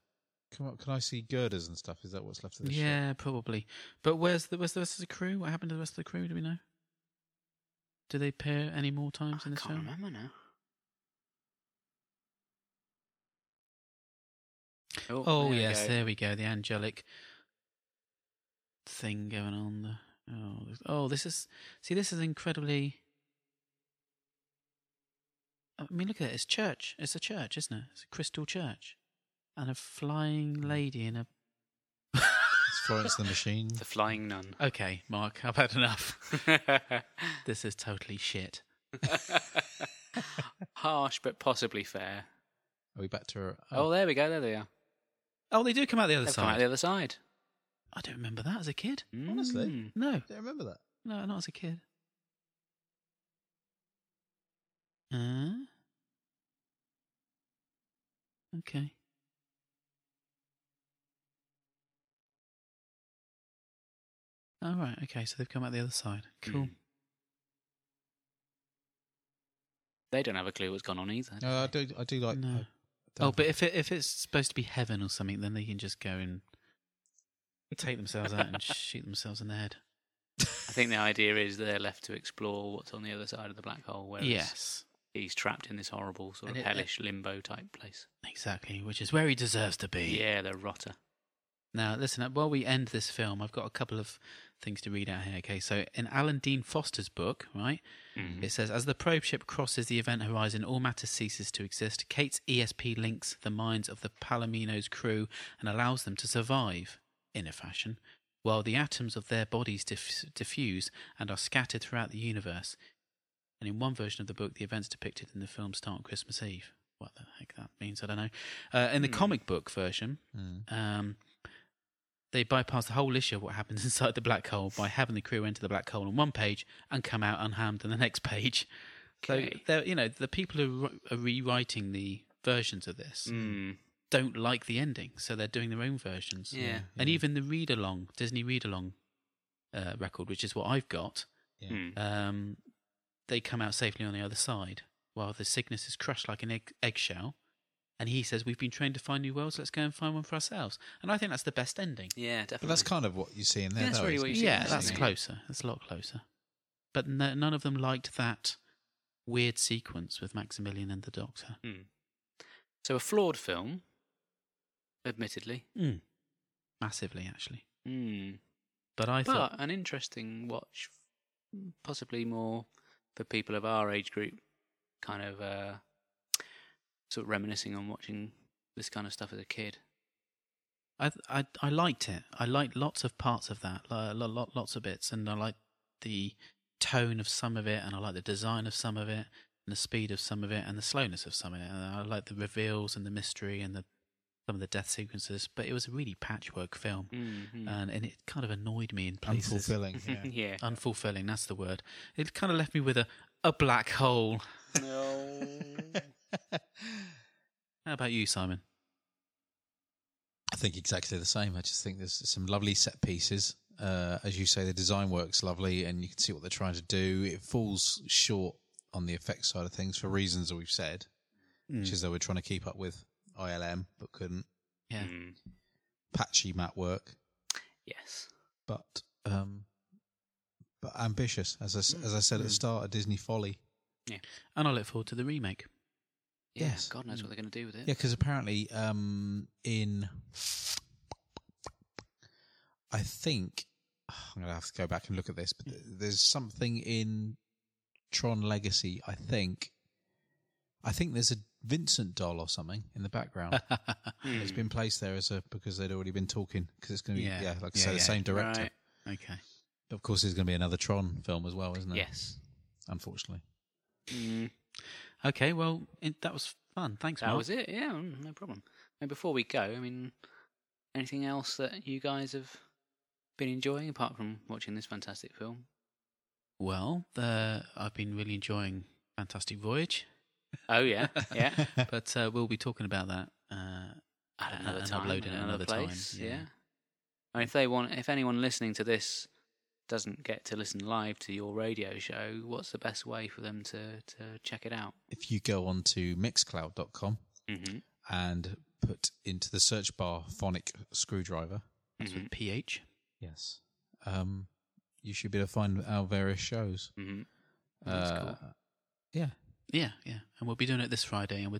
S3: Come on, can I see girders and stuff? Is that what's left of the ship?
S2: yeah, probably. But where's the where's the rest of the crew? What happened to the rest of the crew? Do we know? Do they appear any more times in
S1: I
S2: this
S1: can't
S2: film?
S1: remember now. Oh,
S2: Oh
S1: there we
S2: yes,
S1: go.
S2: there we go. The angelic thing going on. The, oh, this- oh, this is see, this is incredibly. I mean, look at it. It's church. It's a church, isn't it? It's a crystal church, and a flying lady in a.
S3: It's Florence and the Machine.
S1: the flying nun.
S2: Okay, Mark, I've had enough. This is totally shit.
S1: Harsh but possibly fair.
S3: Are we back to her?
S1: Oh, there we go. There they are.
S2: Oh, they do come out the other
S1: They've come out
S2: side.
S1: the other side.
S2: I don't remember that as a kid.
S3: Honestly?
S1: Mm.
S2: No,
S3: I don't remember that.
S2: no, not as a kid. Uh, okay. All Oh, right. Okay. So they've come out the other side.
S3: Hmm.
S2: Cool.
S1: Mm. They don't have a clue what's gone on either.
S3: No, I do. I do like.
S2: No.
S3: I don't
S2: Oh, but if it, if it's supposed to be heaven or something, then they can just go and take themselves out and shoot themselves in the head.
S1: I think the idea is that they're left to explore what's on the other side of the black hole, whereas
S2: yes.
S1: he's trapped in this horrible sort
S2: And
S1: of
S3: uh,
S2: it- it-
S1: hellish limbo type place.
S2: Exactly. Which is where he deserves to be.
S1: Yeah, the rotter.
S2: Now, listen, up while we end this film, I've got a couple of things to read out here. Okay, so in Alan Dean Foster's book, right,
S3: Mm-hmm.
S1: Mhm.
S2: it says As the probe ship crosses the event horizon, all matter ceases to exist. Kate's ESP links the minds of the Palomino's crew and allows them to survive, in a fashion, while the atoms of their bodies diff- diffuse and are scattered throughout the universe. And in one version of the book, the events depicted in the film start on Christmas Eve. What the heck that means, I don't know. Uh, in the
S1: Hmm.
S2: comic book version,
S3: Mm.
S2: um, they bypass the whole issue of what happens inside the black hole by having the crew enter the black hole on one page and come out unharmed on the next page. So
S1: Okay.
S2: they're, you know the people who ri- are rewriting the versions of this
S1: Mm.
S2: don't like the ending, so they're doing their own versions.
S1: Yeah.
S2: And even the read along Disney read along uh, record, which is what I've got,
S3: Yeah.
S1: Mm.
S2: um, they come out safely on the other side, while the Cygnus is crushed like an egg- eggshell. And he says, "We've been trained to find new worlds. Let's go and find one for ourselves." And I think that's the best ending.
S1: Yeah,
S3: But
S1: definitely.
S3: that's kind of what you see in there.
S1: Yeah, that's
S3: though,
S1: really
S3: isn't
S1: what
S3: it?
S1: you see in
S2: Yeah,
S1: there,
S2: that's
S1: isn't it?
S2: closer. That's a lot closer. But no, none of them liked that weird sequence with Maximilian and the Doctor.
S1: so a flawed film, admittedly.
S2: Mm. Massively, actually.
S1: Mm.
S2: But I
S1: but
S2: thought,
S1: an interesting watch, possibly more for people of our age group, kind of uh, sort of reminiscing on watching this kind of stuff as a kid.
S2: I, I, I liked it. I liked lots of parts of that, lo- lo- lo- lots of bits, and I liked the tone of some of it, and I liked the design of some of it, and the speed of some of it, and the slowness of some of it. And I liked the reveals and the mystery and the some of the death sequences. But it was a really patchwork film,
S1: Mm-hmm.
S2: and, and it kind of annoyed me in places.
S3: unfulfilling.
S1: yeah.
S3: Yeah.
S2: Unfulfilling, that's the word. It kind of left me with a, a black hole.
S1: No.
S2: How about you, Simon?
S3: I think exactly the same. I just think there's some lovely set pieces. Uh, as you say, the design works lovely, and you can see what they're trying to do. It falls short on the effect side of things for reasons that we've said,
S2: Hmm.
S3: which is they were trying to keep up with ILM but couldn't.
S2: Yeah.
S1: Mm.
S3: Patchy mat work,
S1: Yes.
S3: but um, but ambitious. As I, s- as I said at the
S2: Mm.
S3: start, a Disney folly.
S2: And I look forward to the remake.
S1: Yeah,
S3: Yes.
S1: God knows what they're going to do with it.
S3: Yeah, because apparently, um, in I think I'm gonna have to go back and look at this, but th- there's something in Tron Legacy. I think, I think there's a Vincent doll or something in the background.
S1: Mm.
S3: it's been placed there as a because they'd already been talking because it's gonna be yeah,
S2: Yeah.
S3: like I
S2: Yeah,
S3: say, the
S2: yeah.
S3: same director.
S1: Right.
S2: okay.
S3: Of course, there's gonna be another Tron film as well, isn't there?
S1: Yes.
S3: unfortunately.
S1: Mm.
S2: Okay, well, it, that was fun. Thanks,
S1: That
S2: Mark.
S1: was it. Yeah, mm, no problem. And before we go, I mean, anything else that you guys have been enjoying apart from watching this fantastic film?
S2: uh, Well, the, I've been really enjoying Fantastic Voyage.
S1: Oh yeah, yeah.
S2: but uh, we'll be talking about that uh,
S1: At
S2: and-
S1: another
S2: and
S1: time,
S2: uploading
S1: at
S2: it another time,
S1: place.
S2: yeah.
S1: Yeah. I mean, if they want, if anyone listening to this doesn't get to listen live to your radio show, what's the best way for them to to check it out?
S3: If you go on to mixcloud.com
S1: Mm-hmm.
S3: and put into the search bar phonic screwdriver,
S2: that's with PH.
S3: yes, um, you should be able to find our various shows.
S1: hmm
S2: That's
S3: Uh,
S2: cool. Yeah, yeah. And we'll be doing it this Friday, and we're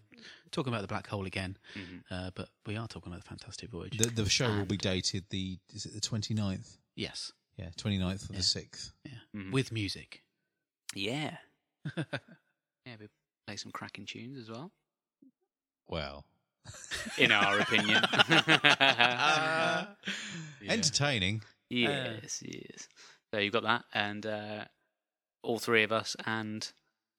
S2: talking about the black hole again.
S1: Mhm.
S2: Uh, but we are talking about the Fantastic Voyage.
S3: The, the show will be dated the is it the 29th?
S2: yes,
S3: Yeah, 29th or
S2: Yeah.
S3: the 6th.
S2: yeah.
S1: Mhm.
S2: With music.
S1: Yeah, yeah. We play some cracking tunes as well,
S3: Well,
S1: in our opinion.
S3: Uh.
S2: Ah. Yeah.
S3: entertaining.
S1: yes, yes. So you've got that, and uh, all three of us and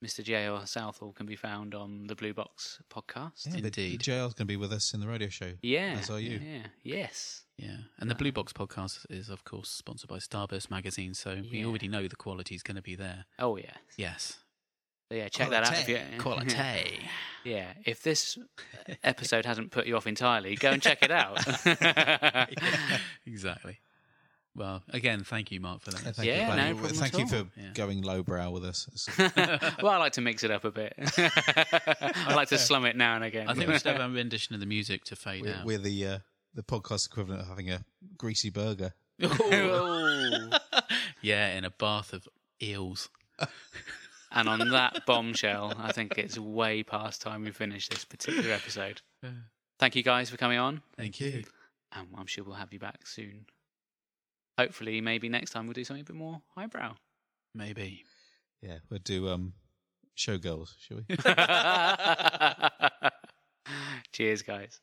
S1: Mr. J.R. Southall can be found on the Blue Box podcast.
S3: Yeah, the-
S2: Indeed.
S3: The, JL's going to be with us in the radio show.
S1: Yeah.
S3: As are you.
S1: Yeah. Yes.
S2: Yeah, and the Blue Box podcast is, of course, sponsored by Starburst magazine, so we
S1: Yeah.
S2: already know the quality is going to be there.
S1: Oh yeah.
S2: Yes,
S1: So, yeah. Check that out. If you,
S2: quality.
S1: yeah. If this episode hasn't put you off entirely, go and check it out.
S2: exactly. Well, again, thank you, Mark, for that.
S3: Yeah, thank
S1: Yeah,
S3: you,
S1: no
S3: Blaine.
S1: problem
S3: Thank
S1: at
S3: you
S1: all.
S3: for
S2: Yeah.
S3: going lowbrow with us. It's-
S1: well, I like to mix it up a bit. I like to slum it now and again.
S2: I think we should have a rendition of the music to fade
S3: We're,
S2: out.
S3: we're the uh, the podcast equivalent of having a greasy burger.
S1: Oh.
S2: yeah, in a bath of eels.
S1: and on that bombshell, I think it's way past time we finish this particular episode. Thank you guys for coming on,
S2: Thank you.
S1: and I'm sure we'll have you back soon. Hopefully, maybe next time we'll do something a bit more highbrow.
S2: Maybe.
S3: Yeah, we'll do um, showgirls, shall we?
S1: Cheers, guys.